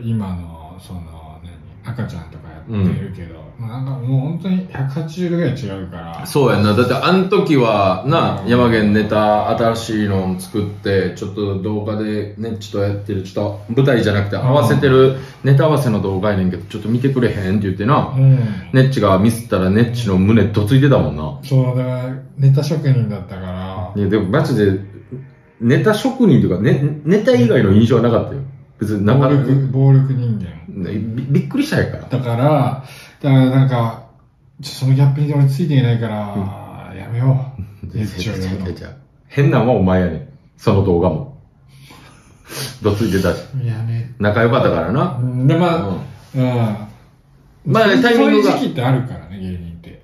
[SPEAKER 2] 今の、その、何、赤ちゃんとかやってるけど、なんかもう本当に180度ぐらい違うから、
[SPEAKER 3] そうやんな。だってあの時は、な
[SPEAKER 2] う、ん
[SPEAKER 3] 山源ネタ新しいのを作って、ちょっと動画でね、ちょっとやってる、ちょっと舞台じゃなくて合わせてる、ネタ合わせの動画やねんけど、ちょっと見てくれへんって言ってな、
[SPEAKER 2] うん。
[SPEAKER 3] ネッチがミスったらネッチの胸どついてたもんな。
[SPEAKER 2] そう、だから、ネタ職人だったから、
[SPEAKER 3] いや、でもマジで、ネタ職人というか、ね、ネタ以外の印象はなかったよ。別にな
[SPEAKER 2] 暴
[SPEAKER 3] かなか、
[SPEAKER 2] 力、暴力人間。
[SPEAKER 3] ねびびっくりしたんやから。
[SPEAKER 2] だから、だからなんか、ちょそのギャップに俺ついていないから、やめよ う。ネッチをやるの。
[SPEAKER 3] 変なんはお前やねん。その動画も。 どついてたし、
[SPEAKER 2] いやね。
[SPEAKER 3] 仲良かったからな。
[SPEAKER 2] うんで、まあ、
[SPEAKER 3] うん
[SPEAKER 2] うん。
[SPEAKER 3] まあねタイミングが
[SPEAKER 2] そういう時期ってあるからね、芸人って。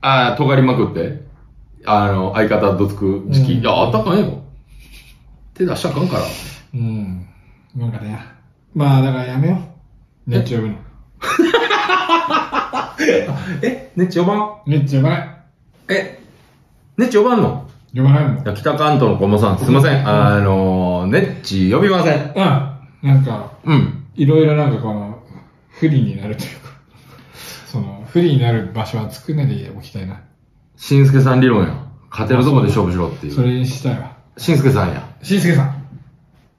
[SPEAKER 3] ああ、尖りまくって、あの、相方どつく時期。
[SPEAKER 2] うん
[SPEAKER 3] いや、あったかねえよ。手出したらあかんから。
[SPEAKER 2] うん。なんかね、まあだからやめよう。熱中呼ぶの。
[SPEAKER 3] え、ねっち呼ばん
[SPEAKER 2] 熱中呼ばない。
[SPEAKER 3] え、ネッチ呼ばんの
[SPEAKER 2] 呼ばないもん。うん。
[SPEAKER 3] いや北関東の小茂さん、すいません。あの、ネッチ呼びません。
[SPEAKER 2] なんか、
[SPEAKER 3] うん。
[SPEAKER 2] いろいろなんかこの、不利になるというか、 その、不利になる場所は作んないでおきたいな。
[SPEAKER 3] しんすけさん理論や。勝てるとこで勝負しろってい。
[SPEAKER 2] そうれにしたいわ。
[SPEAKER 3] しんすけさんや。
[SPEAKER 2] しんすけさん。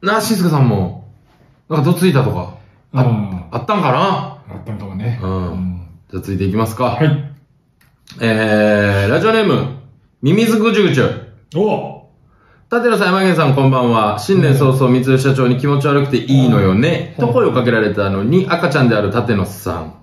[SPEAKER 3] なあ、しんすけさんも、なんかどついたとか、
[SPEAKER 2] うん。あ
[SPEAKER 3] あったんか
[SPEAKER 2] ったのかもね。
[SPEAKER 3] なうん。
[SPEAKER 2] うん
[SPEAKER 3] じゃあついていきますか。
[SPEAKER 2] はい。
[SPEAKER 3] えー、ラジオネーム、ミミズグチュグチュ。
[SPEAKER 2] お
[SPEAKER 3] 立野さん、山源さん、こんばんは。新年早々、三吉社長に気持ち悪くていいのよね。と声をかけられたのに、赤ちゃんである立野さん。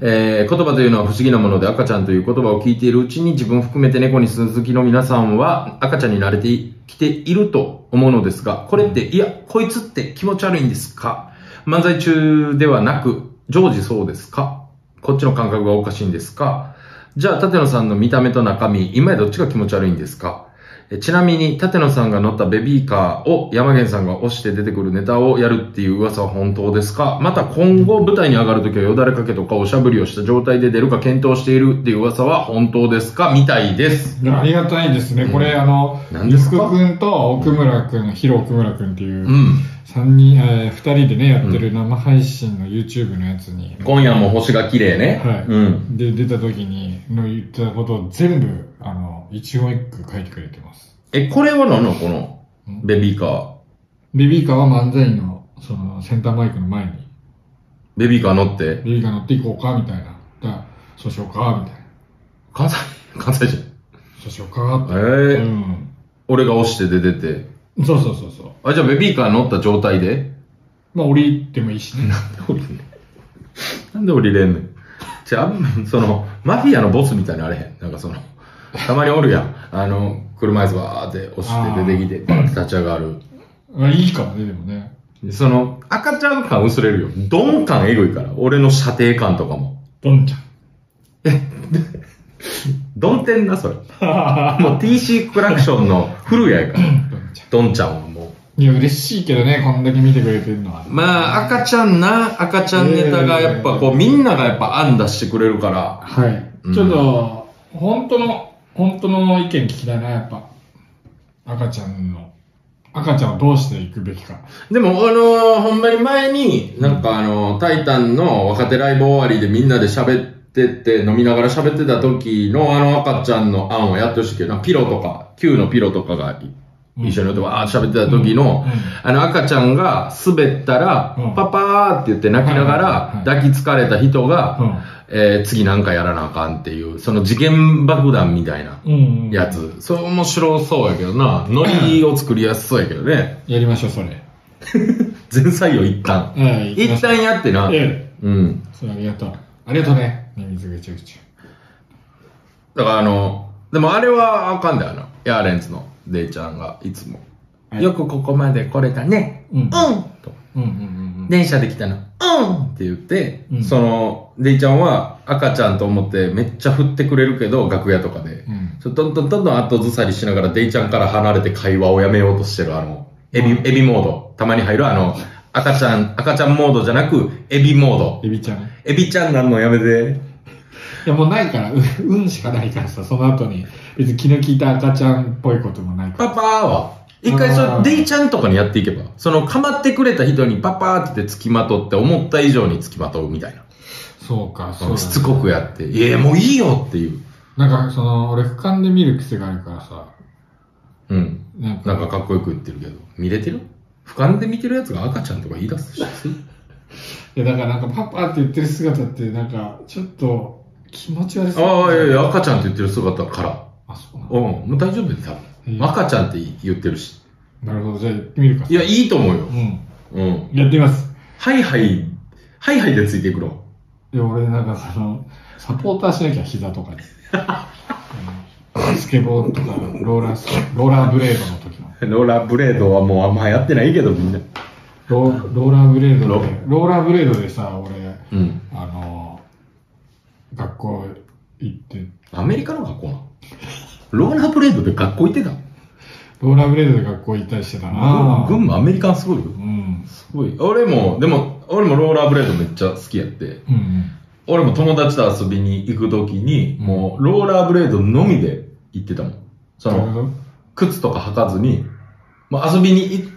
[SPEAKER 3] えー言葉というのは不思議なもので赤ちゃんという言葉を聞いているうちに自分含めて猫に鈴木の皆さんは赤ちゃんに慣れてきていると思うのですが、これって、いや、こいつって気持ち悪いんですか漫才中ではなく、常時そうですかこっちの感覚がおかしいんですかじゃあ、立野さんの見た目と中身、今やどっちが気持ち悪いんですかえちなみに、立野さんが乗ったベビーカーを山源さんが押して出てくるネタをやるっていう噂は本当ですかまた今後舞台に上がるときはよだれかけとかおしゃぶりをした状態で出るか検討しているっていう噂は本当ですかみたいです。
[SPEAKER 2] ありがたいですね。これ、あの、
[SPEAKER 3] 何で
[SPEAKER 2] リ
[SPEAKER 3] す
[SPEAKER 2] スク
[SPEAKER 3] か
[SPEAKER 2] 君と奥村君、ヒロ奥村君っていう
[SPEAKER 3] う、ん。
[SPEAKER 2] 三人、えー、二人でね、やってる生配信の YouTube のやつに、
[SPEAKER 3] 今夜も星が綺麗ね。
[SPEAKER 2] はい
[SPEAKER 3] うん。
[SPEAKER 2] で、出た時に、の言ったことを全部、あの、一言一句書いてくれてます。
[SPEAKER 3] え、これは何なのこの
[SPEAKER 2] うん
[SPEAKER 3] ベビーカー。
[SPEAKER 2] ベビーカーは漫才の、その、センターマイクの前に、
[SPEAKER 3] ベビーカー乗って
[SPEAKER 2] ベ。ビーカー乗っていこうか、みたいな。だからそうしようか、みたいな。
[SPEAKER 3] 関西、関西人。
[SPEAKER 2] そうしようか、って。
[SPEAKER 3] ええ
[SPEAKER 2] うん。
[SPEAKER 3] 俺が押して出てて。
[SPEAKER 2] そうそうそうそう。
[SPEAKER 3] あ、じゃあベビーカー乗った状態で
[SPEAKER 2] まあ、降りてもいいしね。
[SPEAKER 3] 降りんのなんで降りれんのじゃあ、あんまその、マフィアのボスみたいにあれへん。なんかその、たまにおるやん。あの、車椅子バーって押して出てきて、バーって立ち上がる。
[SPEAKER 2] まあ、いいかもね、でもね。
[SPEAKER 3] でその、赤ちゃん感薄れるよ。ドン感エグいから。俺の射程感とかも。
[SPEAKER 2] どんちゃん。
[SPEAKER 3] ドンテンな、それ。もう TC クラクションの古谷やから。
[SPEAKER 2] どんちゃ
[SPEAKER 3] ドンちゃんはもう。
[SPEAKER 2] ん。いや、嬉しいけどね、こんだけ見てくれてるのは。
[SPEAKER 3] まあ、赤ちゃんな、赤ちゃんネタがやっぱこう、みんながやっぱ案出してくれるから。
[SPEAKER 2] はい。
[SPEAKER 3] うん
[SPEAKER 2] ちょっと、本当の、本当の意見聞きたいな、やっぱ。赤ちゃんの、赤ちゃんをどうしていくべきか。
[SPEAKER 3] でも、あのーほんまに前に、なんかあのータイタンの若手ライブ終わりでみんなで喋ってて、飲みながら喋ってた時のあの赤ちゃんの案をやってほしいけど、なんかピロとか、Q のピロとかが
[SPEAKER 2] うん
[SPEAKER 3] 一緒に乗ってわーって喋ってた時の、
[SPEAKER 2] うんうん
[SPEAKER 3] あの赤ちゃんが滑ったら、
[SPEAKER 2] うん
[SPEAKER 3] パパーって言って泣きなが
[SPEAKER 2] はい
[SPEAKER 3] ら
[SPEAKER 2] はいはい
[SPEAKER 3] 抱きつかれた人が、
[SPEAKER 2] うん
[SPEAKER 3] えー次なんかやらなあかんっていう、その次元爆弾みたいな
[SPEAKER 2] うん、
[SPEAKER 3] やつ。それ面白そうやけどな、ノリを作りやすそうやけどね。
[SPEAKER 2] やりましょう、それ。
[SPEAKER 3] 全採用一旦。
[SPEAKER 2] え
[SPEAKER 3] 一
[SPEAKER 2] え
[SPEAKER 3] 旦やってな。
[SPEAKER 2] え
[SPEAKER 3] うん。
[SPEAKER 2] え、それありがとう。ありがとうね。ミミズぐちゅぐち
[SPEAKER 3] だからあの、でもあれはあかんだよな。ヤーレンズのデイちゃんがいつも。
[SPEAKER 2] はい
[SPEAKER 3] よくここまで来れたね。
[SPEAKER 2] ゅ。うん。うん
[SPEAKER 3] と。
[SPEAKER 2] うんうん
[SPEAKER 3] 電車で来たの。うんって言って、
[SPEAKER 2] うん
[SPEAKER 3] その、デイちゃんは赤ちゃんと思ってめっちゃ振ってくれるけど、楽屋とかで
[SPEAKER 2] う。ん。
[SPEAKER 3] ちょどんどんどんどん後ずさりしながらデイちゃんから離れて会話をやめようとしてるあの、エビ、エビモード。たまに入るあの、赤ちゃん、赤ちゃんモードじゃなく、エビモード。
[SPEAKER 2] エビちゃん。い
[SPEAKER 3] エビちゃんなんのやめて。
[SPEAKER 2] や、もうないから、う うんしかないからさ、その後に、別に気の利いた赤ちゃんっぽいこともないから。
[SPEAKER 3] パパーは一回そ
[SPEAKER 2] あ
[SPEAKER 3] れ
[SPEAKER 2] ー
[SPEAKER 3] デイちゃんとかにやっていけばその構ってくれた人にパパーって言って付きまとって思った以上に付きまとうみたいな
[SPEAKER 2] そうか、
[SPEAKER 3] そ
[SPEAKER 2] そう
[SPEAKER 3] の
[SPEAKER 2] だ
[SPEAKER 3] しつこくやって「いやもういいよ」っていう
[SPEAKER 2] なんか、その、俺、俯瞰で見る癖があるからさ、
[SPEAKER 3] うん
[SPEAKER 2] なんか
[SPEAKER 3] なんかかっこよく言ってるけど見れてる俯瞰で見てるやつが赤ちゃんとか言い出すし
[SPEAKER 2] いやだからなんかパパって言ってる姿ってなんかちょっと気持ち悪そう
[SPEAKER 3] ああいやいや赤ちゃんって言ってる姿から
[SPEAKER 2] あそう
[SPEAKER 3] うんもう大丈夫で多分
[SPEAKER 2] うん
[SPEAKER 3] 赤ちゃんって言ってるし
[SPEAKER 2] なのなるほどじゃあやってみるか
[SPEAKER 3] いやいいと思うよ
[SPEAKER 2] うん
[SPEAKER 3] うん
[SPEAKER 2] やってみます
[SPEAKER 3] ハイハイハイハイでついていくの
[SPEAKER 2] いや俺なんかそのサポーターしなきゃ膝 とかに、うんスケボーとかローラースローラーブレードの時の
[SPEAKER 3] ローラーブレードはもうあんまやってないけどみんな
[SPEAKER 2] ローローラーブレードで
[SPEAKER 3] ロ、
[SPEAKER 2] ローラーブレードでさ、俺、
[SPEAKER 3] うん。
[SPEAKER 2] あの、学校行って、
[SPEAKER 3] アメリカの学校なのローラーブレードで学校行ってた
[SPEAKER 2] ローラーブレードで学校行ったりしてたな
[SPEAKER 3] の群馬アメリカンすごいよ。
[SPEAKER 2] うん。
[SPEAKER 3] すごい。俺も、でも、俺もローラーブレードめっちゃ好きやって。
[SPEAKER 2] うん。
[SPEAKER 3] 俺も友達と遊びに行くときに、
[SPEAKER 2] うん
[SPEAKER 3] もうローラーブレードのみで行ってたもん。その、
[SPEAKER 2] どういうこ
[SPEAKER 3] 靴とか履かずに、もう遊びに行っ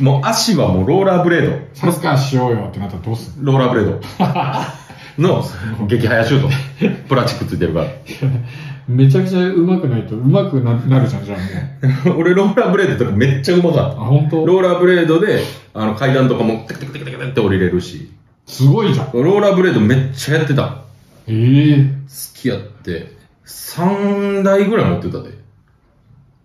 [SPEAKER 3] もう足はもうローラーブレー
[SPEAKER 2] とサッカーしようよってなったらどうす
[SPEAKER 3] ド、ローラーブレー ドの激早シュート。プラチックついてるから。
[SPEAKER 2] ん のめちゃくちゃ上手くないと、上手くななるじゃん、じゃあも う。
[SPEAKER 3] 俺ローラーブレードとかめっちゃうまかった
[SPEAKER 2] あ、。本当
[SPEAKER 3] ローラーブレードで、あの階段とかもテクテクテクテクって降りれるし、
[SPEAKER 2] すごいじゃん。
[SPEAKER 3] ローラーブレードめっちゃやってた。
[SPEAKER 2] ええ
[SPEAKER 3] 好きやって、3台ぐらい持ってたで。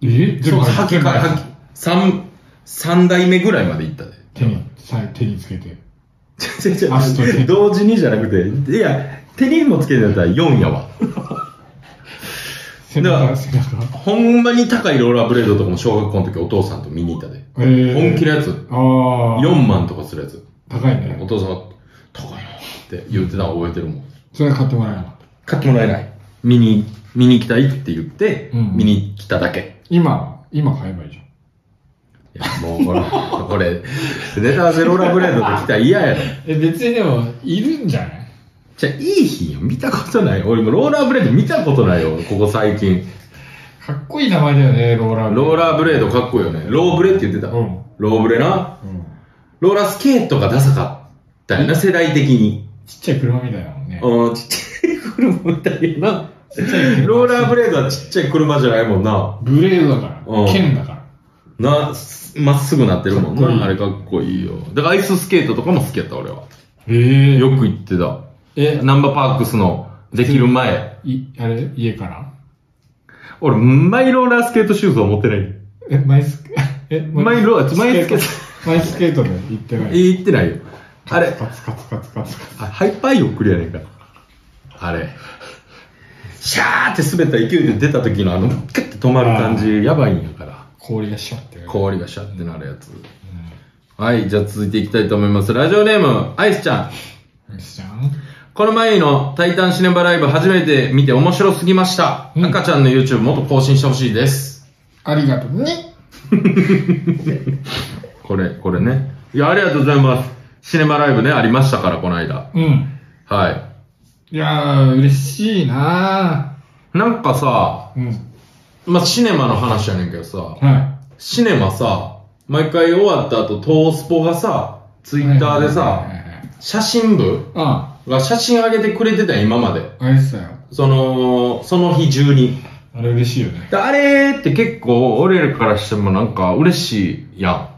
[SPEAKER 2] え
[SPEAKER 3] そう、はき
[SPEAKER 2] 全部
[SPEAKER 3] か、はき、三、三台目ぐらいまで 行ったで。
[SPEAKER 2] 手に、さ手につけて。
[SPEAKER 3] 違う違う
[SPEAKER 2] 足と手
[SPEAKER 3] 同時にじゃなくて、いや、手にもつけてたら4やわ。
[SPEAKER 2] 背
[SPEAKER 3] だか
[SPEAKER 2] 中、
[SPEAKER 3] ら
[SPEAKER 2] 背中。
[SPEAKER 3] ほんまに高いローラーブレードとかも小学校の時お父さんと見に行ったで。
[SPEAKER 2] えー
[SPEAKER 3] 本気のやつ。
[SPEAKER 2] ああ。
[SPEAKER 3] 4万とかするやつ。
[SPEAKER 2] 高い
[SPEAKER 3] お
[SPEAKER 2] ね。
[SPEAKER 3] 父さんが、高いなって言ってたの覚えてるもん。
[SPEAKER 2] それ買ってもらえなかった。
[SPEAKER 3] 買ってもらえない。見に、見に行きたいって言って、
[SPEAKER 2] うん
[SPEAKER 3] 見に来ただけ。
[SPEAKER 2] 今、今買えばいいじゃん。
[SPEAKER 3] いや、もうこれ、 これ、ネタゼロラブレードで来たら嫌やろ。
[SPEAKER 2] え、別にでも、いるんじゃない
[SPEAKER 3] じゃあいい日よ。見たことない。俺もローラーブレード見たことないよ。ここ最近。
[SPEAKER 2] かっこいい名前だよね、ローラー
[SPEAKER 3] ロー
[SPEAKER 2] ー。
[SPEAKER 3] ラーブレードかっこいいよね。ローブレって言ってた。
[SPEAKER 2] うん
[SPEAKER 3] ローブレな。
[SPEAKER 2] うん。
[SPEAKER 3] ローラースケートがダサかったよな、世代的に。
[SPEAKER 2] ちっちゃい車みたいなもんね。
[SPEAKER 3] うん、ちっちゃい車みたいな。
[SPEAKER 2] ちっちゃい車
[SPEAKER 3] ローラーブレードはちっちゃい車じゃないもんな。
[SPEAKER 2] ブレードだか
[SPEAKER 3] うん
[SPEAKER 2] ら。剣だから。
[SPEAKER 3] な、すまっすぐなってるもん
[SPEAKER 2] かっこいい
[SPEAKER 3] な。あれかっこいいよ。だからアイススケートとかも好きやった、俺は。
[SPEAKER 2] ええ
[SPEAKER 3] よく行ってた。
[SPEAKER 2] え、
[SPEAKER 3] ナンバーパークスのできる前。
[SPEAKER 2] い、あれ、家から
[SPEAKER 3] 俺、マイローラースケートシューズは持ってない。
[SPEAKER 2] え、マイスケ、 え、
[SPEAKER 3] マイローマイスケ
[SPEAKER 2] ート。マイスケートで行ってない。
[SPEAKER 3] 行ってないよ。あれ、
[SPEAKER 2] カツカツカツカツカツ。
[SPEAKER 3] あハイパーゆっくりやねんか。あれ。シャーって滑った勢いで出た時のあの、キュッて止まる感じ、やばいんやから。
[SPEAKER 2] 氷がシャって。
[SPEAKER 3] 氷がシャーってなるやつ。はい、じゃあ続いていきたいと思います。ラジオネーム、アイスちゃん。
[SPEAKER 2] うん。じゃん。
[SPEAKER 3] この前のタイタンシネバライブ初めて見て面白すぎました。
[SPEAKER 2] うん
[SPEAKER 3] 赤ちゃんの YouTube もっと更新してほしいです。
[SPEAKER 2] ありがとうね。
[SPEAKER 3] これ、これね。いや、ありがとうございます。シネマライブね、ありましたから、この間。
[SPEAKER 2] うん。
[SPEAKER 3] はい。
[SPEAKER 2] やー、嬉しいない
[SPEAKER 3] なんかさ、
[SPEAKER 2] ーうん。
[SPEAKER 3] まあ、シネマの話やねんけどさ、
[SPEAKER 2] は
[SPEAKER 3] シネマさ、毎回終わった後、トースポがさ、ツ
[SPEAKER 2] い。
[SPEAKER 3] イッターで
[SPEAKER 2] はいはい
[SPEAKER 3] さ、
[SPEAKER 2] はいはい
[SPEAKER 3] 写真部
[SPEAKER 2] あ
[SPEAKER 3] が写真上げてくれてたよ今まで。
[SPEAKER 2] あ、あれっすよ。
[SPEAKER 3] その、その日中に。
[SPEAKER 2] あれ嬉しいよね。
[SPEAKER 3] であれって結構、俺らからしてもなんか嬉しいやん。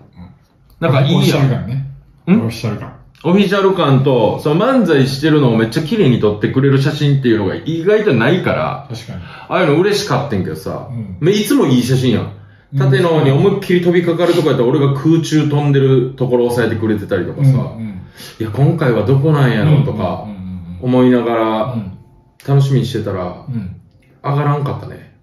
[SPEAKER 3] なんかい
[SPEAKER 2] オフ
[SPEAKER 3] い
[SPEAKER 2] ィシ
[SPEAKER 3] や
[SPEAKER 2] ャル
[SPEAKER 3] ん。
[SPEAKER 2] 感ね。オ
[SPEAKER 3] ん
[SPEAKER 2] フィシャル感。
[SPEAKER 3] オフィシャル感と、その漫才してるのをめっちゃ綺麗に撮ってくれる写真っていうのが意外とないから、
[SPEAKER 2] 確かに。
[SPEAKER 3] ああいうの嬉しかったんけどさ、
[SPEAKER 2] うん
[SPEAKER 3] めいつもいい写真やん。縦の方に思いっきり飛びかかるとこやったら俺が空中飛んでるところを押さえてくれてたりとかさ、
[SPEAKER 2] うん
[SPEAKER 3] いや、今回はどこなんやろと
[SPEAKER 2] う
[SPEAKER 3] か
[SPEAKER 2] んうんうん
[SPEAKER 3] 思いなが
[SPEAKER 2] う
[SPEAKER 3] ら
[SPEAKER 2] ん
[SPEAKER 3] 楽しみにしてたら
[SPEAKER 2] う、ん。
[SPEAKER 3] 上がらんかったね。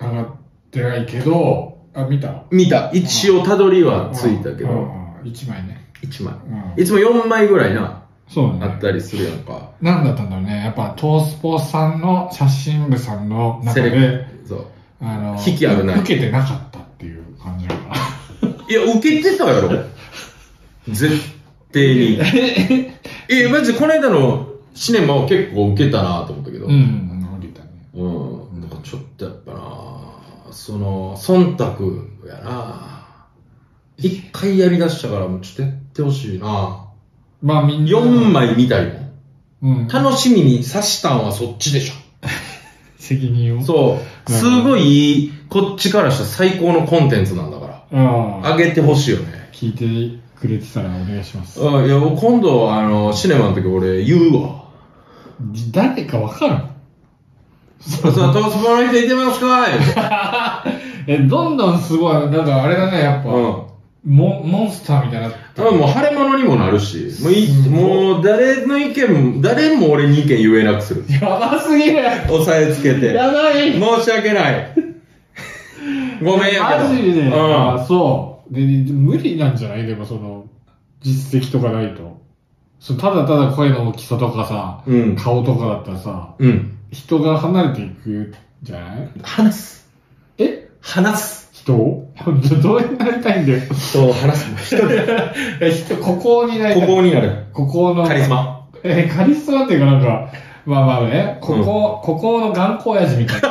[SPEAKER 2] 上がってないけど、あ、見た
[SPEAKER 3] 見た。一応たどりはついたけ
[SPEAKER 2] う
[SPEAKER 3] ど、
[SPEAKER 2] んうん一枚ね。
[SPEAKER 3] 1枚。
[SPEAKER 2] うん
[SPEAKER 3] いつも4枚ぐらいな、
[SPEAKER 2] そう
[SPEAKER 3] あ
[SPEAKER 2] だ
[SPEAKER 3] っ
[SPEAKER 2] ね。
[SPEAKER 3] たりするやんか。
[SPEAKER 2] なんだったんだろうね。やっぱ、トースポさんの写真部さんの中
[SPEAKER 3] セレ
[SPEAKER 2] で、
[SPEAKER 3] クト。そう。
[SPEAKER 2] あの、
[SPEAKER 3] 引きあるな
[SPEAKER 2] 受けてなかったっていう感じが。
[SPEAKER 3] いや、受けてたやろ。絶対に。え、マジでこの間のシネマは結構受けたなと思ったけど。
[SPEAKER 2] うんうん、降りたね。
[SPEAKER 3] うん。なんかちょっとやっぱなその、忖度やな一回やりだしたからもうちょっとやってほしいな
[SPEAKER 2] まあ、みんな。
[SPEAKER 3] 4枚見たいもん。
[SPEAKER 2] うん。
[SPEAKER 3] 楽しみに刺したんはそっちでし
[SPEAKER 2] 責任を。
[SPEAKER 3] ょ。
[SPEAKER 2] う。
[SPEAKER 3] そう。すごいいい、こっちからしたら最高のコンテンツなんだから。
[SPEAKER 2] ああ。
[SPEAKER 3] あげてほしいよね。
[SPEAKER 2] 聞いてくれてたらお願いします。
[SPEAKER 3] あいや、今度、あの、シネマの時俺言うわ。
[SPEAKER 2] 誰かわかるの
[SPEAKER 3] さあ、トースポの人いてますかい
[SPEAKER 2] え、どんどんすごい、なんかあれだね、やっ
[SPEAKER 3] う
[SPEAKER 2] ぱ、
[SPEAKER 3] ん。
[SPEAKER 2] モンモンスターみたいになって
[SPEAKER 3] 多分もう腫れ物にもなるし、もうい
[SPEAKER 2] すご
[SPEAKER 3] もう誰の意見も、誰も俺に意見言えなくする。
[SPEAKER 2] やばすぎる や
[SPEAKER 3] 押さえつけて。
[SPEAKER 2] ばい
[SPEAKER 3] 申し訳ない。ごめんやけど。
[SPEAKER 2] マジで、
[SPEAKER 3] うん。
[SPEAKER 2] あそうで無理なんじゃないでもその実績とかないと。そうただただ声の大きさとかさ、
[SPEAKER 3] うん。
[SPEAKER 2] 顔とかだったらさ、
[SPEAKER 3] うん。
[SPEAKER 2] 人が離れていくじゃない
[SPEAKER 3] 話す。
[SPEAKER 2] え
[SPEAKER 3] 話す。
[SPEAKER 2] 人 をじゃあどうなりたいんだよ。
[SPEAKER 3] 人を話す。人で。
[SPEAKER 2] え人、ここになりたい。
[SPEAKER 3] ここになる。
[SPEAKER 2] ここ の。
[SPEAKER 3] カリス。マ。
[SPEAKER 2] えーカリスマっていうかなんか、まあまあね、ここ、ここの頑固親父みたいな。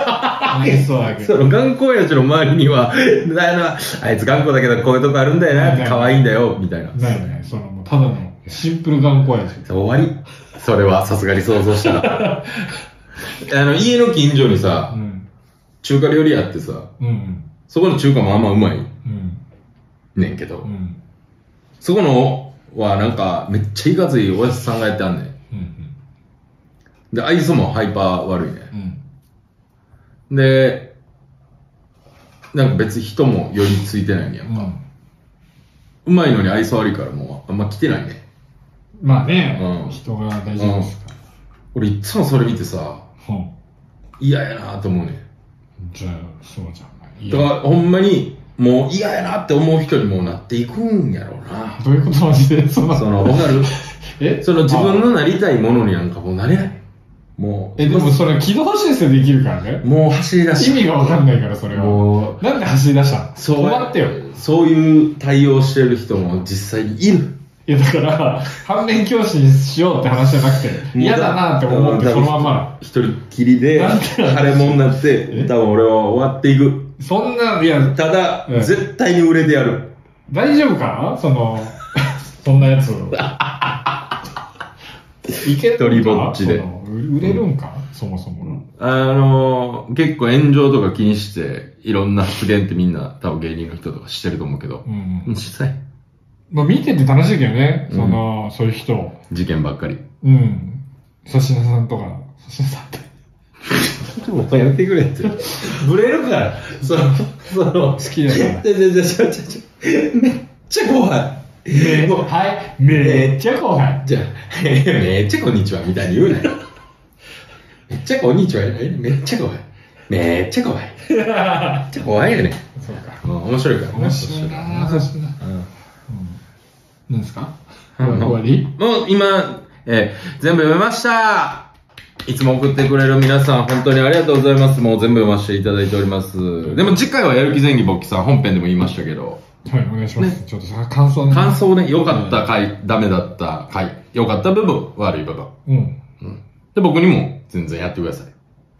[SPEAKER 2] なり そうだけ
[SPEAKER 3] そ
[SPEAKER 2] ど。
[SPEAKER 3] の頑固親父の周りには、 だな、あいつ頑固だけどこういうとこあるんだよな、可愛いんだよ、みたいな。
[SPEAKER 2] ないよね。その、もうただのシンプル頑固親父。
[SPEAKER 3] 終わりそれはさすがに想像したらあの家の近所に
[SPEAKER 2] う
[SPEAKER 3] さ
[SPEAKER 2] ん。
[SPEAKER 3] 中華料理屋あってさ
[SPEAKER 2] うん。
[SPEAKER 3] そこの中華もあんまうまい
[SPEAKER 2] うん。
[SPEAKER 3] ねんけど、
[SPEAKER 2] うん。
[SPEAKER 3] そこのはなんかめっちゃいかついおやつさんがやってあんねん
[SPEAKER 2] うん。
[SPEAKER 3] で愛想もハイパー悪いね
[SPEAKER 2] うん。
[SPEAKER 3] でなんか別に人も寄りついてないねやん
[SPEAKER 2] う
[SPEAKER 3] か、
[SPEAKER 2] ん。
[SPEAKER 3] うまいのに愛想悪いからもうあんま来てないね
[SPEAKER 2] まあね、
[SPEAKER 3] うん
[SPEAKER 2] 人が大事ですか
[SPEAKER 3] 俺いっつもそれ見てさ
[SPEAKER 2] ら。うん。
[SPEAKER 3] 嫌やなと思うね
[SPEAKER 2] じゃあ、そうじゃない。い
[SPEAKER 3] ん
[SPEAKER 2] や
[SPEAKER 3] だからほんまにもう嫌やなって思う人にもうなっていくんやろうな
[SPEAKER 2] どういうことマジで、その、
[SPEAKER 3] その、わかる
[SPEAKER 2] え
[SPEAKER 3] その自分のなりたいものになんかもうなれない。もう、
[SPEAKER 2] え、でもそれ軌道修正できるからね。
[SPEAKER 3] もう走り出
[SPEAKER 2] 意
[SPEAKER 3] し
[SPEAKER 2] 味がわかんないから、そ
[SPEAKER 3] た。
[SPEAKER 2] れは。
[SPEAKER 3] も
[SPEAKER 2] なんで走り出したの
[SPEAKER 3] う、そう、
[SPEAKER 2] 困ってよ。
[SPEAKER 3] そういう対応してる人も実際にいる。
[SPEAKER 2] いや、だから、反面教師にしようって話じゃなくて、嫌だなって思って、
[SPEAKER 3] うん
[SPEAKER 2] そのまんま
[SPEAKER 3] 一人っきりで、
[SPEAKER 2] なんで
[SPEAKER 3] 腫れ物になって、
[SPEAKER 2] え
[SPEAKER 3] 多分俺は終わっていく。
[SPEAKER 2] な。そんな、いや、
[SPEAKER 3] ただ、
[SPEAKER 2] うん
[SPEAKER 3] 絶対に売れてやる。
[SPEAKER 2] 大丈夫かなその、そんなやつ。いける
[SPEAKER 3] 一人
[SPEAKER 2] ん
[SPEAKER 3] ぼ
[SPEAKER 2] か
[SPEAKER 3] っちで
[SPEAKER 2] その売れるんか、そもそもの。
[SPEAKER 3] あのー結構炎上とか気にして、いろんな発言ってみんな、多分芸人の人とかしてると思うけど
[SPEAKER 2] う、ん。
[SPEAKER 3] 実際、
[SPEAKER 2] まあ、見てて楽しいけどね、その、そういう人を。
[SPEAKER 3] 事件ばっかり。
[SPEAKER 2] うん。粗品さんとか、粗品さんって。
[SPEAKER 3] もうやめてくれって。ブレるから。その、その、好
[SPEAKER 2] きだから
[SPEAKER 3] じゃじゃじゃじゃじゃじゃ。めっちゃ後輩。もう
[SPEAKER 2] はい、めっちゃ後輩。
[SPEAKER 3] じゃあ、めっちゃこんにちはみたいに言うなよ。めっちゃこんにちはやないめっちゃ後輩。めっちゃ後輩。めっちゃ怖いよね。
[SPEAKER 2] そうか。
[SPEAKER 3] うん面白いから。
[SPEAKER 2] 面白いな粗品。うん。なんですか終わり
[SPEAKER 3] もう今、えー全部読めましたいつも送ってくれる皆さん、本当にありがとうございます。もう全部読ませていただいております。でも次回はやる気前儀勃起さん、本編でも言いましたけど、
[SPEAKER 2] はい、お願いします。ちょっとさ、感想ね。
[SPEAKER 3] 感想ね、良かった回、ダメだった回、良かった部分、悪い部分。
[SPEAKER 2] うん。
[SPEAKER 3] で、僕にも全然やってくださ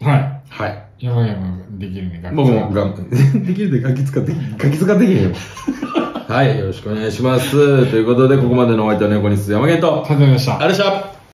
[SPEAKER 3] い。
[SPEAKER 2] は
[SPEAKER 3] はい。
[SPEAKER 2] い。山々できるね、学
[SPEAKER 3] 僕もが、できるでガキ使って、ガキ使ってけへんよ。はい、よろしくお願いします。ということで、ここまでのお相手は猫にす山源と、ありがと
[SPEAKER 2] ただでした
[SPEAKER 3] うご。ざいました。